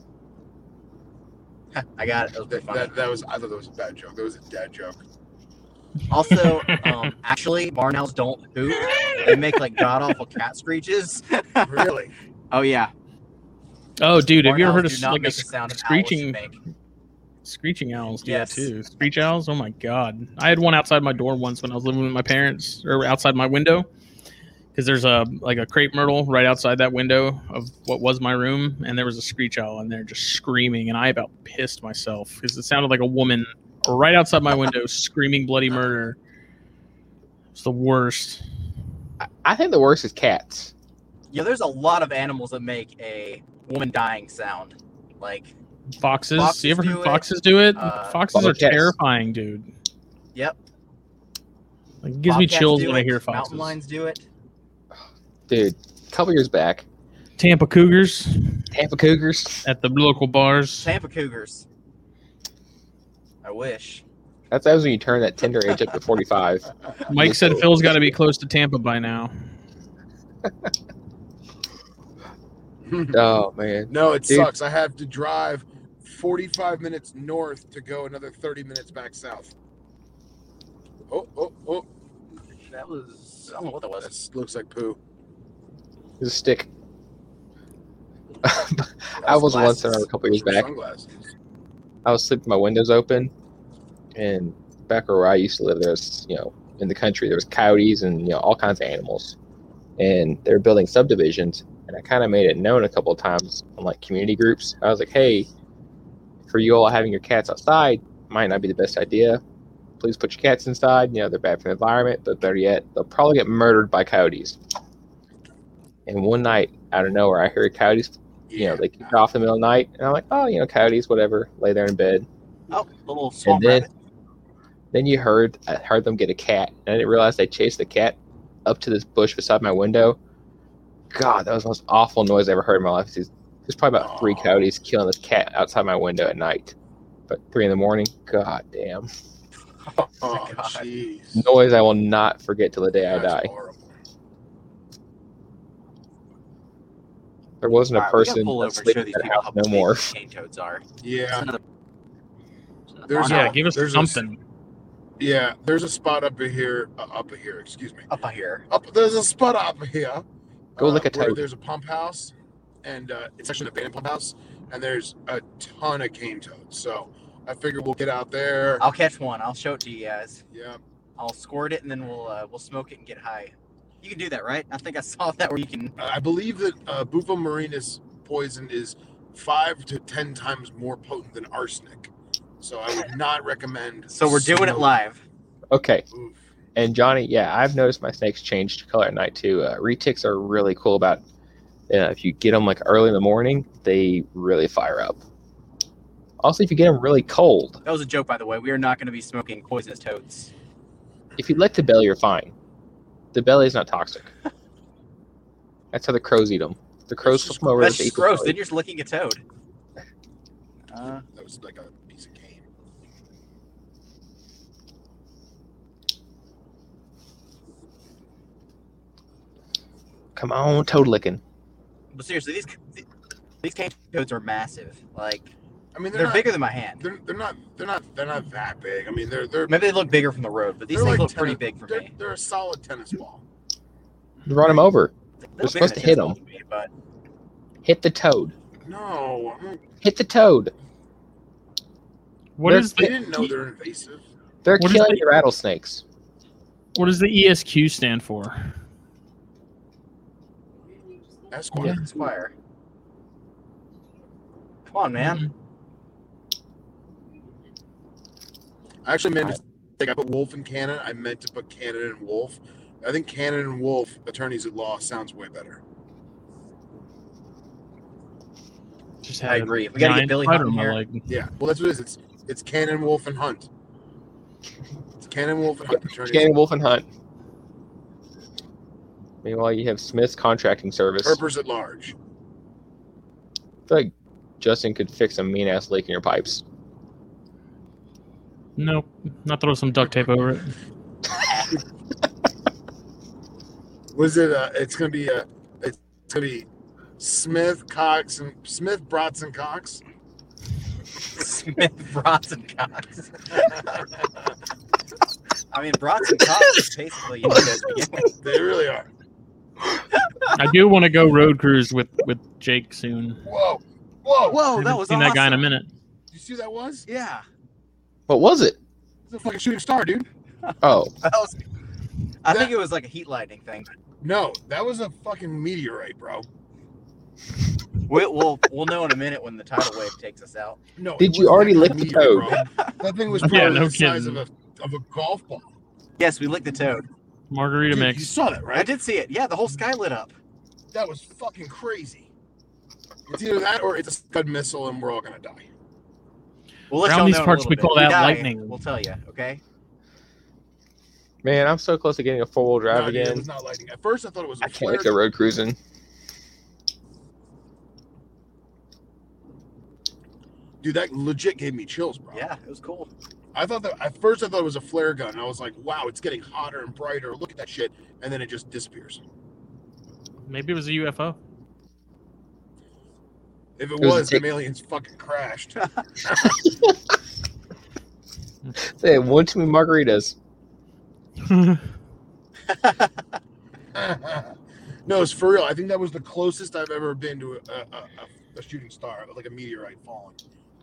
[SPEAKER 3] I got it. That was pretty
[SPEAKER 1] that,
[SPEAKER 3] funny.
[SPEAKER 1] that, that was I thought that was a bad joke. That was a dad joke.
[SPEAKER 3] Also, um, actually, Marnells don't hoot. They make like god awful cat screeches.
[SPEAKER 1] Really?
[SPEAKER 3] Oh yeah.
[SPEAKER 2] Oh, dude, have you ever
[SPEAKER 3] Marnells
[SPEAKER 2] heard of
[SPEAKER 3] do
[SPEAKER 2] s-
[SPEAKER 3] not
[SPEAKER 2] like a
[SPEAKER 3] make the
[SPEAKER 2] sc-
[SPEAKER 3] sound of
[SPEAKER 2] screeching-
[SPEAKER 3] owls make.
[SPEAKER 2] Screeching owls do
[SPEAKER 3] Yes.
[SPEAKER 2] that too. Screech owls. Oh my god! I had one outside my door once when I was living with my parents, or outside my window, because there's a like a crepe myrtle right outside that window of what was my room, and there was a screech owl in there just screaming, and I about pissed myself because it sounded like a woman right outside my window screaming bloody murder. It's the worst.
[SPEAKER 4] I, I think the worst is cats.
[SPEAKER 3] Yeah, there's a lot of animals that make a woman dying sound. Like,
[SPEAKER 2] Foxes.
[SPEAKER 3] Foxes
[SPEAKER 2] you ever
[SPEAKER 3] do
[SPEAKER 2] heard
[SPEAKER 3] it.
[SPEAKER 2] foxes do it?
[SPEAKER 3] Uh,
[SPEAKER 2] foxes are
[SPEAKER 4] Bobcats.
[SPEAKER 2] terrifying, dude.
[SPEAKER 3] Yep.
[SPEAKER 2] Like, it gives me
[SPEAKER 3] bobcats
[SPEAKER 2] chills
[SPEAKER 3] do
[SPEAKER 2] when I
[SPEAKER 3] it,
[SPEAKER 2] hear foxes.
[SPEAKER 3] Mountain lions do it.
[SPEAKER 4] Dude, a couple years back,
[SPEAKER 2] Tampa Cougars
[SPEAKER 4] Tampa Cougars.
[SPEAKER 2] at the local bars.
[SPEAKER 3] Tampa cougars. I wish.
[SPEAKER 4] That's that was when you turn that tender age up to forty five.
[SPEAKER 2] Mike said Phil's got to be close to Tampa by now.
[SPEAKER 4] Oh man.
[SPEAKER 1] no, it
[SPEAKER 4] Dude.
[SPEAKER 1] sucks. I have to drive 45 minutes north to go another 30 minutes back south. Oh, oh, oh.
[SPEAKER 3] That was I don't know what that was.
[SPEAKER 1] That looks like poo.
[SPEAKER 4] It's a stick. I was once there a couple years back.
[SPEAKER 1] Sunglasses.
[SPEAKER 4] I was sleeping, my windows open, and back where I used to live, there's you know in the country there was coyotes and you know all kinds of animals, and they're building subdivisions, and I kind of made it known a couple of times on like community groups. I was like, hey, for you all having your cats outside might not be the best idea. Please put your cats inside. You know they're bad for the environment, but better yet, they'll probably get murdered by coyotes. And one night, out of nowhere, I hear coyotes you know, they kick off in the middle of the night, and I'm like, oh, you know, coyotes, whatever. Lay there in bed.
[SPEAKER 3] Oh, little swamp
[SPEAKER 4] then-
[SPEAKER 3] rabbit.
[SPEAKER 4] Then you heard, I heard them get a cat, and I didn't realize they chased the cat up to this bush beside my window. God, that was the most awful noise I ever heard in my life. There's there's probably about three
[SPEAKER 1] Aw.
[SPEAKER 4] coyotes killing this cat outside my window at night, but three in the morning. God damn
[SPEAKER 1] Oh,
[SPEAKER 3] God.
[SPEAKER 1] jeez.
[SPEAKER 4] noise! I will not forget till the day I
[SPEAKER 1] That's
[SPEAKER 4] die.
[SPEAKER 1] horrible.
[SPEAKER 4] There wasn't
[SPEAKER 3] All
[SPEAKER 4] a
[SPEAKER 3] right, we gotta
[SPEAKER 4] person
[SPEAKER 3] pull over
[SPEAKER 4] that
[SPEAKER 3] and
[SPEAKER 4] slept
[SPEAKER 3] show
[SPEAKER 4] in
[SPEAKER 3] these
[SPEAKER 4] that
[SPEAKER 3] people
[SPEAKER 4] house
[SPEAKER 3] how
[SPEAKER 4] no
[SPEAKER 3] big
[SPEAKER 4] more.
[SPEAKER 3] these cane toads are.
[SPEAKER 1] Yeah.
[SPEAKER 3] There's
[SPEAKER 1] There's
[SPEAKER 3] another,
[SPEAKER 2] Yeah, give us
[SPEAKER 1] There's a-
[SPEAKER 2] something.
[SPEAKER 1] Yeah. There's a spot up here. Uh, up here, excuse me.
[SPEAKER 3] up here.
[SPEAKER 1] Up, there's a spot up here.
[SPEAKER 4] Go
[SPEAKER 1] uh,
[SPEAKER 4] lick a
[SPEAKER 1] where
[SPEAKER 4] toad.
[SPEAKER 1] There's a pump house, and uh, it's actually an abandoned pump house, and there's a ton of cane toads. So I figure we'll get out there.
[SPEAKER 3] I'll catch one. I'll show it to you guys.
[SPEAKER 1] yeah.
[SPEAKER 3] I'll squirt it and then we'll uh, we'll smoke it and get high. You can do that, right? I think I saw that where you can.
[SPEAKER 1] I believe that uh, Bufa marinus poison is five to ten times more potent than arsenic. So I would not recommend.
[SPEAKER 3] So we're doing it
[SPEAKER 1] smoking-
[SPEAKER 3] live.
[SPEAKER 4] Okay,
[SPEAKER 1] Oof.
[SPEAKER 4] And Johnny, yeah, I've noticed my snakes change color at night too. Uh, retics are really cool about uh, if you get them like early in the morning, they really fire up. Also, if you get them really cold,
[SPEAKER 3] That was a joke, by the way. We are not going to be smoking poisonous toads.
[SPEAKER 4] if you let the belly, you're fine. The belly is not toxic. That's how the crows eat them. The crows
[SPEAKER 1] just-
[SPEAKER 4] come over.
[SPEAKER 3] That's
[SPEAKER 4] they eat
[SPEAKER 3] just
[SPEAKER 4] the
[SPEAKER 3] gross.
[SPEAKER 4] belly.
[SPEAKER 3] Then you're just licking a toad. Uh,
[SPEAKER 1] That was like a piece of cane.
[SPEAKER 4] Come on, toad licking.
[SPEAKER 3] but seriously, these these cane toads are massive. Like
[SPEAKER 1] I mean,
[SPEAKER 3] they're,
[SPEAKER 1] they're, not,
[SPEAKER 3] bigger than my hand.
[SPEAKER 1] They're, they're not. They're not. They're not that big. I mean, they're they're
[SPEAKER 3] Maybe they look bigger from the road, but these
[SPEAKER 1] They're
[SPEAKER 3] things
[SPEAKER 1] like
[SPEAKER 3] look pretty
[SPEAKER 1] tennis-
[SPEAKER 3] big for
[SPEAKER 1] they're,
[SPEAKER 3] me.
[SPEAKER 1] they're a solid tennis ball.
[SPEAKER 4] Run them over.
[SPEAKER 3] They're
[SPEAKER 4] We're
[SPEAKER 3] bigger
[SPEAKER 4] supposed
[SPEAKER 3] than
[SPEAKER 4] to hit
[SPEAKER 3] tennis
[SPEAKER 4] 'em.
[SPEAKER 3] balls me, but
[SPEAKER 4] Hit the toad.
[SPEAKER 1] No, I don't-
[SPEAKER 4] Hit the toad.
[SPEAKER 2] What
[SPEAKER 4] They're
[SPEAKER 2] is
[SPEAKER 1] they
[SPEAKER 2] the
[SPEAKER 1] didn't know they're invasive.
[SPEAKER 4] They're
[SPEAKER 2] What is
[SPEAKER 4] killing
[SPEAKER 2] the-
[SPEAKER 4] the rattlesnakes.
[SPEAKER 2] what does the ESQ stand for?
[SPEAKER 1] Esquire.
[SPEAKER 4] Yeah.
[SPEAKER 3] Squire. Come on,
[SPEAKER 2] Mhm. Mm-hmm.
[SPEAKER 3] man.
[SPEAKER 1] I actually made a mistake. I put wolf and cannon. I meant to put cannon and wolf. I think cannon and wolf attorneys at law sounds way better.
[SPEAKER 2] Just
[SPEAKER 3] I
[SPEAKER 2] had a
[SPEAKER 3] agree. We gotta get
[SPEAKER 2] giant
[SPEAKER 3] Billy
[SPEAKER 2] spider
[SPEAKER 3] Hunt
[SPEAKER 2] on
[SPEAKER 3] in
[SPEAKER 2] my
[SPEAKER 3] here.
[SPEAKER 2] leg.
[SPEAKER 1] Yeah. Well, that's what it is. It's it's cannon, wolf, and hunt. It's cannon, wolf, and hunt attorneys.
[SPEAKER 4] Scanning Wolf and Hunt. Meanwhile, you have Smith's contracting service.
[SPEAKER 1] Herpers at large.
[SPEAKER 4] I feel like Justin could fix a mean ass leak in your pipes.
[SPEAKER 2] Nope. Not throw some duct tape over it.
[SPEAKER 1] Was it? Uh, it's gonna be a. It's It's gonna be Smith, Cox, and Smith, Bratson, Cox.
[SPEAKER 3] Smith, Bronson, Cox. I mean, Bronson Cox is basically you know, that's beginning.
[SPEAKER 1] They really are.
[SPEAKER 2] I do want to go road cruise with with Jake soon.
[SPEAKER 1] Whoa, whoa, whoa!
[SPEAKER 2] I haven't
[SPEAKER 3] Whoa, Oh, that was
[SPEAKER 2] seen
[SPEAKER 3] awesome.
[SPEAKER 2] that guy in a minute.
[SPEAKER 1] You see what that was?
[SPEAKER 3] Yeah,
[SPEAKER 4] What was it?
[SPEAKER 1] It's a fucking shooting star, dude.
[SPEAKER 4] Oh,
[SPEAKER 3] that was. I
[SPEAKER 1] That-
[SPEAKER 3] think it was like a heat lightning thing.
[SPEAKER 1] No, that was a fucking meteorite, bro.
[SPEAKER 3] We, we'll we'll know in a minute when the tidal wave takes us out.
[SPEAKER 1] No.
[SPEAKER 4] Did
[SPEAKER 1] it
[SPEAKER 4] you
[SPEAKER 1] wasn't
[SPEAKER 4] already
[SPEAKER 1] a
[SPEAKER 4] lick the
[SPEAKER 1] meteorite, bro. That thing was
[SPEAKER 2] Yeah,
[SPEAKER 1] probably
[SPEAKER 2] no
[SPEAKER 1] the size of
[SPEAKER 2] kidding.
[SPEAKER 1] a of a golf ball.
[SPEAKER 3] Yes, we licked the toad.
[SPEAKER 2] Margarita
[SPEAKER 1] Dude, You
[SPEAKER 2] mix.
[SPEAKER 1] saw that,
[SPEAKER 3] I
[SPEAKER 1] right?
[SPEAKER 3] did see it. Yeah, the whole sky lit up.
[SPEAKER 1] That was fucking crazy. It's either that or it's a scud missile, and we're all gonna die.
[SPEAKER 3] We'll let
[SPEAKER 2] Around
[SPEAKER 3] y'all
[SPEAKER 2] these
[SPEAKER 3] know in a
[SPEAKER 2] parts,
[SPEAKER 3] little
[SPEAKER 2] we
[SPEAKER 3] bit.
[SPEAKER 2] call
[SPEAKER 3] If you
[SPEAKER 2] that
[SPEAKER 3] die,
[SPEAKER 2] lightning.
[SPEAKER 3] We'll tell you. Okay.
[SPEAKER 4] man, I'm so close to getting a four wheel drive
[SPEAKER 1] No, dude, It
[SPEAKER 4] again.
[SPEAKER 1] was not lightning. At first, I thought it was. a
[SPEAKER 4] I can't wait
[SPEAKER 1] flare.
[SPEAKER 4] to road cruising.
[SPEAKER 1] Dude, that legit gave me chills, bro.
[SPEAKER 3] Yeah, it was cool.
[SPEAKER 1] I thought that at first I thought it was a flare gun. And I was like, wow, it's getting hotter and brighter. Look at that shit. And then it just disappears.
[SPEAKER 2] Maybe it was a UFO.
[SPEAKER 1] If it,
[SPEAKER 4] was a
[SPEAKER 1] was,
[SPEAKER 4] tick-
[SPEAKER 1] them aliens fucking crashed.
[SPEAKER 4] They had one too many margaritas.
[SPEAKER 1] no, it's for real. I think that was the closest I've ever been to a, a, a, a shooting star, like a meteorite falling.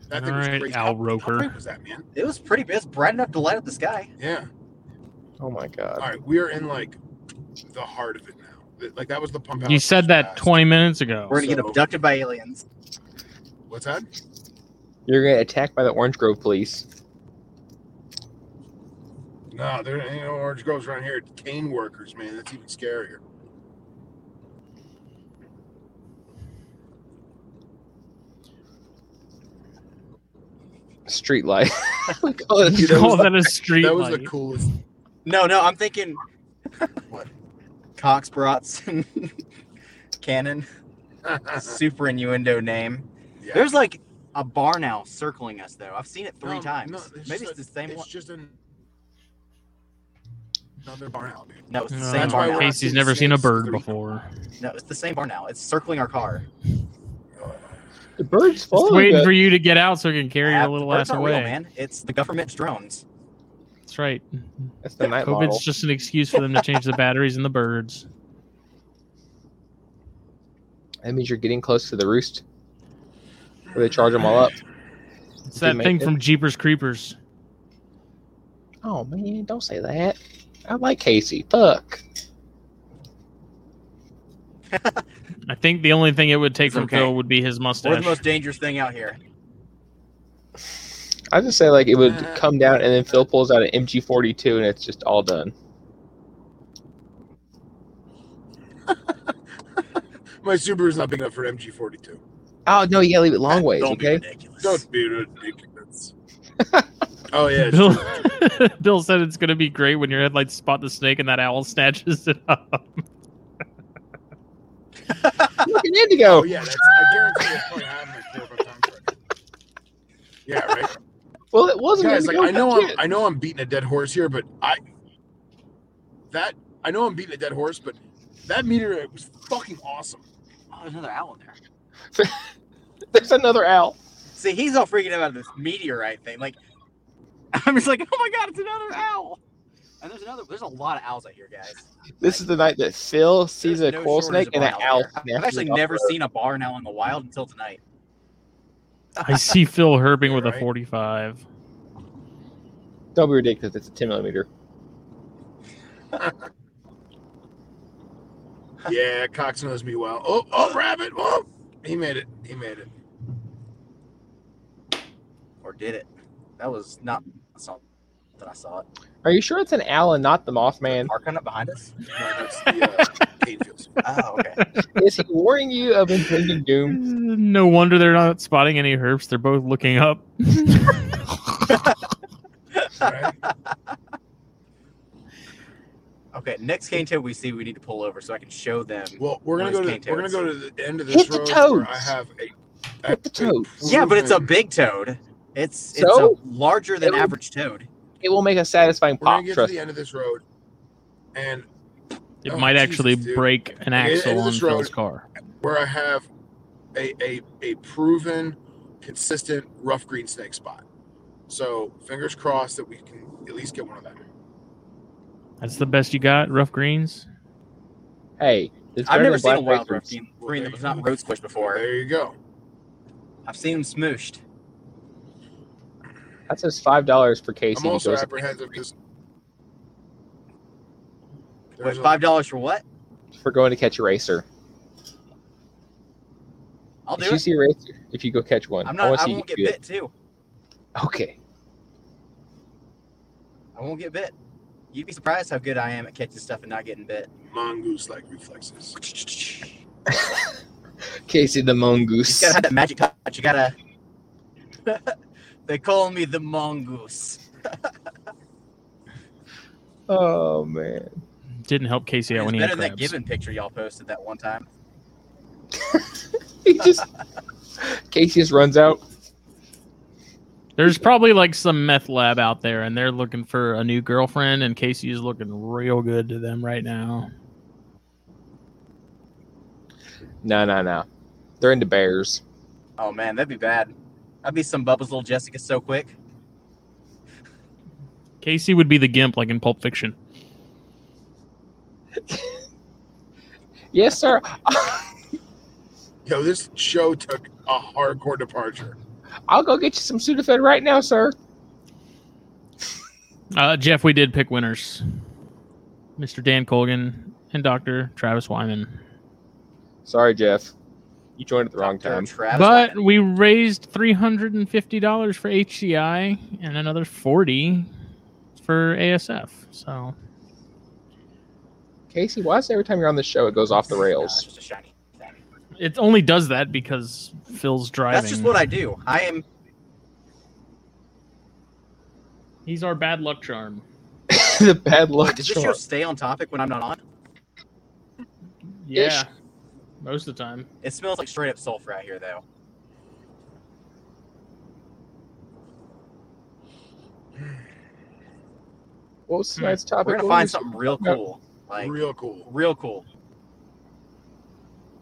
[SPEAKER 1] That thing was
[SPEAKER 2] Alright,
[SPEAKER 1] crazy. how,
[SPEAKER 2] Al Roker.
[SPEAKER 1] How big was that, man?
[SPEAKER 3] It was pretty big. It's bright enough to light up the sky.
[SPEAKER 1] Yeah.
[SPEAKER 4] Oh my
[SPEAKER 1] All
[SPEAKER 4] god.
[SPEAKER 1] right, we are in like the heart of it now. Th- Like that was the pump. out
[SPEAKER 2] you said that
[SPEAKER 1] fast.
[SPEAKER 2] 20 minutes ago.
[SPEAKER 3] We're gonna get
[SPEAKER 1] So-
[SPEAKER 3] abducted by aliens.
[SPEAKER 1] What's that?
[SPEAKER 4] You're gonna attack by the Orange Grove police.
[SPEAKER 1] No, there ain't no orange groves around here. It's cane workers, man. That's even scarier.
[SPEAKER 4] Street Oh light. we call it a
[SPEAKER 1] Dude,
[SPEAKER 4] street
[SPEAKER 1] that
[SPEAKER 2] Call
[SPEAKER 1] was
[SPEAKER 2] that a street
[SPEAKER 1] that was
[SPEAKER 2] light.
[SPEAKER 1] the coolest.
[SPEAKER 3] No, no, I'm thinking
[SPEAKER 1] What?
[SPEAKER 3] Cox Bratson Cannon. Super innuendo name.
[SPEAKER 1] Yeah.
[SPEAKER 3] There's like a bar now circling us though. I've seen it three
[SPEAKER 1] No,
[SPEAKER 3] times.
[SPEAKER 1] no, it's
[SPEAKER 3] Maybe
[SPEAKER 1] just
[SPEAKER 3] it's the same
[SPEAKER 1] it's
[SPEAKER 3] one.
[SPEAKER 1] just an another barn out, dude.
[SPEAKER 3] No, it's the
[SPEAKER 2] No,
[SPEAKER 3] same
[SPEAKER 1] That's why
[SPEAKER 3] bar now.
[SPEAKER 1] we're-
[SPEAKER 2] Casey's never seen a
[SPEAKER 1] Snakes
[SPEAKER 2] bird
[SPEAKER 1] three.
[SPEAKER 2] before.
[SPEAKER 3] No, it's the same bar now. It's circling our car.
[SPEAKER 4] The birds
[SPEAKER 2] Just
[SPEAKER 4] following
[SPEAKER 2] waiting
[SPEAKER 4] us.
[SPEAKER 2] for you to get out so we can carry
[SPEAKER 3] Ah,
[SPEAKER 2] your
[SPEAKER 3] the
[SPEAKER 2] little
[SPEAKER 3] birds
[SPEAKER 2] ass
[SPEAKER 3] aren't real,
[SPEAKER 2] away.
[SPEAKER 3] man. It's the government's drones.
[SPEAKER 2] That's right.
[SPEAKER 4] That's the night model.
[SPEAKER 2] COVID's just an excuse for them to change the batteries and the birds.
[SPEAKER 4] That means you're getting close to the roost. Where they charge them all up.
[SPEAKER 2] It's
[SPEAKER 4] Did you
[SPEAKER 2] that
[SPEAKER 4] make
[SPEAKER 2] thing
[SPEAKER 4] it?
[SPEAKER 2] from Jeepers Creepers.
[SPEAKER 4] Oh man, don't say that. I like Casey. Fuck.
[SPEAKER 2] I think the only thing it would take
[SPEAKER 3] It's
[SPEAKER 2] from
[SPEAKER 3] okay.
[SPEAKER 2] Phil would be his
[SPEAKER 3] We're the
[SPEAKER 2] mustache.
[SPEAKER 3] most dangerous thing out here.
[SPEAKER 4] I just say like it would come down and then Phil pulls out an MG42 and it's just all done.
[SPEAKER 1] My Subaru's not big enough for MG42.
[SPEAKER 4] Oh no, you gotta leave it long ways,
[SPEAKER 3] Don't be
[SPEAKER 4] okay?
[SPEAKER 3] ridiculous.
[SPEAKER 1] Don't be ridiculous. oh yeah, it's
[SPEAKER 2] Bill,
[SPEAKER 1] true.
[SPEAKER 2] Bill said it's going to be great when your headlights spot the snake and that owl snatches it up.
[SPEAKER 4] Look at Indigo.
[SPEAKER 1] Oh yeah, that's, I guarantee that's probably happened like four or five times. already. Yeah, right.
[SPEAKER 4] Well, it wasn't
[SPEAKER 1] Guys, like
[SPEAKER 4] Indigo.
[SPEAKER 1] I know
[SPEAKER 4] fuck
[SPEAKER 1] I'm
[SPEAKER 4] it.
[SPEAKER 1] I know I'm beating a dead horse here, but I that I know I'm beating a dead horse, but that meteorite was fucking awesome.
[SPEAKER 3] Oh, there's another owl in there.
[SPEAKER 4] There's another owl.
[SPEAKER 3] See, he's all freaking out about this meteorite thing. Like, I'm just like, oh my god, it's another owl. And there's another. There's a lot of owls out here, guys.
[SPEAKER 4] This is the night that Phil sees
[SPEAKER 3] There's
[SPEAKER 4] a
[SPEAKER 3] no
[SPEAKER 4] coral
[SPEAKER 3] shortage
[SPEAKER 4] snake
[SPEAKER 3] of
[SPEAKER 4] and an
[SPEAKER 3] barn out
[SPEAKER 4] owl.
[SPEAKER 3] there.
[SPEAKER 4] snatches
[SPEAKER 3] I've actually
[SPEAKER 4] it off
[SPEAKER 3] never
[SPEAKER 4] the road.
[SPEAKER 3] seen a barn owl in the wild until tonight.
[SPEAKER 2] I see Phil herping with a
[SPEAKER 1] Right.
[SPEAKER 2] 45.
[SPEAKER 4] Don't be ridiculous. It's a 10 millimeter.
[SPEAKER 1] Yeah, Cox knows me well. Oh, oh, rabbit! Oh, he made it. He made it.
[SPEAKER 3] Or did it? That was not something I saw. It.
[SPEAKER 4] Are you sure it's an owl and not the Mothman?
[SPEAKER 3] Parking up behind us.
[SPEAKER 1] No, that's the uh, cane fields.
[SPEAKER 3] Oh, okay.
[SPEAKER 4] is he warning you of impending doom?
[SPEAKER 2] No wonder they're not spotting any herps. They're both looking up.
[SPEAKER 1] Right?
[SPEAKER 3] Okay. Next cane toad we see, we need to pull over so I can show them.
[SPEAKER 1] Well, we're gonna
[SPEAKER 3] Where's
[SPEAKER 1] go to
[SPEAKER 3] cane
[SPEAKER 1] we're gonna
[SPEAKER 3] toads?
[SPEAKER 1] go to the end of this
[SPEAKER 4] Hit the
[SPEAKER 1] road where I
[SPEAKER 4] toads.
[SPEAKER 1] have a. I
[SPEAKER 4] Hit the
[SPEAKER 1] have a
[SPEAKER 4] toad.
[SPEAKER 3] yeah, but it's a
[SPEAKER 1] proven-
[SPEAKER 3] big toad. It's it's
[SPEAKER 4] So?
[SPEAKER 3] a larger than
[SPEAKER 4] It'll-
[SPEAKER 3] average toad.
[SPEAKER 4] It will make a satisfying
[SPEAKER 1] We're gonna
[SPEAKER 4] pop.
[SPEAKER 1] get to
[SPEAKER 4] Trust
[SPEAKER 1] the
[SPEAKER 4] me.
[SPEAKER 1] end of this road, and
[SPEAKER 2] It
[SPEAKER 1] Oh,
[SPEAKER 2] might
[SPEAKER 1] Jesus,
[SPEAKER 2] actually
[SPEAKER 1] dude.
[SPEAKER 2] break an
[SPEAKER 1] Okay,
[SPEAKER 2] axle
[SPEAKER 1] end of
[SPEAKER 2] on
[SPEAKER 1] this
[SPEAKER 2] Phil's
[SPEAKER 1] road.
[SPEAKER 2] car.
[SPEAKER 1] where I have a, a, a proven, consistent rough green snake spot. So fingers crossed that we can at least get one of them.
[SPEAKER 2] That's the best you got, rough greens.
[SPEAKER 4] Hey, it's
[SPEAKER 3] I've
[SPEAKER 4] better
[SPEAKER 3] never
[SPEAKER 4] than
[SPEAKER 3] seen
[SPEAKER 4] Black
[SPEAKER 3] a wild
[SPEAKER 4] Raisins.
[SPEAKER 3] rough green green that was not road squish before.
[SPEAKER 1] There you go.
[SPEAKER 3] I've seen them smooshed.
[SPEAKER 4] That says five dollars for Casey.
[SPEAKER 1] I'm also
[SPEAKER 4] because-
[SPEAKER 1] apprehensive because
[SPEAKER 3] Wait, five dollars for what?
[SPEAKER 4] for going to catch a racer.
[SPEAKER 3] I'll
[SPEAKER 4] If
[SPEAKER 3] do
[SPEAKER 4] you
[SPEAKER 3] it.
[SPEAKER 4] see a racer, if you go catch one,
[SPEAKER 3] I'm
[SPEAKER 4] I
[SPEAKER 3] not.
[SPEAKER 4] want
[SPEAKER 3] I
[SPEAKER 4] to see you
[SPEAKER 3] won't get
[SPEAKER 4] do it.
[SPEAKER 3] bit too.
[SPEAKER 4] Okay,
[SPEAKER 3] I won't get bit. You'd be surprised how good I am at catching stuff and not getting bit.
[SPEAKER 1] mongoose like reflexes.
[SPEAKER 3] You
[SPEAKER 4] Casey the mongoose.
[SPEAKER 3] gotta have that magic touch. You gotta. they call me the mongoose.
[SPEAKER 4] Oh man,
[SPEAKER 2] Didn't help Casey out
[SPEAKER 3] it's
[SPEAKER 2] when he
[SPEAKER 3] better
[SPEAKER 2] had
[SPEAKER 3] than that
[SPEAKER 2] crabs.
[SPEAKER 3] given picture y'all posted that one time.
[SPEAKER 4] he just Casey just runs out.
[SPEAKER 2] There's probably like some meth lab out there, and they're looking for a new girlfriend, and Casey is looking real good to them right now.
[SPEAKER 4] No, no, no. They're into bears.
[SPEAKER 3] Oh man, that'd be bad. I'd be some Bubba's little Jessica so quick.
[SPEAKER 2] Casey would be the gimp, like in Pulp Fiction.
[SPEAKER 4] Yes, sir.
[SPEAKER 1] Yo, this show took a hardcore departure.
[SPEAKER 4] I'll go get you some Sudafed right now, sir.
[SPEAKER 2] Uh, Jeff, we did pick winners Mr. Dan Colgan and Dr. Travis Wyman.
[SPEAKER 4] Sorry, Jeff. You joined at the wrong
[SPEAKER 3] Dr.
[SPEAKER 4] time.
[SPEAKER 3] Travis
[SPEAKER 2] But we raised $350 for HCI and another 40 for ASF. So
[SPEAKER 4] Casey, why is it every time you're on the show it goes off the
[SPEAKER 3] No, it's
[SPEAKER 4] rails?
[SPEAKER 3] just a shiny thing.
[SPEAKER 2] it only does that because Phil's driving.
[SPEAKER 3] That's just what I do. I am.
[SPEAKER 2] He's our bad luck charm.
[SPEAKER 4] the bad luck.
[SPEAKER 3] Wait, does this show
[SPEAKER 4] charm.
[SPEAKER 3] stay on topic when I'm not on?
[SPEAKER 2] Yeah.
[SPEAKER 4] Ish.
[SPEAKER 2] Most of the time.
[SPEAKER 3] It smells like straight up sulfur out here, though.
[SPEAKER 4] What was tonight's topic?
[SPEAKER 3] Hmm. We're gonna
[SPEAKER 4] What
[SPEAKER 3] find
[SPEAKER 4] was-
[SPEAKER 3] something real
[SPEAKER 4] Yeah.
[SPEAKER 3] cool, like
[SPEAKER 1] Real cool.
[SPEAKER 3] real cool.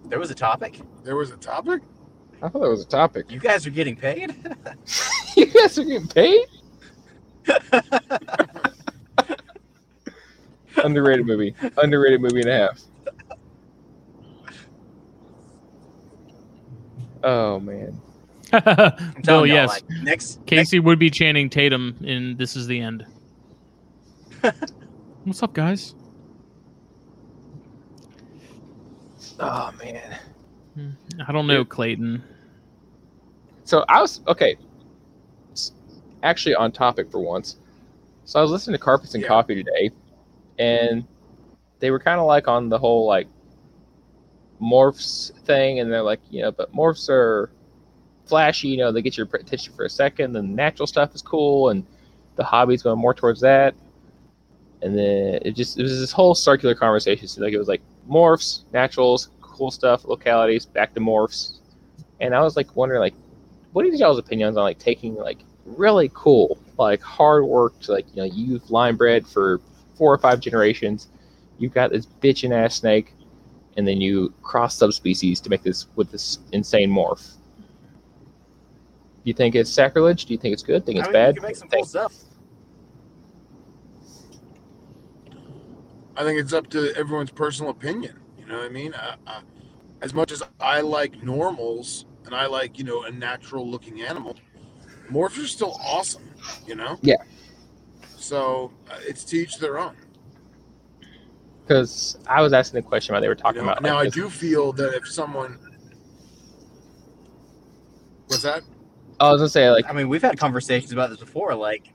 [SPEAKER 3] There was a topic.
[SPEAKER 1] There was a topic?
[SPEAKER 4] I thought that was a topic.
[SPEAKER 3] You guys are getting paid.
[SPEAKER 4] you guys are getting paid? Underrated movie. Underrated movie and a half. Oh man.
[SPEAKER 3] I'm
[SPEAKER 2] Phil,
[SPEAKER 3] telling y'all,
[SPEAKER 2] yes.
[SPEAKER 3] Like, next, next,
[SPEAKER 2] Casey would be chanting Tatum in This Is the End. What's up, guys?
[SPEAKER 4] Oh man.
[SPEAKER 2] I don't know, Clayton.
[SPEAKER 4] So I was okay. S- Actually on topic for once. So I was listening to Carpets and
[SPEAKER 1] Yeah.
[SPEAKER 4] Coffee today and they were kind of like on the whole like morphs thing and they're like, you know, but morphs are flashy, you know, they get your attention for a second, then the natural stuff is cool and the hobby's going more towards that. And then it just it was this whole circular conversation. So like it was like morphs, naturals, cool stuff, localities, back to morphs. And I was like wondering like what are y'all's opinions on like taking like really cool, like hard worked, like you know, you've line bred for four or five generations, you've got this bitchin' ass snake, and then you cross subspecies to make this with this insane morph. Do you think it's sacrilege? Do you think it's good? Think
[SPEAKER 3] I
[SPEAKER 4] it's
[SPEAKER 3] mean,
[SPEAKER 4] bad?
[SPEAKER 3] You can make some
[SPEAKER 4] Think-
[SPEAKER 3] cool stuff.
[SPEAKER 1] I think it's up to everyone's personal opinion. You know what I mean? I, I, as much as I like normals and I like, you know, a natural looking animal, morphs are still awesome, you know?
[SPEAKER 4] Yeah.
[SPEAKER 1] So uh, it's to each their own.
[SPEAKER 4] because I was asking the question about they were
[SPEAKER 1] You
[SPEAKER 4] talking
[SPEAKER 1] know?
[SPEAKER 4] about.
[SPEAKER 1] Now,
[SPEAKER 4] like,
[SPEAKER 1] I
[SPEAKER 4] this-
[SPEAKER 1] do feel that if someone. Was that?
[SPEAKER 4] I was gonna say like
[SPEAKER 3] I mean, we've had conversations about this before, like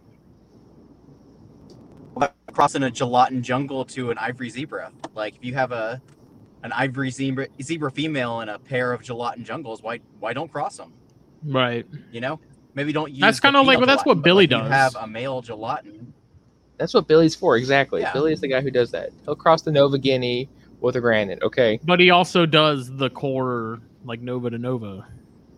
[SPEAKER 3] about crossing a gelatin jungle to an ivory zebra. Like, if you have a an ivory zebra zebra female and a pair of gelatin jungles, why why don't cross them?
[SPEAKER 2] Right.
[SPEAKER 3] You know, maybe don't use.
[SPEAKER 2] That's
[SPEAKER 3] the
[SPEAKER 2] kinda like-
[SPEAKER 3] female
[SPEAKER 2] well, that's what
[SPEAKER 3] gelatin, but,
[SPEAKER 2] Billy
[SPEAKER 3] like,
[SPEAKER 2] does.
[SPEAKER 3] You have a male gelatin.
[SPEAKER 4] that's what Billy's for exactly.
[SPEAKER 3] Yeah.
[SPEAKER 4] Billy is the guy who does that. He'll cross the Nova Guinea with a granite. Okay,
[SPEAKER 2] But he also does the core, like Nova to Nova,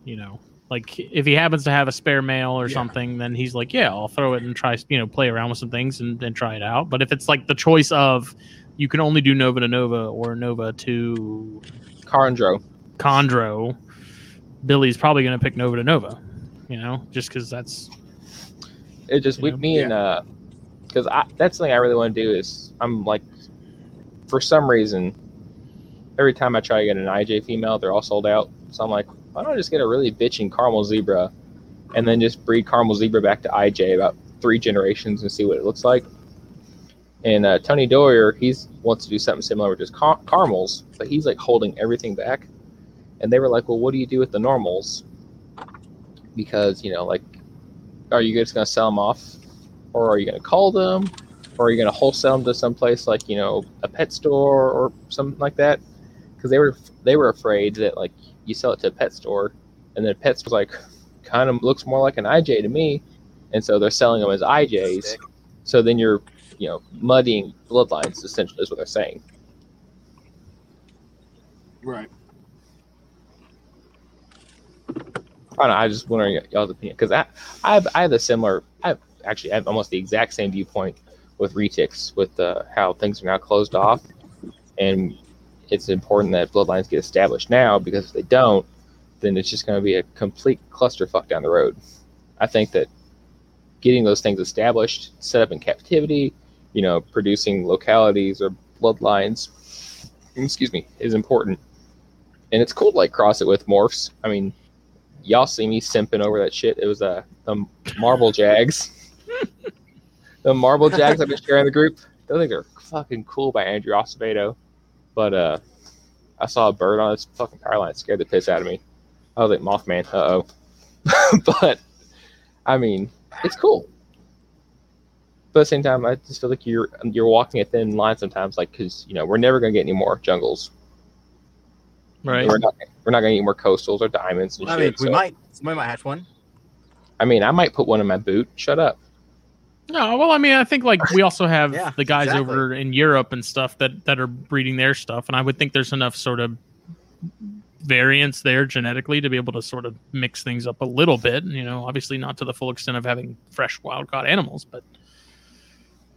[SPEAKER 2] you know. Like if he happens to have a spare male or
[SPEAKER 1] Yeah.
[SPEAKER 2] something, then he's like, yeah, I'll throw it and try, you know, play around with some things and, and try it out. But if it's like the choice of you can only do Nova to Nova or Nova to
[SPEAKER 4] Carandro.
[SPEAKER 2] chondro, Billy's probably going to pick Nova to Nova, you know, just because that's
[SPEAKER 4] It just
[SPEAKER 2] You
[SPEAKER 4] we
[SPEAKER 2] know?
[SPEAKER 4] me and uh, because I that's the thing I really want to do is I'm like, for some reason, every time I try to get an IJ female, they're all sold out. So I'm like, why don't I just get a really bitching caramel zebra, and then just breed caramel zebra back to IJ about three generations and see what it looks like. And uh, Tony Doyer, he's wants to do something similar with his car- caramels, but he's like holding everything back. And they were like, well, what do you do with the normals? Because you know, like are you just going to sell them off or are you going to call them or are you going to wholesale them to someplace like you know a pet store or something like that because they were they were afraid that like you sell it to a pet store and then pet store's like kind of looks more like an ij to me and so they're selling them as ijs so then you're you know muddying bloodlines essentially is what they're saying
[SPEAKER 1] Right.
[SPEAKER 4] I don't know. I was just wondering y'all's opinion because I, I've, I have a similar. I actually I have almost the exact same viewpoint with retics with uh, how things are now closed off, and it's important that bloodlines get established now because if they don't, then it's just going to be a complete clusterfuck down the road. I think that getting those things established, set up in captivity, you know, producing localities or bloodlines, excuse me, is important. And it's cool to like cross it with morphs. I mean, y'all see me simping over that shit. It was uh, the marble jags. the marble jags I've been sharing in the group. Those things are fucking cool by Andrew Acevedo. But uh, I saw a bird on its fucking power line. It scared the piss out of me. I was like, Mothman, uh oh. but, I mean, it's cool. But at the same time, I just feel like you're you're walking a thin line sometimes, like because you know we're never gonna get any more jungles.
[SPEAKER 2] right.
[SPEAKER 4] We're not we're not gonna get any more coastals or diamonds and
[SPEAKER 3] I
[SPEAKER 4] shit.
[SPEAKER 3] mean, we
[SPEAKER 4] so-
[SPEAKER 3] might somebody might hatch one.
[SPEAKER 4] I mean, I might put one in my boot. Shut up.
[SPEAKER 2] No, well, I mean, I think like we also have
[SPEAKER 3] Yeah,
[SPEAKER 2] the guys
[SPEAKER 3] exactly.
[SPEAKER 2] over in Europe and stuff that that are breeding their stuff, and I would think there's enough sort of variance there genetically to be able to sort of mix things up a little bit. You know, obviously not to the full extent of having fresh wild caught animals, but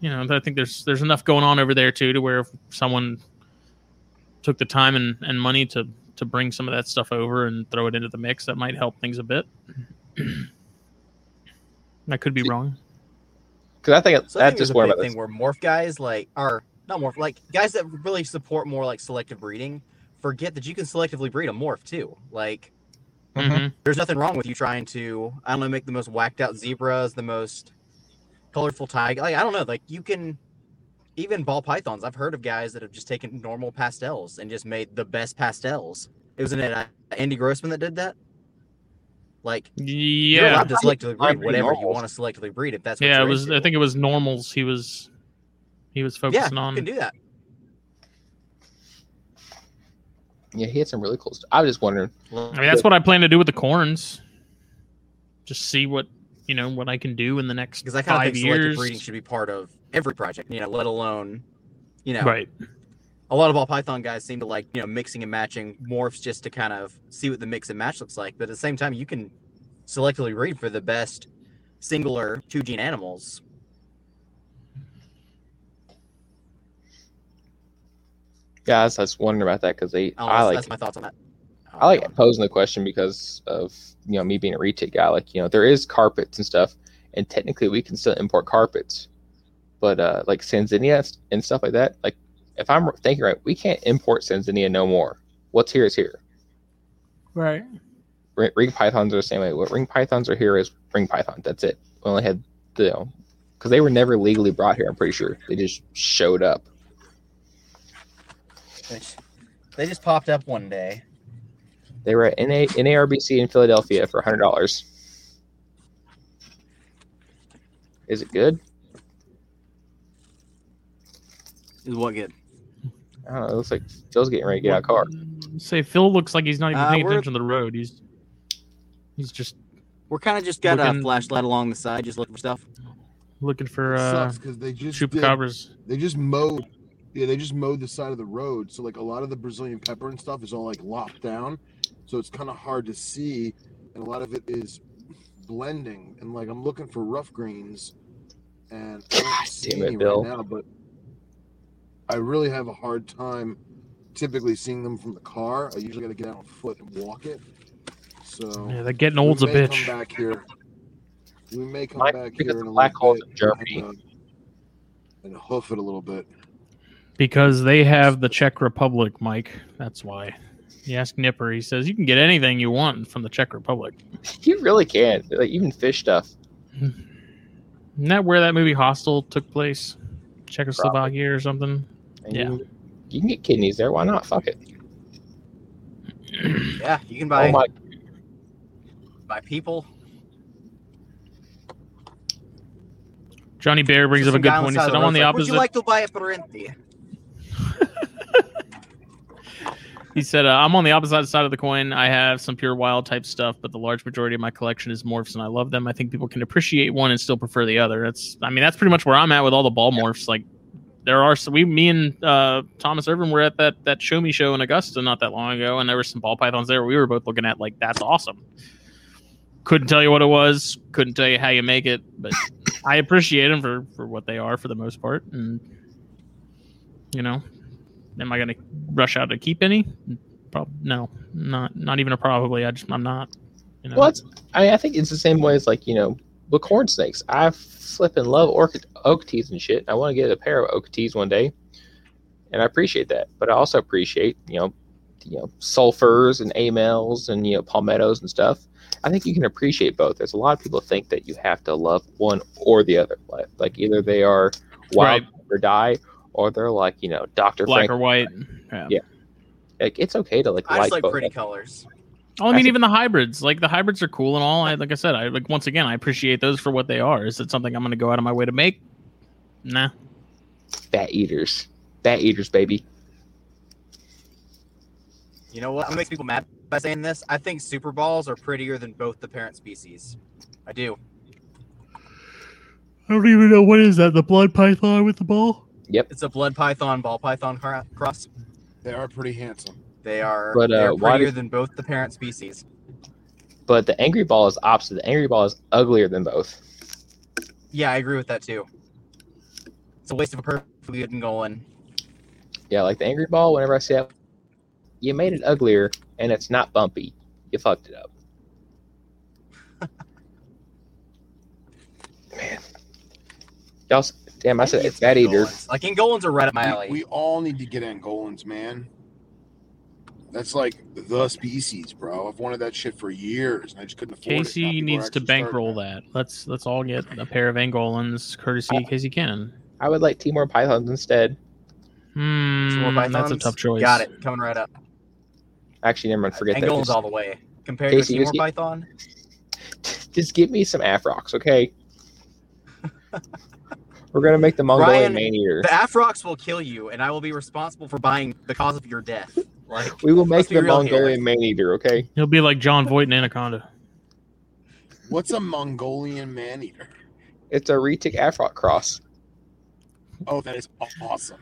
[SPEAKER 2] you know, I think there's there's enough going on over there too to where if someone took the time and, and money to to bring some of that stuff over and throw it into the mix, that might help things a bit. I could be wrong.
[SPEAKER 4] Because I think
[SPEAKER 3] So I
[SPEAKER 4] that's
[SPEAKER 3] think there's
[SPEAKER 4] just
[SPEAKER 3] a
[SPEAKER 4] where
[SPEAKER 3] big
[SPEAKER 4] about
[SPEAKER 3] thing where morph guys like are not morph like guys that really support more like selective breeding forget that you can selectively breed a morph too. Like
[SPEAKER 4] Mhm.
[SPEAKER 2] Mhm.
[SPEAKER 3] there's nothing wrong with you trying to I don't know make the most whacked out zebras, the most colorful tiger. Like I don't know, like you can even ball pythons. I've heard of guys that have just taken normal pastels and just made the best pastels. It was an uh, Andy Grossman that did that. Like you're
[SPEAKER 2] Yeah,
[SPEAKER 3] allowed to selectively
[SPEAKER 4] I'm
[SPEAKER 3] breed whatever you
[SPEAKER 4] normals.
[SPEAKER 3] want to selectively breed if that's what
[SPEAKER 2] yeah. It
[SPEAKER 3] you're
[SPEAKER 2] was.
[SPEAKER 3] into.
[SPEAKER 2] I think it was normals. He was, he was focusing
[SPEAKER 3] yeah, you
[SPEAKER 2] on.
[SPEAKER 3] can do that.
[SPEAKER 4] Yeah, he had some really cool stuff. I was just wondering.
[SPEAKER 2] I mean, that's what I plan to do with the corns. Just see what you know what I can do in the next
[SPEAKER 3] because I kind of
[SPEAKER 2] five
[SPEAKER 3] think selective
[SPEAKER 2] years.
[SPEAKER 3] breeding should be part of every project, you know, let alone, you know,
[SPEAKER 2] Right.
[SPEAKER 3] a lot of all Python guys seem to like, you know, mixing and matching morphs just to kind of see what the mix and match looks like. But at the same time, you can selectively breed for the best singular two gene animals.
[SPEAKER 4] Yeah, I was, I was wondering about that because they.
[SPEAKER 3] I, don't know,
[SPEAKER 4] I
[SPEAKER 3] Oh, that's-
[SPEAKER 4] like.
[SPEAKER 3] that's my thoughts on that. Oh,
[SPEAKER 4] I like posing the question because of you know me being a retic guy. Like you know there is carpets and stuff, and technically we can still import carpets, but uh like Sanzinia and stuff like that. Like if I'm thinking right, we can't import Sanzinia no more. What's here is here.
[SPEAKER 2] Right.
[SPEAKER 4] Ring, ring pythons are the same way. What ring pythons are here is ring python. That's it. We only had the because they were never legally brought here. I'm pretty sure they just showed up.
[SPEAKER 3] They just popped up one day.
[SPEAKER 4] They were at NA, NARBC in Philadelphia for hundred dollars. Is it good?
[SPEAKER 3] Is what good?
[SPEAKER 4] I don't know. It looks like Phil's getting ready to get out of the car.
[SPEAKER 2] Say Phil looks like he's not even
[SPEAKER 3] Uh,
[SPEAKER 2] paying
[SPEAKER 3] we're-
[SPEAKER 2] attention to the road. He's he's just
[SPEAKER 3] We're kind of just got
[SPEAKER 2] Looking-
[SPEAKER 3] a flashlight along the side, just looking for stuff.
[SPEAKER 2] looking for
[SPEAKER 1] It
[SPEAKER 2] uh
[SPEAKER 1] sucks because they just did-
[SPEAKER 2] chupacabras.
[SPEAKER 1] they just mowed yeah they just mowed the side of the road so like a lot of the brazilian pepper and stuff is all like lopped down so it's kind of hard to see and a lot of it is blending and like i'm looking for rough greens and i don't see
[SPEAKER 4] damn it,
[SPEAKER 1] any
[SPEAKER 4] Bill.
[SPEAKER 1] right now but i really have a hard time typically seeing them from the car. I usually got to get out on foot and walk it. So
[SPEAKER 2] Yeah, that getting old's a
[SPEAKER 1] we may
[SPEAKER 2] bitch.
[SPEAKER 1] Come back here. We may come
[SPEAKER 4] Like,
[SPEAKER 1] back here in a
[SPEAKER 4] because the
[SPEAKER 1] little
[SPEAKER 4] black holes
[SPEAKER 1] bit
[SPEAKER 4] in Germany.
[SPEAKER 1] and, uh, and hoof it a little bit.
[SPEAKER 2] Because they have the Czech Republic, Mike. That's why. You ask Nipper, he says you can get anything you want from the Czech Republic.
[SPEAKER 4] You really can. Like even fish stuff.
[SPEAKER 2] Isn't that where that movie Hostel took place? Czechoslovakia or something?
[SPEAKER 4] And
[SPEAKER 2] Yeah.
[SPEAKER 4] You, can, you can get kidneys there. Why not? Fuck it.
[SPEAKER 3] Yeah, you can buy
[SPEAKER 4] Oh my,
[SPEAKER 3] buy people.
[SPEAKER 2] Johnny Bear brings up a
[SPEAKER 3] Some
[SPEAKER 2] good
[SPEAKER 3] guy on
[SPEAKER 2] point. He
[SPEAKER 3] side of
[SPEAKER 2] said,
[SPEAKER 3] the
[SPEAKER 2] I'm on
[SPEAKER 3] road's
[SPEAKER 2] the
[SPEAKER 3] like,
[SPEAKER 2] opposite.
[SPEAKER 3] Would you like to buy a Parenti?
[SPEAKER 2] He said, uh, I'm on the opposite side of the coin. I have some pure wild type stuff, but the large majority of my collection is morphs, and I love them. I think people can appreciate one and still prefer the other. That's, I mean, that's pretty much where I'm at with all the ball morphs. Like, there are some, we, me and uh, Thomas Irvin were at that, that show me show in Augusta not that long ago, and there were some ball pythons there we were both looking at, like, that's awesome. Couldn't tell you what it was, couldn't tell you how you make it, but I appreciate them for, for what they are for the most part. And, you know, am I going to rush out to keep any? Prob- no, not not even a probably. I just I'm not. You know,
[SPEAKER 4] well, that's, I mean, I think it's the same way as like you know, with corn snakes. I flip and love orchid, oak teas and shit. I want to get a pair of oak teas one day, and I appreciate that. But I also appreciate you know, you know, sulfurs and amels and you know palmettos and stuff. I think you can appreciate both. There's a lot of people think that you have to love one or the other. Like, like either they are wild or die, or they're like you know, Doctor
[SPEAKER 2] black
[SPEAKER 4] Frank.
[SPEAKER 2] or white. Yeah.
[SPEAKER 4] Yeah. Like, it's okay to like
[SPEAKER 3] I
[SPEAKER 4] like
[SPEAKER 3] just like
[SPEAKER 4] both.
[SPEAKER 3] pretty colors.
[SPEAKER 2] Oh, I
[SPEAKER 4] I
[SPEAKER 2] mean,
[SPEAKER 4] think-
[SPEAKER 2] even the hybrids. Like the hybrids are cool and all. I like I said, I like once again, I appreciate those for what they are. Is it something I'm going to go out of my way to make? Nah.
[SPEAKER 4] Bat eaters, bat eaters, baby.
[SPEAKER 3] You know what? It makes people mad by saying this. I think super balls are prettier than both the parent species. I do.
[SPEAKER 2] I don't even know what is that. The blood python with the ball.
[SPEAKER 3] It's a blood python, ball python cro- cross.
[SPEAKER 1] They are pretty handsome.
[SPEAKER 3] They are,
[SPEAKER 4] But,
[SPEAKER 3] they
[SPEAKER 4] uh,
[SPEAKER 3] are
[SPEAKER 4] why
[SPEAKER 3] prettier
[SPEAKER 4] did-
[SPEAKER 3] than both the parent species.
[SPEAKER 4] but the angry ball is opposite. The angry ball is uglier than both.
[SPEAKER 3] Yeah, I agree with that too. It's a waste of a perfectly good going.
[SPEAKER 4] Yeah, like the angry ball. Whenever I see that, you made it uglier, and it's not bumpy. You fucked it up. Man, y'all, s- damn! I said it's bad eater.
[SPEAKER 3] Golans. Like Angolans are right up my alley.
[SPEAKER 1] We, we all need to get Angolans, man. That's like the species, bro. I've wanted that shit for years, and I just couldn't afford it. Now
[SPEAKER 2] Casey
[SPEAKER 1] people are
[SPEAKER 2] needs to
[SPEAKER 1] actually starting
[SPEAKER 2] bankroll that. Let's let's all get a pair of Angolans, courtesy of Casey Cannon.
[SPEAKER 4] I would like Timor pythons instead.
[SPEAKER 3] Some more
[SPEAKER 2] Hmm, that's a
[SPEAKER 3] pythons.
[SPEAKER 2] tough choice.
[SPEAKER 3] Got it. Coming right up.
[SPEAKER 4] Actually, never mind. Forget that.
[SPEAKER 3] Angolans
[SPEAKER 4] Just,
[SPEAKER 3] all the way. Compared
[SPEAKER 4] Casey,
[SPEAKER 3] to a
[SPEAKER 4] just
[SPEAKER 3] Seymour
[SPEAKER 4] get-
[SPEAKER 3] python,
[SPEAKER 4] just give me some afrox, okay? We're gonna make the
[SPEAKER 3] Ryan,
[SPEAKER 4] Mongolian man eater.
[SPEAKER 3] the Afrox will kill you, and I will be responsible for buying the cause of your death. Like,
[SPEAKER 4] We will make
[SPEAKER 3] let's be
[SPEAKER 4] the
[SPEAKER 3] real here.
[SPEAKER 4] Mongolian man eater, okay?
[SPEAKER 2] He'll be like John Voight in Anaconda.
[SPEAKER 1] that. What's a Mongolian man eater?
[SPEAKER 4] It's a retic afrox cross.
[SPEAKER 1] Oh, that is awesome.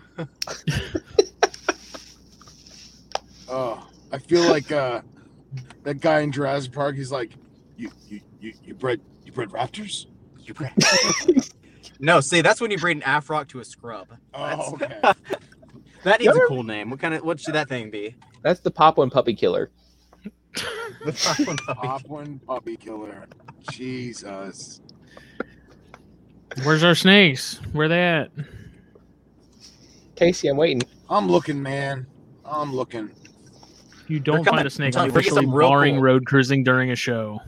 [SPEAKER 1] oh, I feel like uh, that guy in Jurassic Park. He's like, you, you, you, you bred, you bred raptors. You bred.
[SPEAKER 3] no, see, that's when you breed an Afrox to a scrub.
[SPEAKER 1] Oh, okay.
[SPEAKER 3] That needs
[SPEAKER 4] Yep.
[SPEAKER 3] a cool name. What kind of? What should that thing be?
[SPEAKER 4] That's the pop one puppy killer.
[SPEAKER 1] Pop one puppy killer. Jesus.
[SPEAKER 2] Where's our snakes? Where they at?
[SPEAKER 4] Casey, I'm waiting.
[SPEAKER 1] I'm looking, man. I'm looking.
[SPEAKER 2] You don't
[SPEAKER 3] They're coming.
[SPEAKER 2] find a snake
[SPEAKER 3] I'm
[SPEAKER 2] on the
[SPEAKER 3] telling you,
[SPEAKER 2] officially
[SPEAKER 3] something real
[SPEAKER 2] barring
[SPEAKER 3] cool.
[SPEAKER 2] road cruising during a show.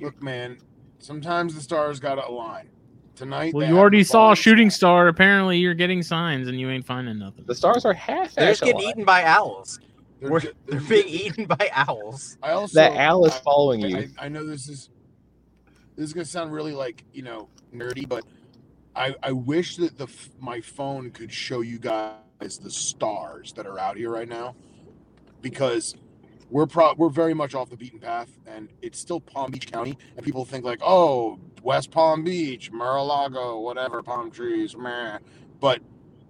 [SPEAKER 1] Look, man. Sometimes the stars gotta align. Tonight.
[SPEAKER 2] Well,
[SPEAKER 1] they
[SPEAKER 2] you
[SPEAKER 1] have
[SPEAKER 2] already
[SPEAKER 1] to
[SPEAKER 2] saw
[SPEAKER 1] follow
[SPEAKER 2] a shooting
[SPEAKER 1] the sky.
[SPEAKER 2] star. Apparently, you're getting signs and you ain't finding nothing.
[SPEAKER 4] The stars are half
[SPEAKER 3] They're
[SPEAKER 4] ass
[SPEAKER 3] just getting
[SPEAKER 4] alive.
[SPEAKER 3] eaten by owls.
[SPEAKER 1] They're
[SPEAKER 3] We're-
[SPEAKER 1] ju-
[SPEAKER 3] They're being eaten by owls.
[SPEAKER 1] I also
[SPEAKER 4] That owl is
[SPEAKER 1] I-
[SPEAKER 4] following
[SPEAKER 1] I,
[SPEAKER 4] you.
[SPEAKER 1] I, I know this is this is gonna sound really like you know nerdy, but I I wish that the f- my phone could show you guys the stars that are out here right now, because we're pro we're very much off the beaten path, and it's still Palm Beach County, and people think like oh West Palm Beach, Mar-a-Lago, whatever palm trees, man, but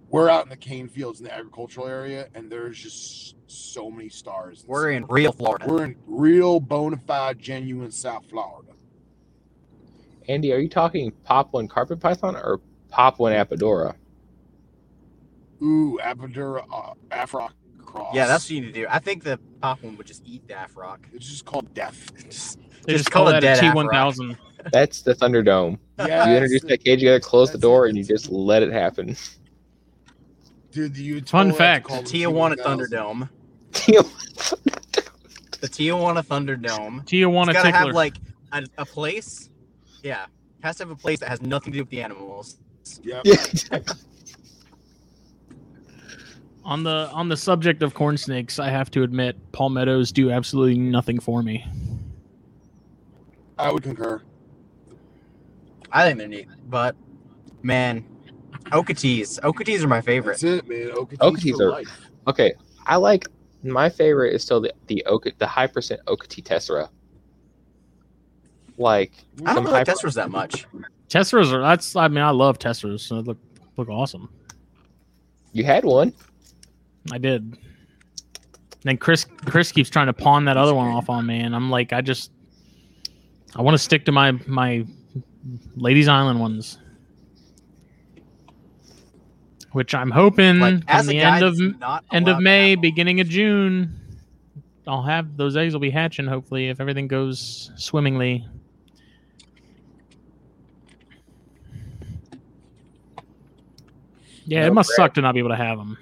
[SPEAKER 1] we're out in the cane fields in the agricultural area, and there's just so many stars. and
[SPEAKER 3] We're in real Florida.
[SPEAKER 1] we're in real bona fide, genuine South Florida.
[SPEAKER 4] Andy, are you talking pop one carpet python or pop one apodora?
[SPEAKER 1] Ooh, Apodura uh, Afroc cross.
[SPEAKER 3] Yeah, that's what you need to do. I think the pop one would just eat the Afrock.
[SPEAKER 1] it's just called death.
[SPEAKER 2] They
[SPEAKER 3] Just
[SPEAKER 2] just, call
[SPEAKER 3] call it
[SPEAKER 2] that a
[SPEAKER 3] Dead
[SPEAKER 2] T
[SPEAKER 3] Afrock.
[SPEAKER 2] one thousand.
[SPEAKER 4] That's the Thunderdome.
[SPEAKER 1] Yeah,
[SPEAKER 4] You introduce that cage, you gotta close the
[SPEAKER 1] that's-
[SPEAKER 4] door, and you just let it happen.
[SPEAKER 1] dude. The Utah
[SPEAKER 2] Fun
[SPEAKER 1] have to
[SPEAKER 2] fact.
[SPEAKER 1] call them
[SPEAKER 3] Tijuana
[SPEAKER 1] T1000.
[SPEAKER 3] Thunderdome. The Tijuana Thunderdome.
[SPEAKER 2] Tijuana
[SPEAKER 3] it's gotta
[SPEAKER 2] tickler.
[SPEAKER 3] have like a, a place. Yeah, it has to have a place that has nothing to do with the animals.
[SPEAKER 1] Yep.
[SPEAKER 4] yeah, exactly.
[SPEAKER 2] on the on the subject of corn snakes, I have to admit, palmettos do absolutely nothing for me.
[SPEAKER 1] I would concur.
[SPEAKER 3] I think they're neat, but man, Okatees. Okatees are my favorite.
[SPEAKER 1] That's it, man. Okatees,
[SPEAKER 4] Okatees
[SPEAKER 1] for
[SPEAKER 4] are-
[SPEAKER 1] life.
[SPEAKER 4] Okay, I like my favorite is still the the Oka, the high percent Okati Tessera. Like
[SPEAKER 3] I don't
[SPEAKER 4] some
[SPEAKER 3] really like
[SPEAKER 4] hyper-
[SPEAKER 3] Tessera's that much.
[SPEAKER 2] Tesseras are that's I mean I love Tesseras. So they look look awesome.
[SPEAKER 4] you had one.
[SPEAKER 2] I did. And then Chris Chris keeps trying to pawn that other one off on me, and I'm like, I just I want to stick to my my Ladies Island ones, which I'm hoping
[SPEAKER 3] Like
[SPEAKER 2] come
[SPEAKER 3] as a
[SPEAKER 2] Mm, the
[SPEAKER 3] guy,
[SPEAKER 2] end of
[SPEAKER 3] that's not
[SPEAKER 2] end
[SPEAKER 3] allowed
[SPEAKER 2] of
[SPEAKER 3] to
[SPEAKER 2] May,
[SPEAKER 3] have them.
[SPEAKER 2] beginning of June. I'll have those eggs will be hatching hopefully if everything goes swimmingly. Yeah,
[SPEAKER 4] No
[SPEAKER 2] it must
[SPEAKER 4] bread.
[SPEAKER 2] suck to not be able to have them.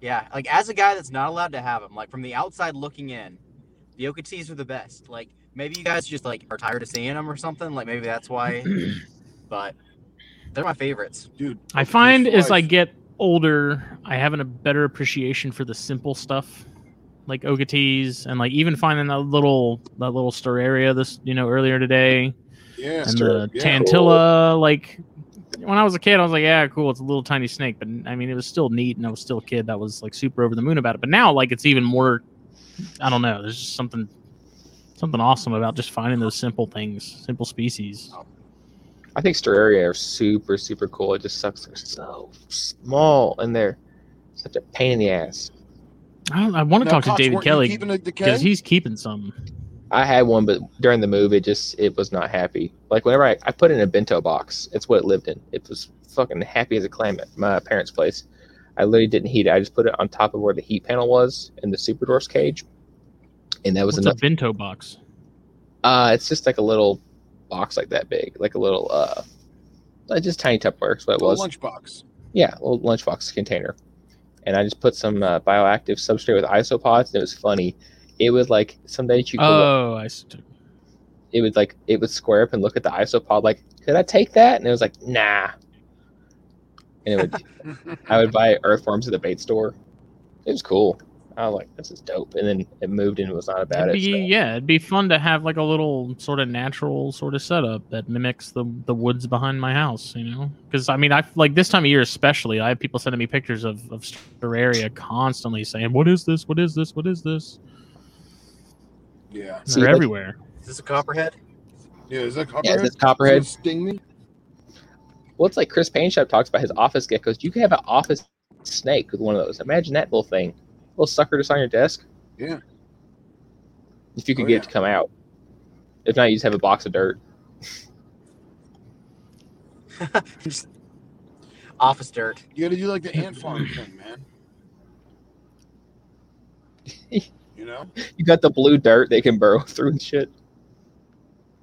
[SPEAKER 3] Yeah, like as a guy that's not allowed to have them, like from the outside looking in, the Okatees are the best. Like maybe you guys just like are tired of seeing them or something. Like maybe that's why. but they're my favorites.
[SPEAKER 1] dude.
[SPEAKER 2] I
[SPEAKER 1] Okatees
[SPEAKER 2] find
[SPEAKER 1] for
[SPEAKER 2] as I
[SPEAKER 1] life.
[SPEAKER 2] get older, I have a better appreciation for the simple stuff, like ogatees, and like even finding that little that little sterarea this you know earlier today,
[SPEAKER 1] yeah,
[SPEAKER 2] and the
[SPEAKER 1] yeah.
[SPEAKER 2] tantilla. Like when I was a kid, I was like, yeah, cool, it's a little tiny snake, but I mean, it was still neat, and I was still a kid that was like super over the moon about it. But now, like, it's even more. I don't know. There's just something something awesome about just finding those simple things, simple species.
[SPEAKER 4] I think Steraria are super super cool. It just sucks they're so small and they're such a pain in the ass.
[SPEAKER 2] I don't. I want to
[SPEAKER 1] Now,
[SPEAKER 2] talk to
[SPEAKER 1] Cox,
[SPEAKER 2] David
[SPEAKER 1] weren't you
[SPEAKER 2] Kelly
[SPEAKER 1] Keeping the, the
[SPEAKER 2] because
[SPEAKER 1] K?
[SPEAKER 2] he's keeping some.
[SPEAKER 4] I had one, but during the move, it just it was not happy. Like whenever I, I put it in a bento box, it's what it lived in. It was fucking happy as a clam at my parents' place. I literally didn't heat it. I just put it on top of where the heat panel was in the super dwarf's cage, and that was
[SPEAKER 2] What's a
[SPEAKER 4] enough.
[SPEAKER 2] bento box?
[SPEAKER 4] uh, it's just like a little box like that big, like a little uh, like just tiny Tupperware. is what it
[SPEAKER 1] The
[SPEAKER 4] was.
[SPEAKER 1] lunchbox.
[SPEAKER 4] Yeah, a little lunchbox container. And I just put some uh, bioactive substrate with isopods, and it was funny. It would like some days you could look-
[SPEAKER 2] Oh, I see.
[SPEAKER 4] it would like it would square up and look at the isopod like, could I take that? And it was like, nah. And it would I would buy earthworms at the bait store. It was cool. I was like, this is dope. And then it moved and it was not about
[SPEAKER 2] It'd
[SPEAKER 4] it.
[SPEAKER 2] be,
[SPEAKER 4] so-
[SPEAKER 2] yeah, it'd be fun to have like a little sort of natural sort of setup that mimics the the woods behind my house, you know? Because I mean, I like this time of year especially, I have people sending me pictures of of Terraria constantly saying, "What is this? What is this? What is this?"
[SPEAKER 1] yeah,
[SPEAKER 2] And
[SPEAKER 4] See,
[SPEAKER 2] They're
[SPEAKER 4] like-
[SPEAKER 2] everywhere.
[SPEAKER 3] Is this a copperhead?
[SPEAKER 1] yeah. Is that
[SPEAKER 4] Yeah,
[SPEAKER 1] copperhead?
[SPEAKER 4] this copperhead.
[SPEAKER 1] Does it sting me?
[SPEAKER 4] Well, it's like Chris Payne Shop talks about his office geckos. You could have an office snake with one of those. Imagine that little thing. Little sucker just on your desk.
[SPEAKER 1] Yeah.
[SPEAKER 4] If you could
[SPEAKER 1] Oh,
[SPEAKER 4] get
[SPEAKER 1] yeah.
[SPEAKER 4] it to come out. If not, you just have a box of dirt.
[SPEAKER 3] Office dirt.
[SPEAKER 1] You gotta do like the ant farm thing, man. You know?
[SPEAKER 4] You got the blue dirt they can burrow through and shit.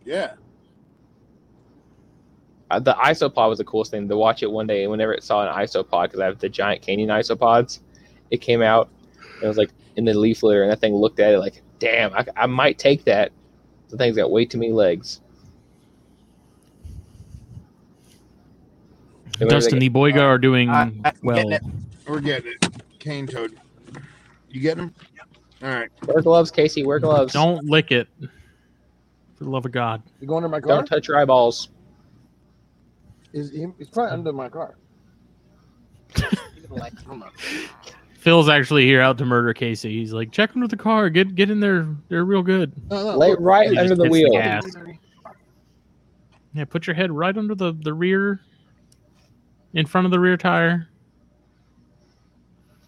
[SPEAKER 1] Yeah.
[SPEAKER 4] Uh, the isopod was the coolest thing to watch it one day. And whenever it saw an isopod, because I have the giant canyon isopods, it came out. And it was like in the leaf litter, and that thing looked at it like, "Damn, I, I might take that." The thing's got way too many legs. And whenever they
[SPEAKER 2] Dustin the
[SPEAKER 4] get-
[SPEAKER 2] Boyga are doing
[SPEAKER 3] I- I'm
[SPEAKER 2] well.
[SPEAKER 3] getting it.
[SPEAKER 1] We're getting it. Cane toad. You getting him? All right.
[SPEAKER 4] wear gloves, Casey. Wear gloves.
[SPEAKER 2] Don't lick it. For the love of God.
[SPEAKER 5] You go under my car?
[SPEAKER 4] Don't touch your eyeballs.
[SPEAKER 5] Is he, he's probably under my car.
[SPEAKER 2] Phil's actually here out to murder Casey. He's like, check under the car. Get get in there. They're real good.
[SPEAKER 5] No, no.
[SPEAKER 4] Lay
[SPEAKER 5] look.
[SPEAKER 4] right
[SPEAKER 2] He
[SPEAKER 4] under
[SPEAKER 2] just
[SPEAKER 4] the
[SPEAKER 2] hits
[SPEAKER 4] wheel.
[SPEAKER 2] gas. Yeah, put your head right under the, the rear, in front of the rear tire.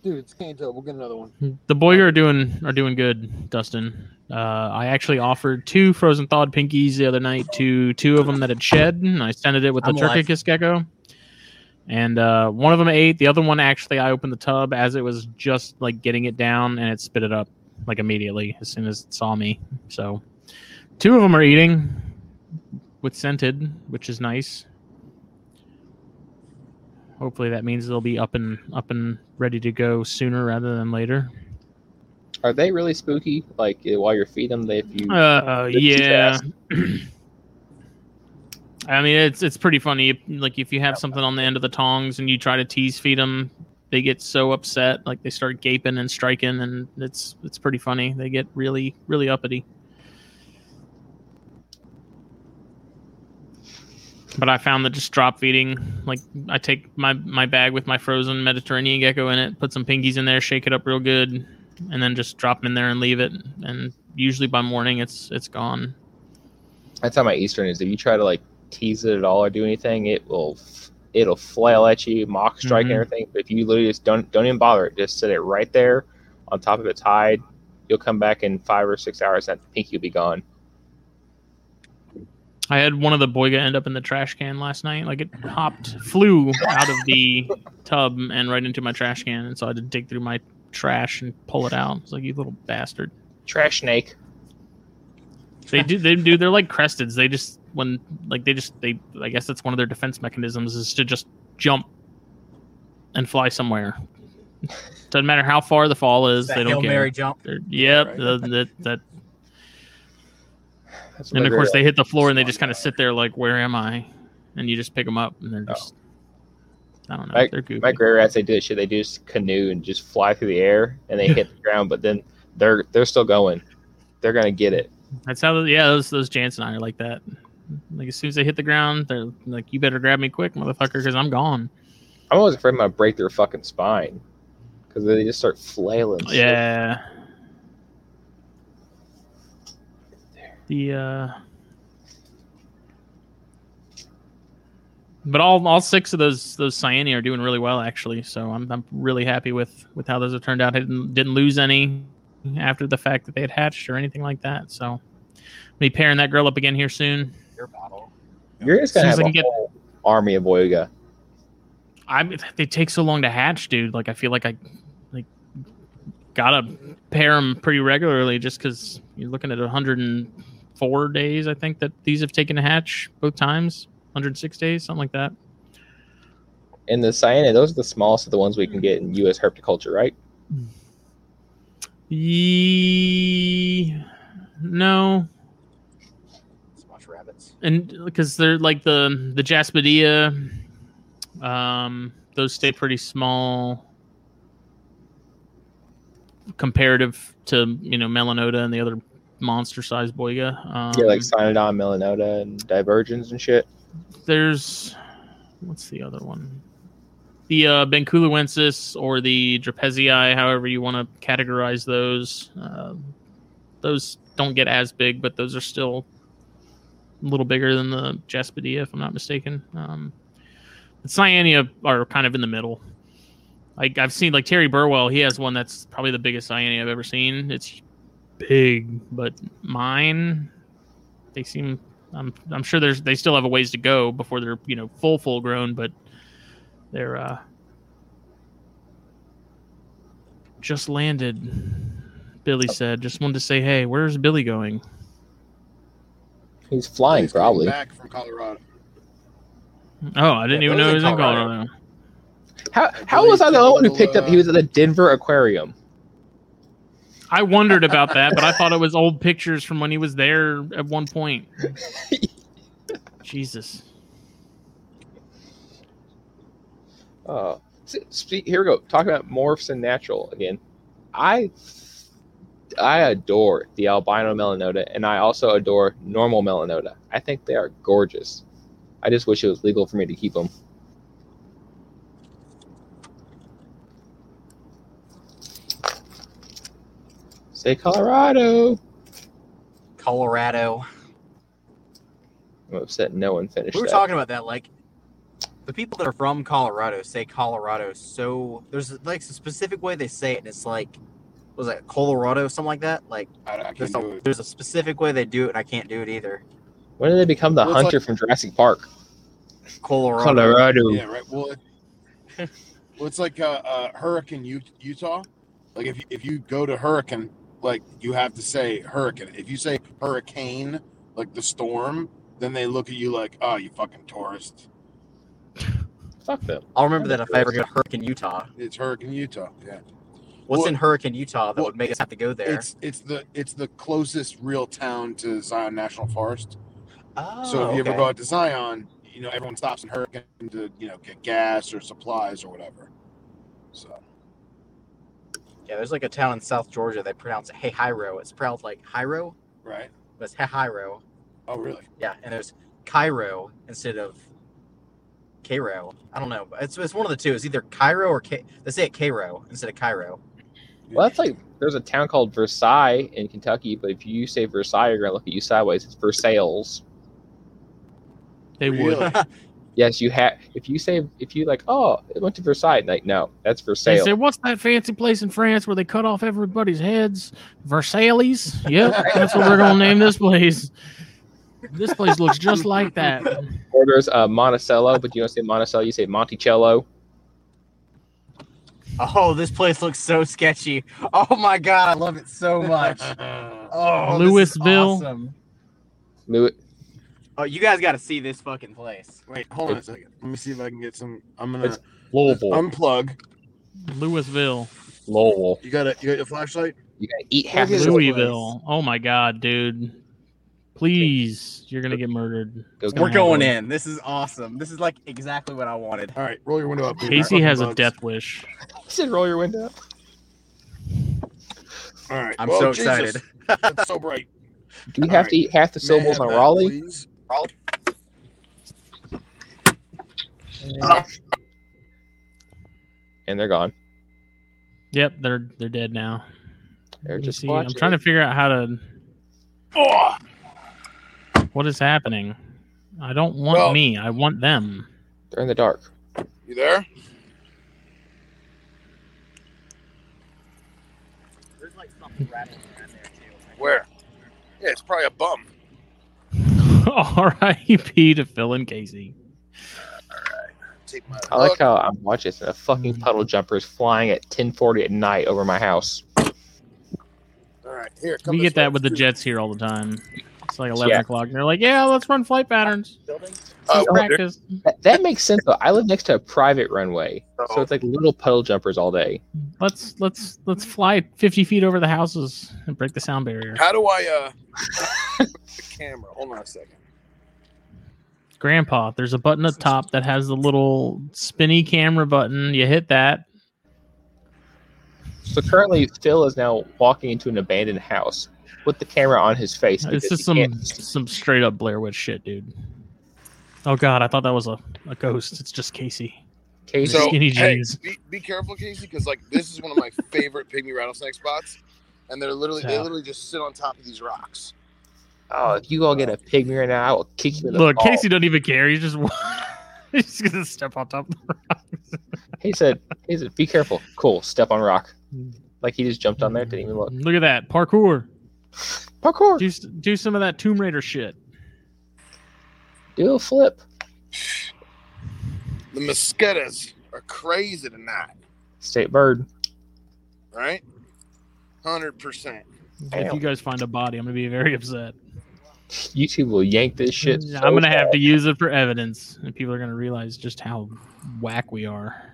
[SPEAKER 5] Dude, it's cane toe. We'll get another one.
[SPEAKER 2] The Boyer are doing are doing good, Dustin. Uh, I actually offered two frozen thawed pinkies the other night to two of them that had shed, and I scented it with the
[SPEAKER 3] I'm alive.
[SPEAKER 2] Turkicus gecko. and uh, one of them ate. The other one actually, I opened the tub as it was just like getting it down, and it spit it up like immediately as soon as it saw me. So, two of them are eating with scented, which is nice. Hopefully, that means they'll be up and up and ready to go sooner rather than later.
[SPEAKER 4] Are they really spooky? Like uh, while you're feeding them, they if you
[SPEAKER 2] Uh,
[SPEAKER 4] Did you
[SPEAKER 2] yeah. I mean, it's it's pretty funny. Like if you have something on the end of the tongs and you try to tease feed them, they get so upset. Like they start gaping and striking, and it's it's pretty funny. They get really really uppity. But I found that just drop feeding, like I take my my bag with my frozen Mediterranean gecko in it, put some pinkies in there, shake it up real good, and then just drop them in there and leave it. And usually by morning, it's it's gone.
[SPEAKER 4] that's how my eastern is. If you try to like tease it at all or do anything, it will f- it'll flail at you, mock strike
[SPEAKER 2] Mhm.
[SPEAKER 4] and everything. But if you literally just don't don't even bother it, just sit it right there on top of its hide. You'll come back in five or six hours, and that pinky will be gone.
[SPEAKER 2] I had one of the boyga end up in the trash can last night. Like it hopped, flew out of the tub and right into my trash can, and so I had to dig through my trash and pull it out. It's like you little bastard.
[SPEAKER 4] Trash snake.
[SPEAKER 2] They do. They do. They're like cresteds. They just when like they just they. I guess that's one of their defense mechanisms is to just jump and fly somewhere. Doesn't matter how far the fall is.
[SPEAKER 3] That
[SPEAKER 2] they don't
[SPEAKER 3] Hail
[SPEAKER 2] care.
[SPEAKER 3] Mary jump.
[SPEAKER 2] They're- yep.
[SPEAKER 3] Right.
[SPEAKER 2] the- that that
[SPEAKER 4] That's
[SPEAKER 2] and of course they hit the floor and they
[SPEAKER 3] Slime
[SPEAKER 2] just kind of sit there like where am i and you just pick them up and they're
[SPEAKER 4] Oh.
[SPEAKER 2] just i don't know
[SPEAKER 4] My-
[SPEAKER 2] they're goofy
[SPEAKER 4] my gray rats they do that shit. They do just canoe and just fly through the air and they hit the ground, but then they're they're still going. They're gonna get it.
[SPEAKER 2] that's how yeah those those jansen and i are like that like as soon as they hit the ground they're like you better grab me quick motherfucker because i'm gone
[SPEAKER 4] I'm always afraid I'm gonna break their fucking spine because they just start flailing. shit.
[SPEAKER 2] yeah the uh but all all six of those those cyania are doing really well actually. So I'm I'm really happy with with how those have turned out. I didn't didn't lose any after the fact that they had hatched or anything like that. So I'll be pairing that girl up again here soon.
[SPEAKER 3] Your bottle.
[SPEAKER 4] You're just gonna
[SPEAKER 2] As
[SPEAKER 4] have
[SPEAKER 2] soon as I can
[SPEAKER 4] a
[SPEAKER 2] get-
[SPEAKER 4] whole army of Boyga.
[SPEAKER 2] I they take so long to hatch, dude. Like I feel like I like gotta pair them pretty regularly just because you're looking at 104 days. I think that these have taken to hatch both times. 106 days, something like that.
[SPEAKER 4] And the cyanid, those are the smallest of the ones we can get
[SPEAKER 1] Mm.
[SPEAKER 4] in U.S. herpetoculture, right?
[SPEAKER 2] Ye- no,
[SPEAKER 3] Squash rabbits.
[SPEAKER 2] and because they're like the the Jaspedia, um, those stay pretty small comparative to you know Melanota and the other monster sized boyga. Um,
[SPEAKER 4] yeah, like cyanodon, melanota, and divergens and shit.
[SPEAKER 2] there's what's the other one? The uh, Benculuensis or the Drapezii, however you want to categorize those. Uh, those don't get as big, but those are still a little bigger than the Jaspedia, if I'm not mistaken. Um, the Cyania are kind of in the middle. Like I've seen, like Terry Burwell, he has one that's probably the biggest Cyania I've ever seen. It's big, but mine, they seem I'm I'm sure there's they still have a ways to go before they're you know full full grown, but they're uh, just landed. Billy
[SPEAKER 1] Oh.
[SPEAKER 2] said, "Just wanted to say, hey, where's Billy going?"
[SPEAKER 4] He's flying,
[SPEAKER 1] He's coming
[SPEAKER 4] probably.
[SPEAKER 1] Back from Colorado.
[SPEAKER 2] Oh, I didn't
[SPEAKER 1] Yeah, Billy's
[SPEAKER 2] even know he
[SPEAKER 1] in
[SPEAKER 2] was in
[SPEAKER 1] Colorado.
[SPEAKER 2] Colorado.
[SPEAKER 4] How, how was I the only one who picked up? He was at the Denver Aquarium.
[SPEAKER 2] I wondered about that, but I thought it was old pictures from when he was there at one point. Jesus.
[SPEAKER 4] Uh, see, see, here we go. Talking about morphs and natural again. I I adore the albino melanota, and I also adore normal melanota. I think they are gorgeous. I just wish it was legal for me to keep them. Say Colorado.
[SPEAKER 3] Colorado.
[SPEAKER 4] I'm upset no one finished
[SPEAKER 3] We were
[SPEAKER 4] that.
[SPEAKER 3] talking about that. Like, the people that are from Colorado say Colorado so. There's like a specific way they say it, and it's like, what was that Colorado, something like that? Like,
[SPEAKER 1] I, I
[SPEAKER 3] there's
[SPEAKER 1] can't do
[SPEAKER 3] a,
[SPEAKER 1] it.
[SPEAKER 3] there's a specific way they do it, and I can't do it either.
[SPEAKER 4] when did they become the
[SPEAKER 1] Well, it's
[SPEAKER 4] hunter from Jurassic Park?
[SPEAKER 3] Colorado.
[SPEAKER 4] Colorado.
[SPEAKER 1] Yeah, right. Well, Well, it's like uh, uh, Hurricane U- Utah. Like if you, if you go to Hurricane, like you have to say Hurricane. If you say Hurricane, like the storm, then they look at you like, oh, you fucking tourist.
[SPEAKER 4] Fuck them.
[SPEAKER 3] I'll remember that if I ever go to Hurricane, Utah.
[SPEAKER 1] It's Hurricane Utah. Yeah.
[SPEAKER 3] What's
[SPEAKER 1] Well-
[SPEAKER 3] in Hurricane, Utah that
[SPEAKER 1] well,
[SPEAKER 3] would make us have to go there?
[SPEAKER 1] It's it's the it's the closest real town to Zion National Forest.
[SPEAKER 3] oh,
[SPEAKER 1] so if you
[SPEAKER 3] okay.
[SPEAKER 1] ever go out to Zion, you know everyone stops in Hurricane to you know get gas or supplies or whatever. So
[SPEAKER 3] yeah, there's like a town in South Georgia they pronounce it Hey Hiro. It's pronounced like Hiro,
[SPEAKER 1] right.
[SPEAKER 3] but it's Hey Hiro.
[SPEAKER 1] Oh really?
[SPEAKER 3] Yeah, and there's Cairo instead of Cairo. I don't know. It's, it's one of the two. It's either Cairo or Ca- they say it Cairo instead of Cairo.
[SPEAKER 4] Well, that's like there's a town called Versailles in Kentucky, but if you say Versailles, you're gonna look at you sideways. It's Versailles.
[SPEAKER 2] They would.
[SPEAKER 1] Really?
[SPEAKER 4] Yes, you have. If you say if you like, oh, it went to Versailles, like no, that's
[SPEAKER 2] They
[SPEAKER 4] Versailles.
[SPEAKER 2] said, "What's that fancy place in France where they cut off everybody's heads?" Versailles. Yep, that's what we're gonna name this place. This place looks just like that.
[SPEAKER 4] or there's uh, Monticello, but you don't say Monticello, you say Monticello.
[SPEAKER 3] Oh, this place looks so sketchy. Oh my god, I love it so much. Oh, this is
[SPEAKER 2] Louisville.
[SPEAKER 3] awesome.
[SPEAKER 4] Lew-
[SPEAKER 3] Oh, you guys got to see this fucking place.
[SPEAKER 1] Wait, hold on a second. Let me see if I can get some. I'm gonna
[SPEAKER 4] It's- Louisville,
[SPEAKER 1] unplug.
[SPEAKER 2] Louisville,
[SPEAKER 4] Louisville.
[SPEAKER 1] You got a you got your flashlight?
[SPEAKER 4] You gotta eat half.
[SPEAKER 5] Look at
[SPEAKER 4] Louisville.
[SPEAKER 5] Louis-
[SPEAKER 2] Louisville. Oh my God, dude! Please, you're gonna get murdered.
[SPEAKER 4] Go
[SPEAKER 2] Gonna
[SPEAKER 3] We're
[SPEAKER 4] down.
[SPEAKER 2] have
[SPEAKER 3] going
[SPEAKER 2] one.
[SPEAKER 3] in. This is awesome. This is like exactly what I wanted.
[SPEAKER 1] All right, roll your window up. dude.
[SPEAKER 2] Casey
[SPEAKER 1] Fucking
[SPEAKER 2] has a
[SPEAKER 1] bugs.
[SPEAKER 2] death wish.
[SPEAKER 4] I said roll your window. up.
[SPEAKER 1] All right,
[SPEAKER 3] I'm
[SPEAKER 1] well,
[SPEAKER 3] so
[SPEAKER 1] Jesus,
[SPEAKER 3] excited.
[SPEAKER 1] That's so bright.
[SPEAKER 4] Do we
[SPEAKER 1] All
[SPEAKER 4] have
[SPEAKER 1] right.
[SPEAKER 4] to eat half the
[SPEAKER 1] May I
[SPEAKER 4] syllables
[SPEAKER 1] have
[SPEAKER 4] on
[SPEAKER 1] that,
[SPEAKER 4] Raleigh?
[SPEAKER 1] please?
[SPEAKER 4] And they're gone.
[SPEAKER 2] Yep, they're they're dead now.
[SPEAKER 4] They're
[SPEAKER 2] Let me
[SPEAKER 4] just
[SPEAKER 2] see. I'm trying to figure out how to. What is happening? I don't want
[SPEAKER 1] Well-
[SPEAKER 2] me. I want them.
[SPEAKER 4] They're in the dark.
[SPEAKER 1] You there?
[SPEAKER 3] There's like something rattling around there too.
[SPEAKER 1] Where? Yeah, it's probably a bum.
[SPEAKER 2] R.I.P. to Phil and Casey.
[SPEAKER 1] Take my.
[SPEAKER 4] I like how I'm watching this and a
[SPEAKER 2] Hmm.
[SPEAKER 4] fucking puddle jumper is flying at 10:40 at night over my house.
[SPEAKER 1] All right, here. Come
[SPEAKER 2] We
[SPEAKER 1] this
[SPEAKER 2] get that
[SPEAKER 1] way.
[SPEAKER 2] with the
[SPEAKER 1] Dude,
[SPEAKER 2] Jets here all the time. It's like 11
[SPEAKER 4] Yeah.
[SPEAKER 2] o'clock. And they're like, yeah, let's run flight patterns.
[SPEAKER 1] Uh,
[SPEAKER 2] Let's practice.
[SPEAKER 4] That, that makes sense though. I live next to a private runway, so it's like little puddle jumpers all day.
[SPEAKER 2] Let's let's let's fly 50 feet over the houses and break the sound barrier.
[SPEAKER 1] How do I uh? the camera. Hold on a second.
[SPEAKER 2] Grandpa, there's a button up top that has the little spinny camera button. You hit that.
[SPEAKER 4] So currently, Phil is now walking into an abandoned house with the camera on his face. because
[SPEAKER 2] This is
[SPEAKER 4] he
[SPEAKER 2] some
[SPEAKER 4] can't-
[SPEAKER 2] some straight up Blair Witch shit, dude. Oh god, I thought that was a, a ghost. It's just Casey.
[SPEAKER 4] Casey,
[SPEAKER 1] So
[SPEAKER 2] Skinny
[SPEAKER 1] hey,
[SPEAKER 2] jeans.
[SPEAKER 1] be, be careful, Casey, because like this is one of my favorite pygmy rattlesnake spots, and they're literally they
[SPEAKER 2] Yeah.
[SPEAKER 1] literally just sit on top of these rocks.
[SPEAKER 4] oh, if you all get a pygmy right now, I will kick you in the
[SPEAKER 2] Look,
[SPEAKER 4] ball.
[SPEAKER 2] Casey doesn't even care. He's just he's just gonna step on top.
[SPEAKER 4] He said, he said, be careful. Cool, step on rock. Like he just jumped on there, didn't even look.
[SPEAKER 2] Look at that parkour.
[SPEAKER 4] Parkour,
[SPEAKER 2] Do s- do some of that Tomb Raider shit.
[SPEAKER 4] do a flip.
[SPEAKER 1] The mosquitoes are crazy tonight,
[SPEAKER 4] State bird.
[SPEAKER 1] right? Hundred percent.
[SPEAKER 2] If
[SPEAKER 4] Damn.
[SPEAKER 2] you guys find a body, I'm gonna be very upset. Mm,
[SPEAKER 4] YouTube will yank this shit. so
[SPEAKER 2] I'm gonna have
[SPEAKER 4] fast.
[SPEAKER 2] to use it for evidence, and people are gonna realize just how whack we are.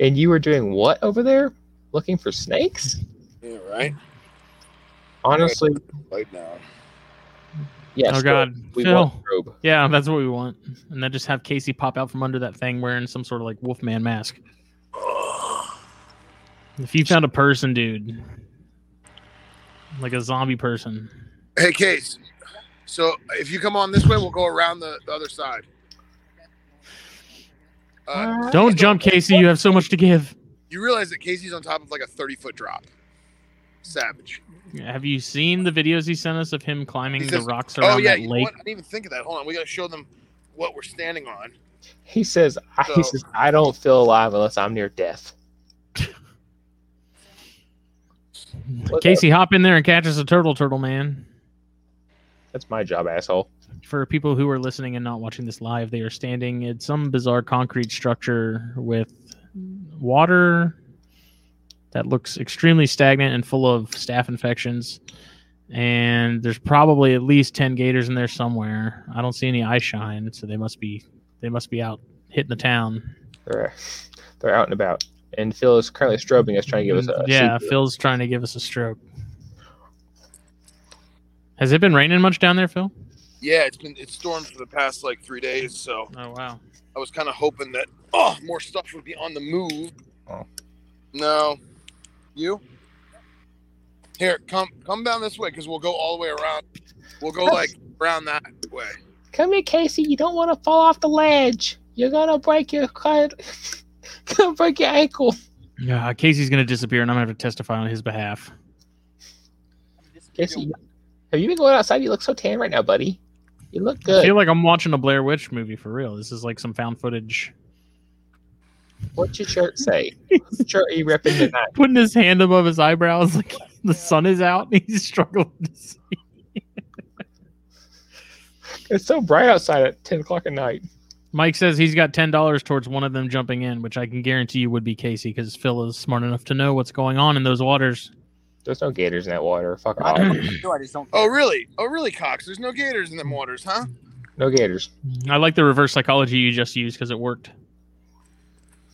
[SPEAKER 4] And you were doing what over there? Looking for snakes?
[SPEAKER 1] Yeah, right.
[SPEAKER 4] Honestly,
[SPEAKER 1] Like now.
[SPEAKER 4] yes.
[SPEAKER 2] oh
[SPEAKER 4] Phil,
[SPEAKER 2] god,
[SPEAKER 4] we
[SPEAKER 2] Phil.
[SPEAKER 4] want the probe.
[SPEAKER 2] Yeah, that's what we want. And then just have Casey pop out from under that thing wearing some sort of like Wolfman mask. If you found a person, dude, like a zombie person,
[SPEAKER 1] Hey, Case. So if you come on this way, we'll go around the, the other side. Uh,
[SPEAKER 2] don't jump, Casey. You have so much to give.
[SPEAKER 1] you realize that Casey's on top of like a thirty foot drop. Savage.
[SPEAKER 2] Have you seen the videos he sent us of him climbing
[SPEAKER 1] He
[SPEAKER 2] the
[SPEAKER 1] says-
[SPEAKER 2] rocks around
[SPEAKER 1] Oh yeah,
[SPEAKER 2] that
[SPEAKER 1] you know
[SPEAKER 2] lake?
[SPEAKER 1] what? I didn't even think of that. Hold on, we gotta show them what we're standing on.
[SPEAKER 4] He says, I,
[SPEAKER 1] So-
[SPEAKER 4] he says, I don't feel alive unless I'm near death. Look
[SPEAKER 2] Casey, hop in there and catch us a turtle, turtle man.
[SPEAKER 4] That's my job, asshole.
[SPEAKER 2] for people who are listening and not watching this live, they are standing in some bizarre concrete structure with water that looks extremely stagnant and full of staph infections. And there's probably at least ten gators in there somewhere. I don't see any eye shine, so they must be they must be out hitting the town.
[SPEAKER 4] They're they're out and about. And Phil is currently strobing us, trying to give us a
[SPEAKER 2] Mm, yeah,
[SPEAKER 4] sleep.
[SPEAKER 2] Phil's trying to give us a stroke. Has it been raining much down there, Phil?
[SPEAKER 1] Yeah, it's been it's stormed for the past like three days, so
[SPEAKER 2] Oh wow.
[SPEAKER 1] I was kind of hoping that oh more stuff would be on the move.
[SPEAKER 4] Oh.
[SPEAKER 1] No, you here come come down this way because we'll go all the way around. We'll go like around that way.
[SPEAKER 4] Come here, Casey. You don't want to fall off the ledge. You're gonna break your cut. gonna break your ankle.
[SPEAKER 2] Yeah, Casey's gonna disappear, and I'm gonna have to testify on his behalf.
[SPEAKER 4] Casey, have you been going outside? You look so tan right now, buddy. You look
[SPEAKER 2] I
[SPEAKER 4] good.
[SPEAKER 2] feel like I'm watching a Blair Witch movie for real. This is like some found footage.
[SPEAKER 4] What's your shirt say? What's your shirt are you ripping tonight?
[SPEAKER 2] Putting his hand above his eyebrows, like the sun is out, and he's struggling. To see.
[SPEAKER 4] It's so bright outside at ten o'clock at night.
[SPEAKER 2] Mike says he's got ten dollars towards one of them jumping in, which I can guarantee you would be Casey because Phil is smart enough to know what's going on in those waters.
[SPEAKER 4] There's no gators in that water. Fuck off.
[SPEAKER 3] I don't know, I just don't.
[SPEAKER 1] Oh really? Oh really, Cox? There's no gators in them waters, huh?
[SPEAKER 4] No gators.
[SPEAKER 2] I like the reverse psychology you just used because it worked.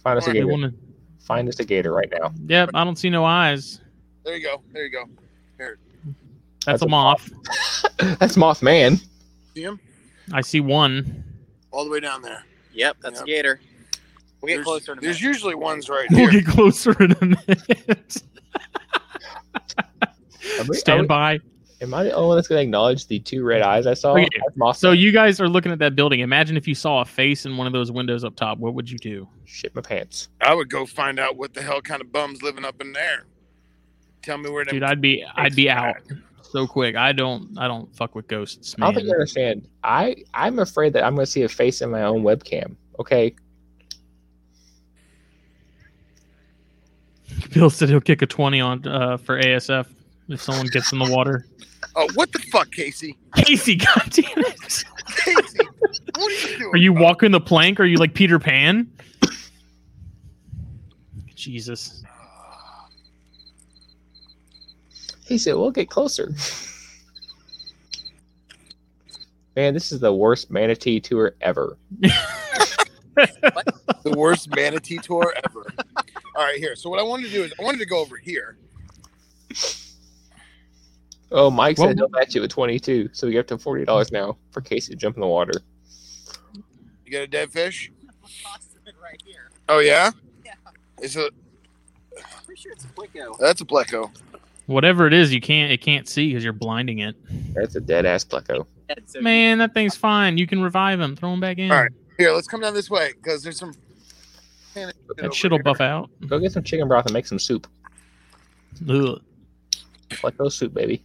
[SPEAKER 4] Find us a
[SPEAKER 1] Alright,
[SPEAKER 2] They
[SPEAKER 4] gator.
[SPEAKER 2] wanna-
[SPEAKER 4] Find us a gator right now.
[SPEAKER 2] yep, I don't see no eyes.
[SPEAKER 1] There you go. There you go.
[SPEAKER 2] That's,
[SPEAKER 4] That's
[SPEAKER 2] a
[SPEAKER 4] a
[SPEAKER 2] moth.
[SPEAKER 4] That's Mothman.
[SPEAKER 1] See him
[SPEAKER 2] I see one.
[SPEAKER 1] all the way down there.
[SPEAKER 3] Yep, that's
[SPEAKER 1] Yep.
[SPEAKER 3] a gator. We'll get
[SPEAKER 1] there's,
[SPEAKER 3] closer. In a
[SPEAKER 1] There's
[SPEAKER 3] minute.
[SPEAKER 1] usually ones right
[SPEAKER 2] We'll
[SPEAKER 1] here.
[SPEAKER 2] get closer in a minute.
[SPEAKER 4] Are we- are
[SPEAKER 2] Stand
[SPEAKER 4] we-
[SPEAKER 2] by.
[SPEAKER 4] Am I the only one that's gonna acknowledge the two red eyes I saw?
[SPEAKER 2] Okay.
[SPEAKER 4] That's Mothman.
[SPEAKER 2] Oh, So you guys are looking at that building. Imagine if you saw a face in one of those windows up top. What would you do?
[SPEAKER 4] Shit my pants.
[SPEAKER 1] I would go find out what the hell kind of bums living up in there. Tell me where them
[SPEAKER 2] Dude, I'd be I'd be out so quick. I don't I don't fuck with ghosts,
[SPEAKER 4] I
[SPEAKER 2] man.
[SPEAKER 4] don't think you understand. I I'm afraid that I'm gonna see a face in my own webcam. Okay.
[SPEAKER 2] Bill said he'll kick a twenty on uh, for ASF if someone gets in the water.
[SPEAKER 1] Oh, what the fuck, Casey?
[SPEAKER 2] Casey, goddamn it!
[SPEAKER 1] Casey, what are you doing?
[SPEAKER 2] Are you
[SPEAKER 1] bro?
[SPEAKER 2] walking the plank? Are you like Peter Pan? Jesus.
[SPEAKER 4] He said, "We'll get closer." Man, this is the worst manatee tour ever.
[SPEAKER 1] the worst manatee tour ever. All right, here. So what I wanted to do is I wanted to go over here.
[SPEAKER 4] Oh, Mike said
[SPEAKER 2] Well-
[SPEAKER 4] he'll match it with twenty-two, so we get up to forty dollars now for Casey to jump in the water.
[SPEAKER 1] You got a dead fish?
[SPEAKER 3] right here.
[SPEAKER 1] Oh yeah. It's a
[SPEAKER 3] I'm pretty sure it's a Quicko.
[SPEAKER 1] that's a pleco.
[SPEAKER 2] Whatever it is, you can't it can't see because you're blinding it.
[SPEAKER 4] That's a dead ass pleco.
[SPEAKER 3] That's so-
[SPEAKER 2] Man, that thing's fine. You can revive him. Throw him back in.
[SPEAKER 1] All right, Here, let's come down this way because there's some.
[SPEAKER 2] That shit'll buff out.
[SPEAKER 4] Go get some chicken broth and make some soup.
[SPEAKER 2] Ugh.
[SPEAKER 4] Pleco soup, baby.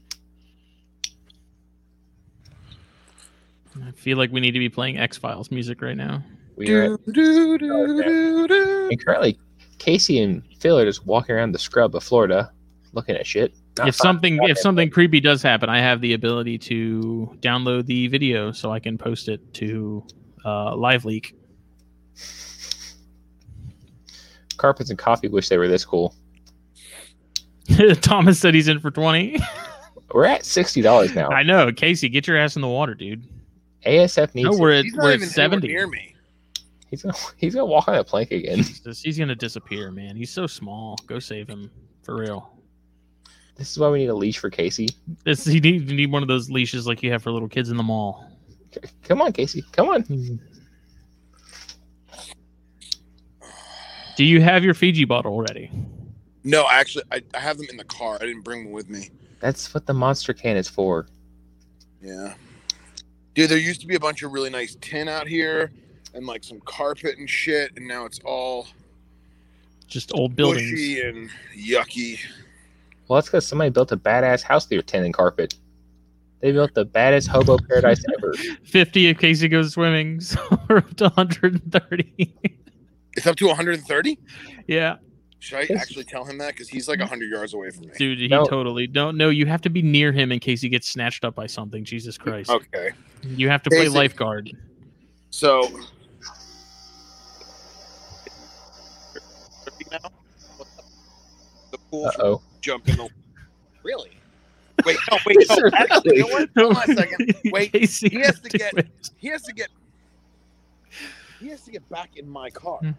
[SPEAKER 2] I feel like we need to be playing X Files music right now.
[SPEAKER 4] We are
[SPEAKER 1] Do, do, do, do, do.
[SPEAKER 4] And currently, Casey and Phil are just walking around the scrub of Florida, looking at shit. Not
[SPEAKER 2] if
[SPEAKER 4] fun.
[SPEAKER 2] something if something creepy does happen, I have the ability to download the video so I can post it to uh, Live Leak.
[SPEAKER 4] carpets and coffee wish they were this cool.
[SPEAKER 2] Thomas said he's in for twenty.
[SPEAKER 4] We're at sixty dollars
[SPEAKER 1] Oh.
[SPEAKER 4] now.
[SPEAKER 2] I know, Casey, get your ass in the water, dude.
[SPEAKER 4] ASF needs.
[SPEAKER 2] No, we're at
[SPEAKER 1] He's not
[SPEAKER 2] we're at
[SPEAKER 1] even
[SPEAKER 2] seventy.
[SPEAKER 1] anywhere near me.
[SPEAKER 4] he's gonna he's gonna walk on that plank again.
[SPEAKER 2] Jesus, he's gonna disappear, man. He's so small. Go save him for real.
[SPEAKER 4] This is why we need a leash for Casey.
[SPEAKER 2] This you need you need one of those leashes like you have for little kids in the mall.
[SPEAKER 4] Come on, Casey. Come on.
[SPEAKER 2] Do you have your Fiji bottle already?
[SPEAKER 1] No, actually, I, I have them in the car. I didn't bring them with me.
[SPEAKER 4] That's what the monster can is for.
[SPEAKER 1] Yeah. Dude, there used to be a bunch of really nice tin out here and like some carpet and shit, and now it's all
[SPEAKER 2] Just old buildings.
[SPEAKER 1] bushy and yucky.
[SPEAKER 4] Well, that's because somebody built a badass house through your tin and carpet. They built the baddest hobo paradise ever.
[SPEAKER 2] 50 if Casey goes swimming, so we're up to 130.
[SPEAKER 1] It's up to 130?
[SPEAKER 2] yeah.
[SPEAKER 1] Should I
[SPEAKER 4] Yes.
[SPEAKER 1] actually tell him that? Because he's like hundred yards away from me.
[SPEAKER 2] Dude, he
[SPEAKER 4] No.
[SPEAKER 2] totally don't know. You have to be near him in case he gets snatched up by something.
[SPEAKER 1] Oh.
[SPEAKER 2] Jesus Christ.
[SPEAKER 1] Okay.
[SPEAKER 2] You have to play
[SPEAKER 1] Basic-
[SPEAKER 2] lifeguard.
[SPEAKER 1] So. Now? The pool
[SPEAKER 4] Uh oh.
[SPEAKER 1] jump in the.
[SPEAKER 3] Really?
[SPEAKER 1] Wait, no, wait, no. Actually, you know what? Hold on a second. Wait,
[SPEAKER 2] Casey
[SPEAKER 1] he has
[SPEAKER 2] got
[SPEAKER 1] to get-
[SPEAKER 2] it.
[SPEAKER 1] He has to get. He has to get back in my car.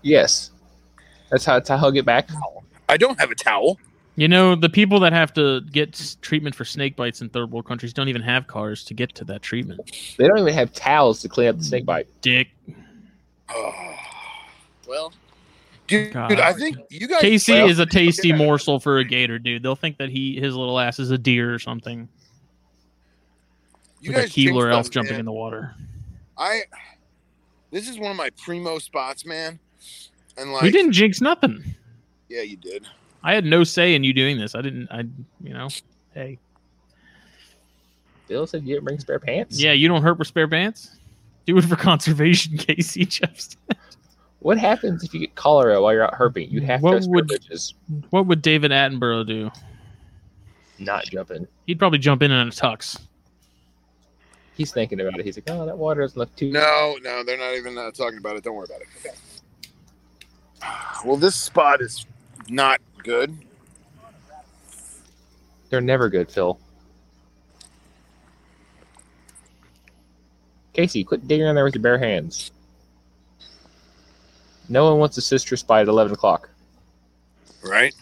[SPEAKER 4] Yes. That's how, that's how he'll get back.
[SPEAKER 1] I don't have a towel.
[SPEAKER 2] You know, the people that have to get s- treatment for snake bites in third world countries don't even have cars to get to that treatment.
[SPEAKER 4] They don't even have towels to clean up the snake bite.
[SPEAKER 2] Dick.
[SPEAKER 3] Well,
[SPEAKER 1] Dude,
[SPEAKER 2] God.
[SPEAKER 1] dude, I think you guys.
[SPEAKER 2] Casey
[SPEAKER 4] well,
[SPEAKER 2] is a tasty
[SPEAKER 1] yeah.
[SPEAKER 2] morsel for a gator, dude. They'll think that he his little ass is a deer or something.
[SPEAKER 1] you
[SPEAKER 2] like a
[SPEAKER 1] guys
[SPEAKER 2] Keebler
[SPEAKER 1] jinxed
[SPEAKER 2] elf
[SPEAKER 1] us,
[SPEAKER 2] jumping
[SPEAKER 1] man.
[SPEAKER 2] in the water.
[SPEAKER 1] I. This is one of my primo spots, man. And like,
[SPEAKER 2] we didn't jinx nothing.
[SPEAKER 1] yeah, you did.
[SPEAKER 2] I had no say in you doing this. I didn't. I, you know, hey,
[SPEAKER 4] Bill said you didn't bring spare pants.
[SPEAKER 2] yeah, you don't hurt with spare pants. Do it for conservation, Casey Jeffs.
[SPEAKER 4] What happens if you get cholera while you're out herping? You have
[SPEAKER 2] What
[SPEAKER 4] to have spare
[SPEAKER 2] would-
[SPEAKER 4] bridges.
[SPEAKER 2] What would David Attenborough do?
[SPEAKER 4] Not jumping.
[SPEAKER 2] He'd probably jump in in a tux.
[SPEAKER 4] He's thinking about it. He's like, oh, that water doesn't look too.
[SPEAKER 1] No, no, they're not even uh, talking about it. Don't worry about it. Well, this spot is not good.
[SPEAKER 4] They're never good, Phil. Casey, quit digging in there with your bare hands. No one wants a sister spy at 11 o'clock.
[SPEAKER 1] right?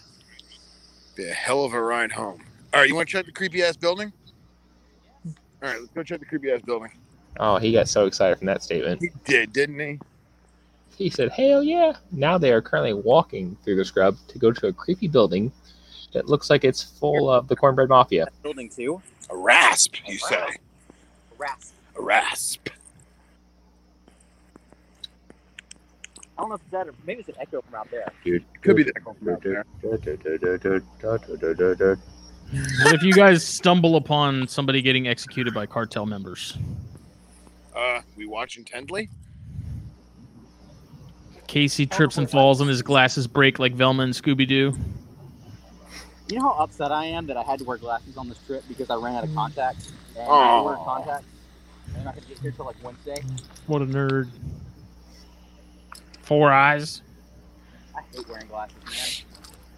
[SPEAKER 1] Be a hell of a ride home. All right, you want to check the creepy ass building? All right, let's go check the creepy ass building.
[SPEAKER 4] Oh, he got so excited from that statement.
[SPEAKER 1] He did, didn't he?
[SPEAKER 4] He said, Hell yeah. Now they are currently walking through the scrub to go to a creepy building that looks like it's full of the cornbread mafia.
[SPEAKER 3] building two.
[SPEAKER 1] A rasp, you
[SPEAKER 3] A
[SPEAKER 1] say?
[SPEAKER 3] rasp. Rasp.
[SPEAKER 1] A rasp.
[SPEAKER 3] I don't know if it's that or maybe it's an echo from out there.
[SPEAKER 1] Could be the echo from out there.
[SPEAKER 6] Dude,
[SPEAKER 2] What if you guys stumble upon somebody getting executed by cartel members?
[SPEAKER 1] Uh, we watch intently.
[SPEAKER 2] Casey trips and falls, and his glasses break like Velma and Scooby Doo.
[SPEAKER 7] You know how upset I am that I had to wear glasses on this trip because I ran
[SPEAKER 4] Mm.
[SPEAKER 7] out of contacts. And
[SPEAKER 1] Aw.
[SPEAKER 7] I ordered contacts, and I'm not gonna get here till like Wednesday.
[SPEAKER 2] What a nerd. Four eyes.
[SPEAKER 7] I hate wearing glasses,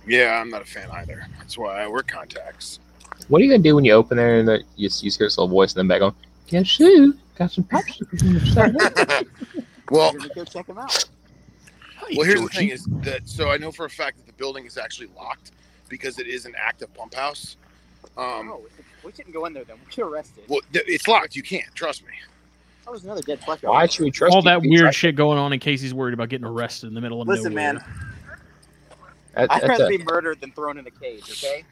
[SPEAKER 1] Yeah, I'm not a fan either. That's why I wear contacts.
[SPEAKER 4] What are you going to do when you open there and the, you, s- you hear this little voice in the back going, Guess who? Got some popsicles in the side."
[SPEAKER 1] well,
[SPEAKER 7] man. We're gonna go check them out.
[SPEAKER 1] well, here's the thing: is that so I know for a fact that the building is actually locked because it is an active pump house. Um,
[SPEAKER 7] Oh, we shouldn't go in there then. We get arrested.
[SPEAKER 1] well, th- it's locked. You can't trust me.
[SPEAKER 7] Oh, there's another dead flesh.
[SPEAKER 4] Why should we trust
[SPEAKER 2] All
[SPEAKER 4] you?
[SPEAKER 2] that
[SPEAKER 4] We
[SPEAKER 2] weird
[SPEAKER 4] trust-
[SPEAKER 2] shit going on, and Casey's worried about getting arrested in the middle of
[SPEAKER 7] Listen,
[SPEAKER 2] nowhere.
[SPEAKER 7] man,
[SPEAKER 4] That-
[SPEAKER 7] I'd
[SPEAKER 4] that's
[SPEAKER 7] rather
[SPEAKER 4] a-
[SPEAKER 7] be murdered than thrown in a cage. Okay.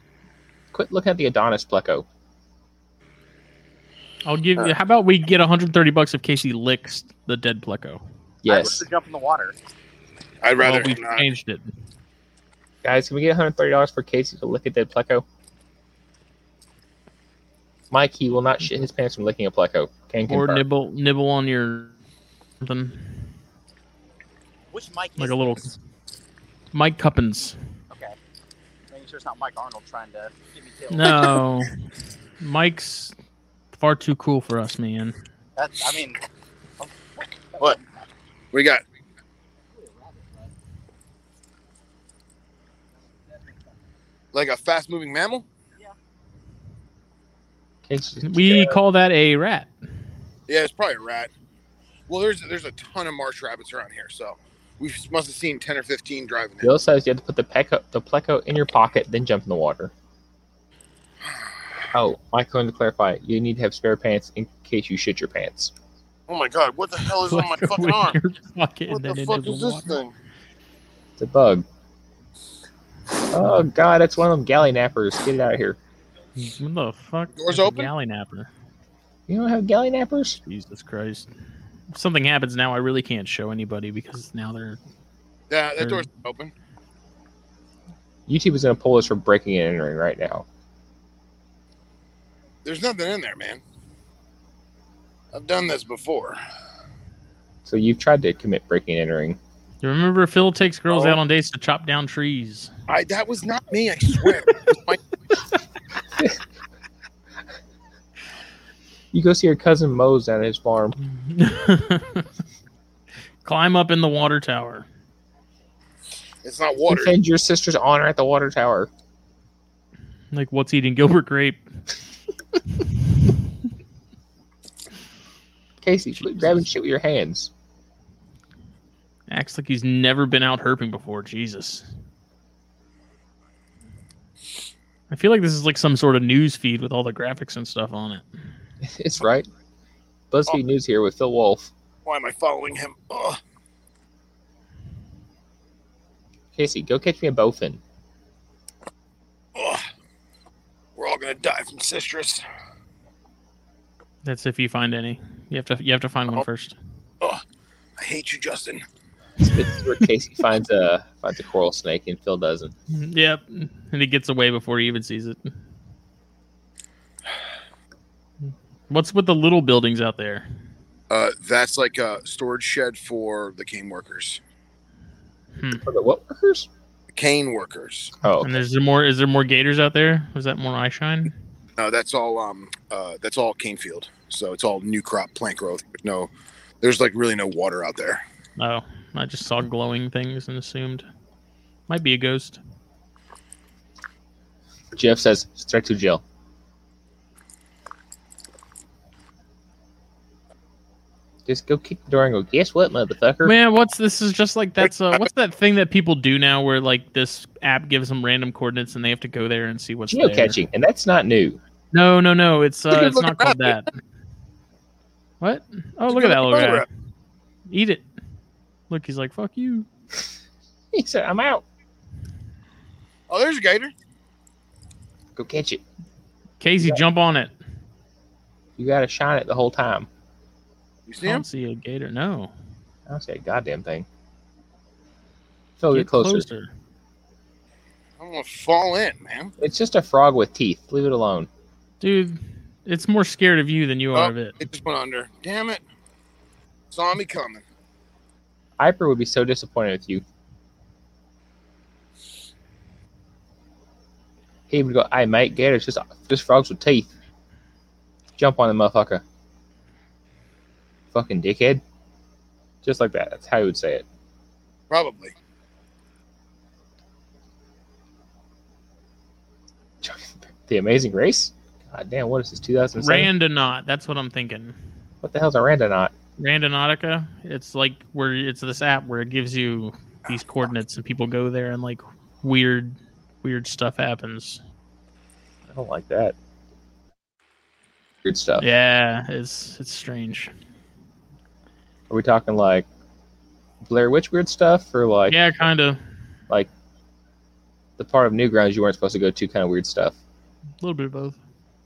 [SPEAKER 4] quit looking at the Adonis pleco.
[SPEAKER 2] I'll give
[SPEAKER 7] Uh.
[SPEAKER 2] you. How about we get 130 bucks if Casey licks the dead pleco?
[SPEAKER 4] Yes.
[SPEAKER 7] I'd rather jump in the water.
[SPEAKER 1] I'd rather
[SPEAKER 2] Well, we've
[SPEAKER 1] not.
[SPEAKER 2] changed it.
[SPEAKER 4] Guys, can we get $130 for Casey to lick a dead pleco? Mike, he will not shit his pants from licking a pleco. Can
[SPEAKER 2] Or
[SPEAKER 4] confirm.
[SPEAKER 2] nibble, nibble on your something
[SPEAKER 7] Which Mike?
[SPEAKER 2] like
[SPEAKER 7] is
[SPEAKER 2] a little
[SPEAKER 7] this?
[SPEAKER 2] Mike Cuppins.
[SPEAKER 7] Okay. Making sure it's not Mike Arnold trying to give me kills.
[SPEAKER 2] No, Mike's far too cool for us, man.
[SPEAKER 7] That's. I mean.
[SPEAKER 1] What? We got like a fast-moving mammal.
[SPEAKER 4] Casey's-
[SPEAKER 2] We call that a rat.
[SPEAKER 1] Yeah, it's probably a rat. Well, there's there's a ton of marsh rabbits around here, so we must have seen ten or fifteen driving in.
[SPEAKER 4] Bill says you have to put the pleco, the pleco in your pocket, then jump in the water. Oh, Mike, wanted to clarify, you need to have spare pants in case you shit your pants.
[SPEAKER 1] Oh my god, what the hell is on my
[SPEAKER 2] Like,
[SPEAKER 1] fucking
[SPEAKER 2] with
[SPEAKER 1] arm?
[SPEAKER 2] your pocket
[SPEAKER 1] What
[SPEAKER 2] and then
[SPEAKER 1] the
[SPEAKER 2] into
[SPEAKER 1] fuck is
[SPEAKER 2] the
[SPEAKER 1] this
[SPEAKER 2] water.
[SPEAKER 1] thing?
[SPEAKER 4] It's a bug. Oh god, that's one of them galley nappers. Get it out of here.
[SPEAKER 2] What the fuck?
[SPEAKER 1] Doors
[SPEAKER 2] is a
[SPEAKER 1] open?
[SPEAKER 2] Galley napper.
[SPEAKER 4] You don't have galley nappers?
[SPEAKER 2] Jesus Christ. If something happens now, I really can't show anybody because now they're
[SPEAKER 1] Yeah, that
[SPEAKER 2] Sure.
[SPEAKER 1] door's open.
[SPEAKER 4] YouTube is gonna pull us for breaking and entering right now.
[SPEAKER 1] There's nothing in there, man. I've done this before.
[SPEAKER 4] So you've tried to commit breaking and entering.
[SPEAKER 2] You remember Phil takes girls
[SPEAKER 1] Oh.
[SPEAKER 2] out on dates to chop down trees.
[SPEAKER 1] I that was not me. I swear. It was my-
[SPEAKER 4] You go see your cousin Moe's down at his farm.
[SPEAKER 2] Climb up in the water tower.
[SPEAKER 1] it's not water.
[SPEAKER 4] Defend your sister's honor at the water tower.
[SPEAKER 2] Like what's eating Gilbert Grape?
[SPEAKER 4] Casey, quit grabbing shit with your hands.
[SPEAKER 2] Acts like he's never been out herping before. Jesus. I feel like this is like some sort of news feed with all the graphics and stuff on it.
[SPEAKER 4] It's right. BuzzFeed News here with Phil Wolf.
[SPEAKER 1] Why am I following him? Ugh.
[SPEAKER 4] Casey, go catch me a bowfin.
[SPEAKER 1] Ugh. We're all gonna die from citrus.
[SPEAKER 2] That's if you find any. You have to you have to find one
[SPEAKER 1] Oh.
[SPEAKER 2] first.
[SPEAKER 1] I hate you, Justin.
[SPEAKER 4] This is where Casey finds a finds a coral snake and Phil doesn't.
[SPEAKER 2] Yep. And he gets away before he even sees it. What's with the little buildings out there?
[SPEAKER 1] Uh, that's like a storage shed for the cane workers.
[SPEAKER 4] For the what workers?
[SPEAKER 1] Cane workers.
[SPEAKER 4] Oh,
[SPEAKER 2] And there's there more is there more gators out there? Was that more eye shine?
[SPEAKER 1] No, that's all. Um, uh, that's all cane field. So it's all new crop plant growth. No, there's like really no water out there.
[SPEAKER 2] Oh, I just saw glowing things and assumed. Might be a ghost.
[SPEAKER 4] Jeff says straight to jail. Just go kick the door and go. Guess what, motherfucker?
[SPEAKER 2] Man, what's this is just like that's uh what's that thing that people do now where like this app gives them random coordinates and they have to go there and see what's there.
[SPEAKER 4] Geocaching, and that's not new.
[SPEAKER 2] No, no, no. It's
[SPEAKER 1] Look
[SPEAKER 2] uh,
[SPEAKER 1] at
[SPEAKER 2] it's not
[SPEAKER 1] Logoraph.
[SPEAKER 2] called that. What? Oh, look at that little guy.
[SPEAKER 1] Logoraph.
[SPEAKER 2] Eat it. Look, he's like, "Fuck you."
[SPEAKER 4] He said, "I'm out.
[SPEAKER 1] Oh, there's a gator.
[SPEAKER 4] Go catch it.
[SPEAKER 2] Casey, jump on it.
[SPEAKER 4] You gotta shine it the whole time."
[SPEAKER 1] You
[SPEAKER 2] I
[SPEAKER 1] see him?
[SPEAKER 2] Don't see a gator. No.
[SPEAKER 4] I don't see a goddamn thing. Phil, get,
[SPEAKER 2] Get
[SPEAKER 4] Oh, closer.
[SPEAKER 2] closer.
[SPEAKER 1] I'm gonna fall in, man.
[SPEAKER 4] It's just a frog with teeth. Leave it alone.
[SPEAKER 2] dude. It's more scared of you than you are
[SPEAKER 1] Oh.
[SPEAKER 2] of it.
[SPEAKER 1] It just went under. Damn it. Saw me coming.
[SPEAKER 4] Hyper would be so disappointed with you. He would go, "Hey mate, gators just just frogs with teeth. Jump on the motherfucker, fucking dickhead." Just like that. That's how he would say it.
[SPEAKER 1] Probably.
[SPEAKER 4] The Amazing Race. God damn, what is this? 2007.
[SPEAKER 2] Randonaut. That's what I'm thinking.
[SPEAKER 4] What the hell's a randonaut?
[SPEAKER 2] Randonautica. It's like where it's this app where it gives you these coordinates and people go there and like weird, weird stuff happens.
[SPEAKER 4] I don't like that. Weird stuff.
[SPEAKER 2] Yeah, it's it's strange.
[SPEAKER 4] Are we talking like Blair Witch weird stuff, or like
[SPEAKER 2] Yeah, kind of.
[SPEAKER 4] the part of Newgrounds you weren't supposed to go to, kind of weird stuff?
[SPEAKER 2] A little bit of both.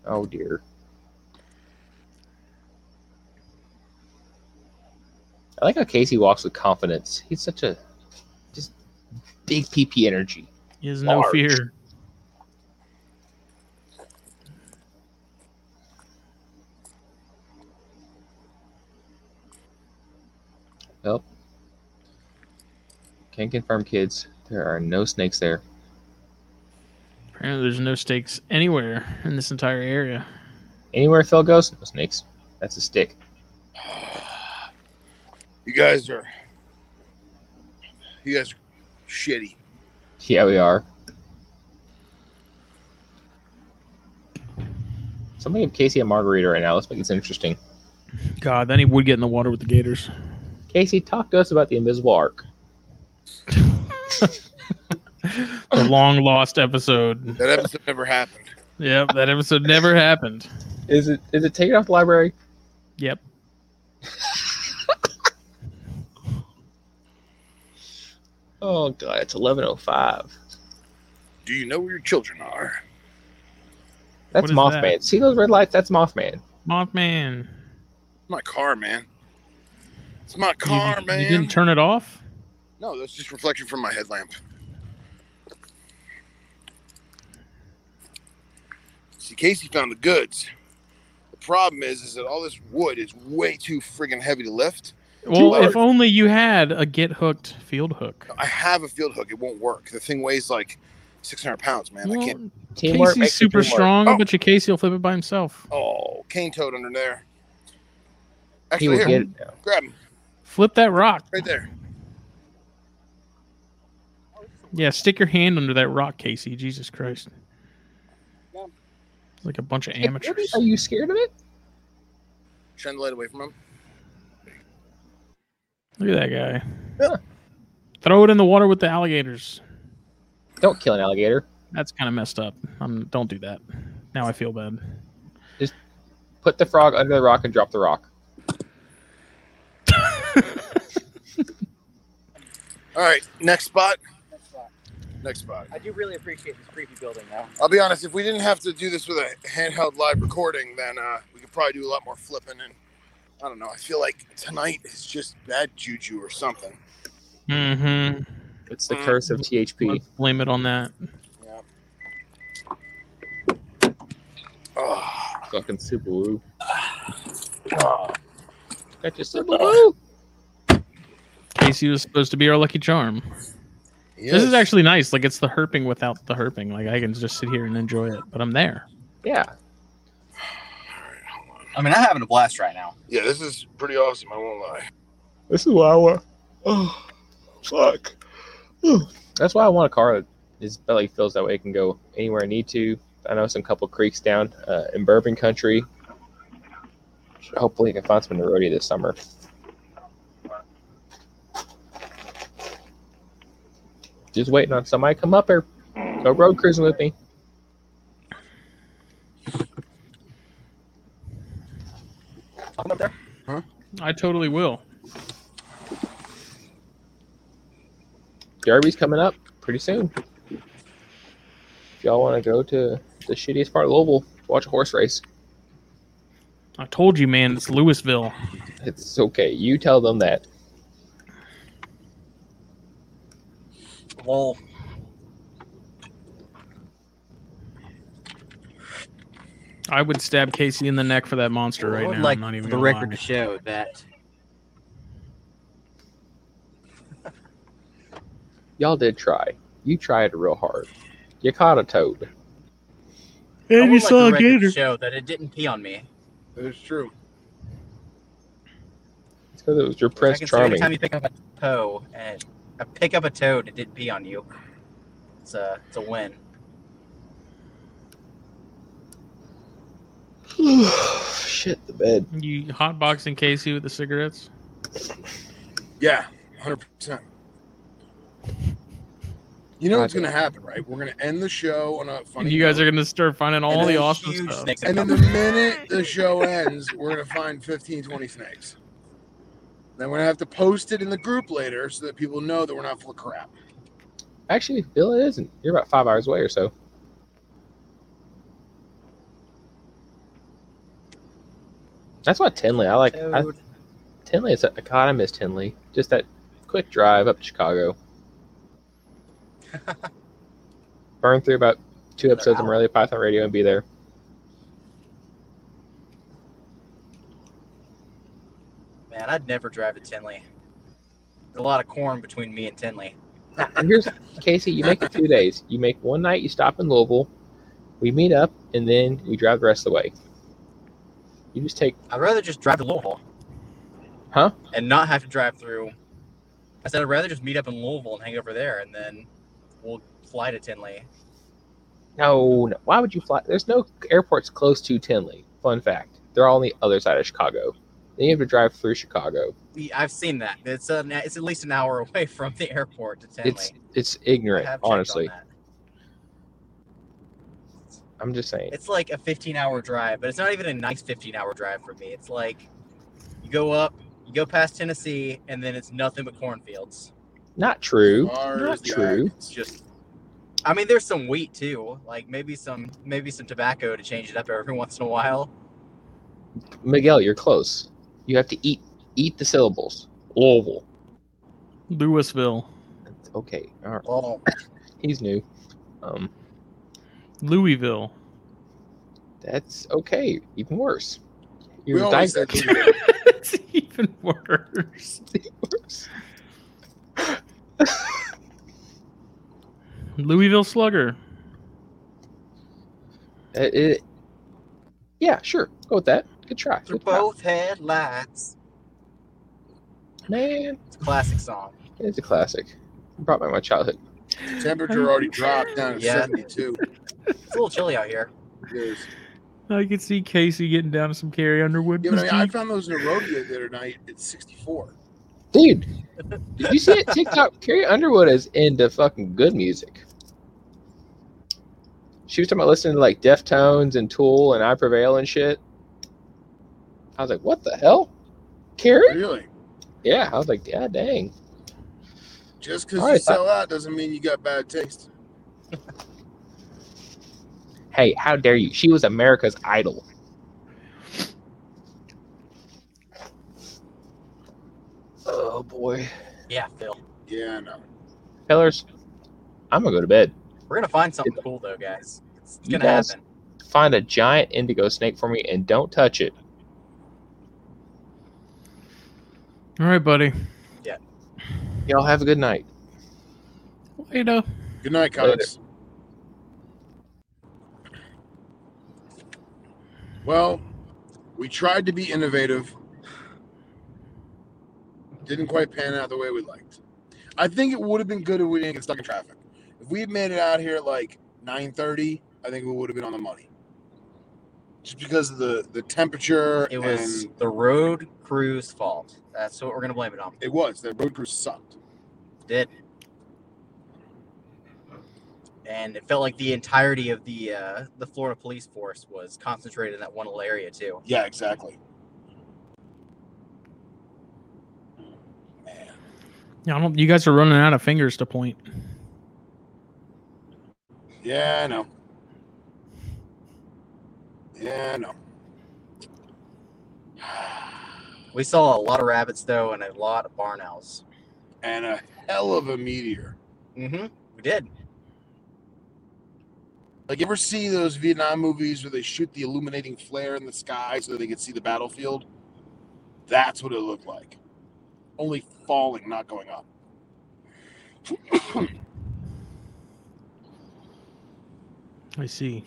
[SPEAKER 4] Oh dear. I like how Casey walks with confidence. He's such a just big PP energy.
[SPEAKER 2] He has no
[SPEAKER 4] Large.
[SPEAKER 2] fear.
[SPEAKER 4] Can confirm, kids, there are no snakes there.
[SPEAKER 2] Apparently, there's no stakes anywhere in this entire area.
[SPEAKER 4] Anywhere Phil goes, no snakes. That's a stick.
[SPEAKER 1] You guys are. You guys are shitty.
[SPEAKER 4] Yeah, we are. Somebody give Casey a margarita right now. Let's make this interesting.
[SPEAKER 2] God, then he would get in the water with the gators.
[SPEAKER 4] Casey, talk to us about the invisible arc.
[SPEAKER 2] The long lost episode.
[SPEAKER 1] That episode never happened.
[SPEAKER 2] Yep, that episode never happened.
[SPEAKER 4] Is it is it taken off the library?
[SPEAKER 2] Yep.
[SPEAKER 4] Oh god, it's eleven oh five.
[SPEAKER 1] Do you know where your children are?
[SPEAKER 2] What
[SPEAKER 4] That's
[SPEAKER 2] is
[SPEAKER 4] Mothman.
[SPEAKER 2] that?
[SPEAKER 4] See those red lights? That's Mothman.
[SPEAKER 2] Mothman.
[SPEAKER 1] My car, man. It's my
[SPEAKER 2] You-
[SPEAKER 1] car,
[SPEAKER 2] you,
[SPEAKER 1] man.
[SPEAKER 2] didn't turn it off?
[SPEAKER 1] no, that's just reflection from my headlamp. See, Casey found the goods. The problem is, is that all this wood is way too friggin' heavy to lift,
[SPEAKER 2] Well, if only you had a get hooked field hook.
[SPEAKER 1] I have a field hook. It won't work. The thing weighs like 600 pounds, man. I
[SPEAKER 2] Well,
[SPEAKER 1] can't.
[SPEAKER 4] Teamwork
[SPEAKER 2] Casey's
[SPEAKER 4] makes the
[SPEAKER 2] super
[SPEAKER 4] dream work.
[SPEAKER 2] strong,
[SPEAKER 1] Oh.
[SPEAKER 2] but your Casey will flip it by himself.
[SPEAKER 1] Oh, cane toad under there.
[SPEAKER 4] He
[SPEAKER 1] Actually,
[SPEAKER 4] will
[SPEAKER 1] here,
[SPEAKER 4] get it.
[SPEAKER 1] grab him
[SPEAKER 2] Flip that rock.
[SPEAKER 1] right there.
[SPEAKER 2] Yeah, stick your hand under that rock, Casey. Jesus Christ.
[SPEAKER 5] Yeah.
[SPEAKER 2] It's like a bunch of amateurs.
[SPEAKER 4] Are you scared of it?
[SPEAKER 1] Shine the light away from him.
[SPEAKER 2] Look at that guy.
[SPEAKER 4] Yeah.
[SPEAKER 2] Throw it in the water with the alligators.
[SPEAKER 4] Don't kill an alligator.
[SPEAKER 2] That's kind of messed up. Um, don't do that. Now I feel bad.
[SPEAKER 4] Put the frog under the rock and drop the rock.
[SPEAKER 1] All right, next spot.
[SPEAKER 7] That's fine.
[SPEAKER 1] Next spot.
[SPEAKER 7] I do really appreciate this creepy building, though.
[SPEAKER 1] I'll be honest. If we didn't have to do this with a handheld live recording, then uh, we could probably do a lot more flipping. And I don't know. I feel like tonight is just bad juju or something.
[SPEAKER 2] Mm-hmm.
[SPEAKER 4] It's the curse of THP.
[SPEAKER 2] Let's blame it on that.
[SPEAKER 1] Oh,
[SPEAKER 4] Fucking Subaru. Got your
[SPEAKER 1] Subaru.
[SPEAKER 2] Casey was supposed to be our lucky charm. This is actually nice. Like it's the herping without the herping. Like I can just sit here and enjoy it, but I'm there.
[SPEAKER 4] Yeah.
[SPEAKER 3] I mean, I'm having a blast right now.
[SPEAKER 1] yeah. This is pretty awesome. I won't lie.
[SPEAKER 4] This is why I want. Oh, fuck. That's why I want a car that is belly feels that way. It can go anywhere I need to. I know some couple creeks down uh, in Bourbon Country. Hopefully, I can find some in the roadie this summer. Just waiting on somebody to come up here. Go road cruising with me. Up there.
[SPEAKER 2] I totally will.
[SPEAKER 4] Derby's coming up pretty soon. If y'all want to go to the shittiest part of Louisville, watch a horse race.
[SPEAKER 2] I told you, man. It's Louisville.
[SPEAKER 4] It's okay. You tell them that.
[SPEAKER 3] Well,
[SPEAKER 2] I would stab Casey in the neck for that monster
[SPEAKER 3] I
[SPEAKER 2] right
[SPEAKER 3] would
[SPEAKER 2] now.
[SPEAKER 3] like
[SPEAKER 2] I'm not even
[SPEAKER 3] the
[SPEAKER 2] gonna
[SPEAKER 3] record
[SPEAKER 2] lie.
[SPEAKER 3] to show that
[SPEAKER 4] Y'all did try. You tried real hard. You caught a toad.
[SPEAKER 3] I
[SPEAKER 2] And you
[SPEAKER 3] would
[SPEAKER 2] saw
[SPEAKER 3] like the
[SPEAKER 2] a
[SPEAKER 3] record to
[SPEAKER 2] gator.
[SPEAKER 3] show that it didn't pee on me.
[SPEAKER 1] That is true.
[SPEAKER 4] It's because it was your
[SPEAKER 3] Which I
[SPEAKER 4] Prince
[SPEAKER 3] can say every
[SPEAKER 4] Charming.
[SPEAKER 3] time you pick up a toe and I pick up a toad, it didn't pee on you. It's a it's a win.
[SPEAKER 4] Shit, the bed.
[SPEAKER 2] You hotboxing Casey with the cigarettes?
[SPEAKER 1] Yeah, hundred percent. You know what's
[SPEAKER 4] Roger.
[SPEAKER 1] gonna happen, right? We're gonna end the show on a funny.
[SPEAKER 2] And you guys
[SPEAKER 1] note,
[SPEAKER 2] are gonna start finding all
[SPEAKER 3] And
[SPEAKER 2] the
[SPEAKER 3] then
[SPEAKER 2] awesome
[SPEAKER 3] huge
[SPEAKER 2] stuff.
[SPEAKER 3] snakes
[SPEAKER 1] And then the minute the show ends, we're gonna find 15, 20 snakes. Then we're gonna have to post it in the group later so that people know that we're not full of crap.
[SPEAKER 4] Actually, Bill, it isn't. You're about five hours away or so. That's why Tinley. I like. I,
[SPEAKER 3] Toad.
[SPEAKER 4] Tinley is. a- God, I miss Tinley. Just that quick drive up to Chicago. Burn through about two episodes of Morelia Python Radio and be there.
[SPEAKER 3] Man, I'd never drive to Tinley. There's a lot of corn between me and Tinley.
[SPEAKER 4] And here's Casey. You make it two days. You make one night. You stop in Louisville. We meet up, and then we drive the rest of the way. You just take.
[SPEAKER 3] I'd rather just drive to Louisville.
[SPEAKER 4] Huh?
[SPEAKER 3] And not have to drive through. I said I'd rather just meet up in Louisville and hang over there, and then we'll fly to Tinley.
[SPEAKER 4] No, no. Why would you fly? There's no airports close to Tinley. Fun fact. They're all on the other side of Chicago. Then you have to drive through Chicago.
[SPEAKER 3] Yeah, I've seen that. It's an, it's at least an hour away from the airport to Tinley.
[SPEAKER 4] It's it's
[SPEAKER 3] I
[SPEAKER 4] ignorant,
[SPEAKER 3] have checked on
[SPEAKER 4] honestly.
[SPEAKER 3] that.
[SPEAKER 4] I'm just saying.
[SPEAKER 3] It's like a 15 hour drive, but it's not even a nice 15 hour drive for me. It's like you go up, you go past Tennessee, and then it's nothing but cornfields.
[SPEAKER 4] Not true.
[SPEAKER 1] Far
[SPEAKER 4] Not
[SPEAKER 1] as the
[SPEAKER 4] true.
[SPEAKER 1] eye.
[SPEAKER 3] It's just, I mean, there's some wheat too, like maybe some maybe some tobacco to change it up every once in a while.
[SPEAKER 4] Miguel, you're close. You have to eat eat the syllables. Louisville.
[SPEAKER 2] Louisville.
[SPEAKER 4] Okay. All right.
[SPEAKER 3] Oh,
[SPEAKER 4] He's new. Um,
[SPEAKER 2] Louisville.
[SPEAKER 4] that's okay. Even worse.
[SPEAKER 1] We
[SPEAKER 4] Your
[SPEAKER 1] always
[SPEAKER 4] diaper-
[SPEAKER 1] said-
[SPEAKER 2] it's even worse. Louisville Slugger.
[SPEAKER 4] it, it- yeah, sure. Go with that. Good try.
[SPEAKER 3] Through
[SPEAKER 4] Good try.
[SPEAKER 3] both headlights.
[SPEAKER 4] Man,
[SPEAKER 3] It's a classic song.
[SPEAKER 4] it's a classic. Brought back my childhood.
[SPEAKER 1] Temperature already dropped down to
[SPEAKER 3] Yeah.
[SPEAKER 1] 72.
[SPEAKER 3] It's a little chilly out here.
[SPEAKER 1] Yes.
[SPEAKER 2] I could see Casey getting down some Carrie Underwood.
[SPEAKER 1] Yeah, but I, mean, I found those in a rodeo the other night at 64.
[SPEAKER 4] Dude, did you see it? TikTok, Carrie Underwood is into fucking good music. She was talking about listening to like Deftones and Tool and I Prevail and shit. I was like, what the hell? Carrie?
[SPEAKER 1] Really?
[SPEAKER 4] Yeah, I was like, yeah, dang.
[SPEAKER 1] Just because
[SPEAKER 4] All
[SPEAKER 1] you
[SPEAKER 4] right.
[SPEAKER 1] sell out doesn't mean you got bad taste.
[SPEAKER 4] Hey, how dare you? She was America's idol. Oh boy.
[SPEAKER 3] Yeah, Phil.
[SPEAKER 1] Yeah, I know.
[SPEAKER 4] Pillars, I'm gonna go to bed.
[SPEAKER 3] We're gonna find something cool though, guys. It's, it's
[SPEAKER 4] You
[SPEAKER 3] gonna
[SPEAKER 4] guys-
[SPEAKER 3] happen.
[SPEAKER 4] Find a giant indigo snake for me and don't touch it.
[SPEAKER 2] All right, buddy.
[SPEAKER 4] Y'all have a good night.
[SPEAKER 2] Later.
[SPEAKER 1] Good night, Cox. Well, we tried to be innovative. Didn't quite pan out the way we liked. I think it would have been good if we didn't get stuck in traffic. If we had made it out here at like 9:30, I think we would have been on the money. Just because of the the temperature
[SPEAKER 3] It was
[SPEAKER 1] and
[SPEAKER 3] the road crew's fault. That's what we're gonna blame it on.
[SPEAKER 1] it was the road crew sucked.
[SPEAKER 3] did. And it felt like the entirety of the uh, the Florida police force was concentrated in that one little area too.
[SPEAKER 1] Yeah, exactly. Man.
[SPEAKER 2] Yeah, I don't, you guys are running out of fingers to point.
[SPEAKER 1] Yeah, I know. Yeah, I know.
[SPEAKER 3] We saw a lot of rabbits though, and a lot of barn owls.
[SPEAKER 1] And a hell of a meteor.
[SPEAKER 3] Mm-hmm. We did.
[SPEAKER 1] Like, you ever see those Vietnam movies where they shoot the illuminating flare in the sky so they can see the battlefield? That's what it looked like. Only falling, not going up.
[SPEAKER 2] I see.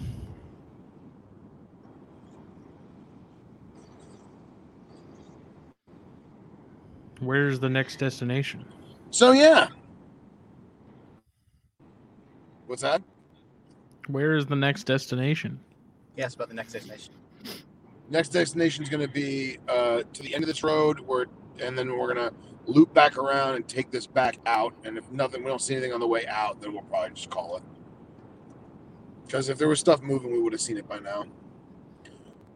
[SPEAKER 2] Where's the next destination?
[SPEAKER 1] So, yeah. What's that?
[SPEAKER 2] Where is the next destination?
[SPEAKER 3] Yes, about the next destination.
[SPEAKER 1] Next destination is going to be uh, to the end of this road, where, and then we're going to loop back around and take this back out. And if nothing, we don't see anything on the way out, then we'll probably just call it. Because if there was stuff moving, we would have seen it by now.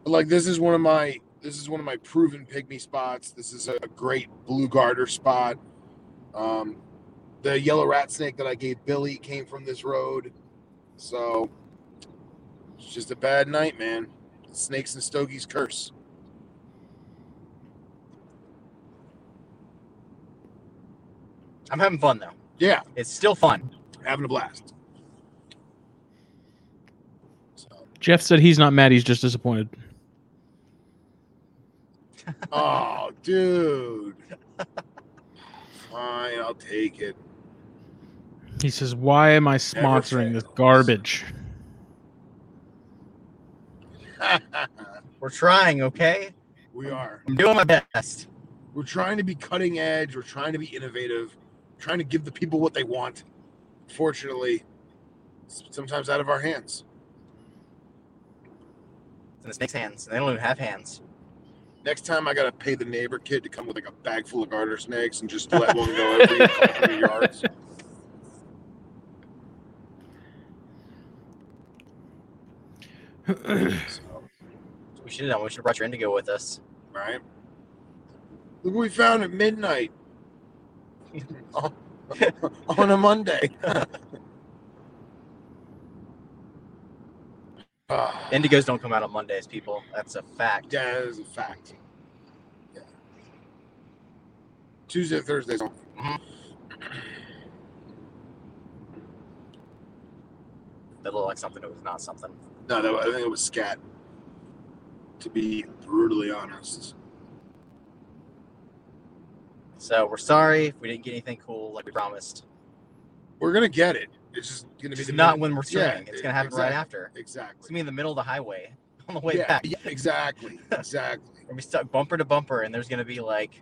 [SPEAKER 1] But like this is one of my this is one of my proven pygmy spots. This is a great blue garter spot. Um, the yellow rat snake that I gave Billy came from this road, so it's just a bad night, man. Snakes and Stogies curse.
[SPEAKER 3] I'm having fun though.
[SPEAKER 1] Yeah,
[SPEAKER 3] It's still fun.
[SPEAKER 1] having a blast. So,
[SPEAKER 2] Jeff said he's not mad, he's just disappointed.
[SPEAKER 1] oh, dude. Fine, I'll take it.
[SPEAKER 2] He says, Why am I sponsoring this
[SPEAKER 1] fails.
[SPEAKER 2] garbage?
[SPEAKER 3] We're trying, okay?
[SPEAKER 1] we are.
[SPEAKER 3] I'm doing my best.
[SPEAKER 1] We're trying to be cutting edge. We're trying to be innovative. trying to give the people what they want. Fortunately, s- sometimes out of our hands.
[SPEAKER 3] It's in the snake's hands. They don't even have hands.
[SPEAKER 1] Next time, I gotta pay the neighbor kid to come with like a bag full of garter snakes and just let one go every couple hundred yards. So.
[SPEAKER 3] We should have done. We should have brought your indigo with us.
[SPEAKER 1] right? Look what we found at midnight on a Monday. Ah,
[SPEAKER 3] Indigos don't come out on Mondays, people. That's a fact.
[SPEAKER 1] that is a fact. Yeah. Tuesday and Thursdays only.
[SPEAKER 3] That looked like something that was not something.
[SPEAKER 1] No, that, I think it was scat. to be brutally honest.
[SPEAKER 3] So we're sorry if we didn't get anything cool like we promised.
[SPEAKER 1] We're gonna get it. It's just gonna be
[SPEAKER 3] It's
[SPEAKER 1] the
[SPEAKER 3] not
[SPEAKER 1] minute-
[SPEAKER 3] when we're
[SPEAKER 1] Yeah,
[SPEAKER 3] streaming. it's gonna happen right
[SPEAKER 1] exactly.
[SPEAKER 3] after. It's
[SPEAKER 1] Exactly.
[SPEAKER 3] gonna be in the middle of the highway on the way
[SPEAKER 1] yeah,
[SPEAKER 3] back.
[SPEAKER 1] yeah, exactly. Exactly.
[SPEAKER 3] We're gonna be stuck bumper to bumper, and there's gonna be like,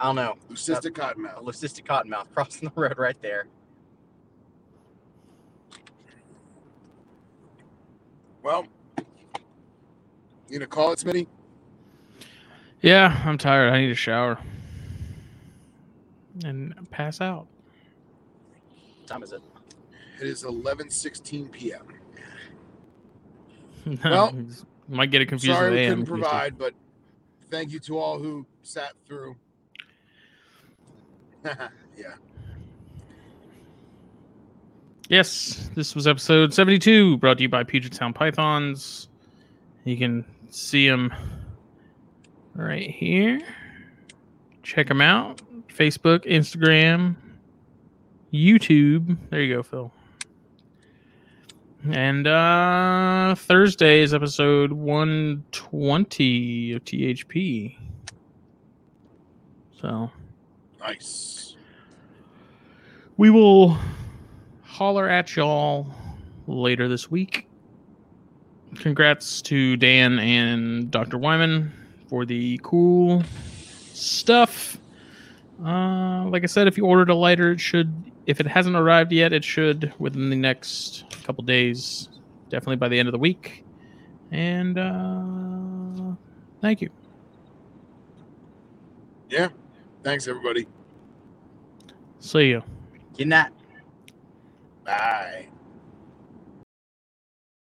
[SPEAKER 3] I don't know,
[SPEAKER 1] Lucista
[SPEAKER 3] a
[SPEAKER 1] Cottonmouth.
[SPEAKER 3] leucistic cottonmouth crossing the road right there.
[SPEAKER 1] Well, you gonna call it, Smitty?
[SPEAKER 2] Yeah, I'm tired. I need a shower and pass out.
[SPEAKER 3] What time is it?
[SPEAKER 1] It is 11:16 p.m.
[SPEAKER 2] No,
[SPEAKER 1] Well,
[SPEAKER 2] it's- might get it confused.
[SPEAKER 1] Sorry
[SPEAKER 2] with
[SPEAKER 1] we
[SPEAKER 2] AM
[SPEAKER 1] couldn't
[SPEAKER 2] if you see.
[SPEAKER 1] provide, but thank you to all who sat through. yeah.
[SPEAKER 2] Yes, this was episode 72, brought to you by Puget Sound Pythons. You can see them right here. Check them out Facebook, Instagram, YouTube. There you go, Phil. And uh, Thursday's episode 120 of THP. So
[SPEAKER 1] Nice.
[SPEAKER 2] we will holler at y'all later this week. Congrats to Dan and Dr. Wyman for the cool stuff. Uh, like I said, if you ordered a lighter, it should, if it hasn't arrived yet, it should within the next couple days, definitely by the end of the week. And uh, thank you.
[SPEAKER 1] Thanks everybody.
[SPEAKER 2] See you.
[SPEAKER 3] Good night.
[SPEAKER 1] Bye.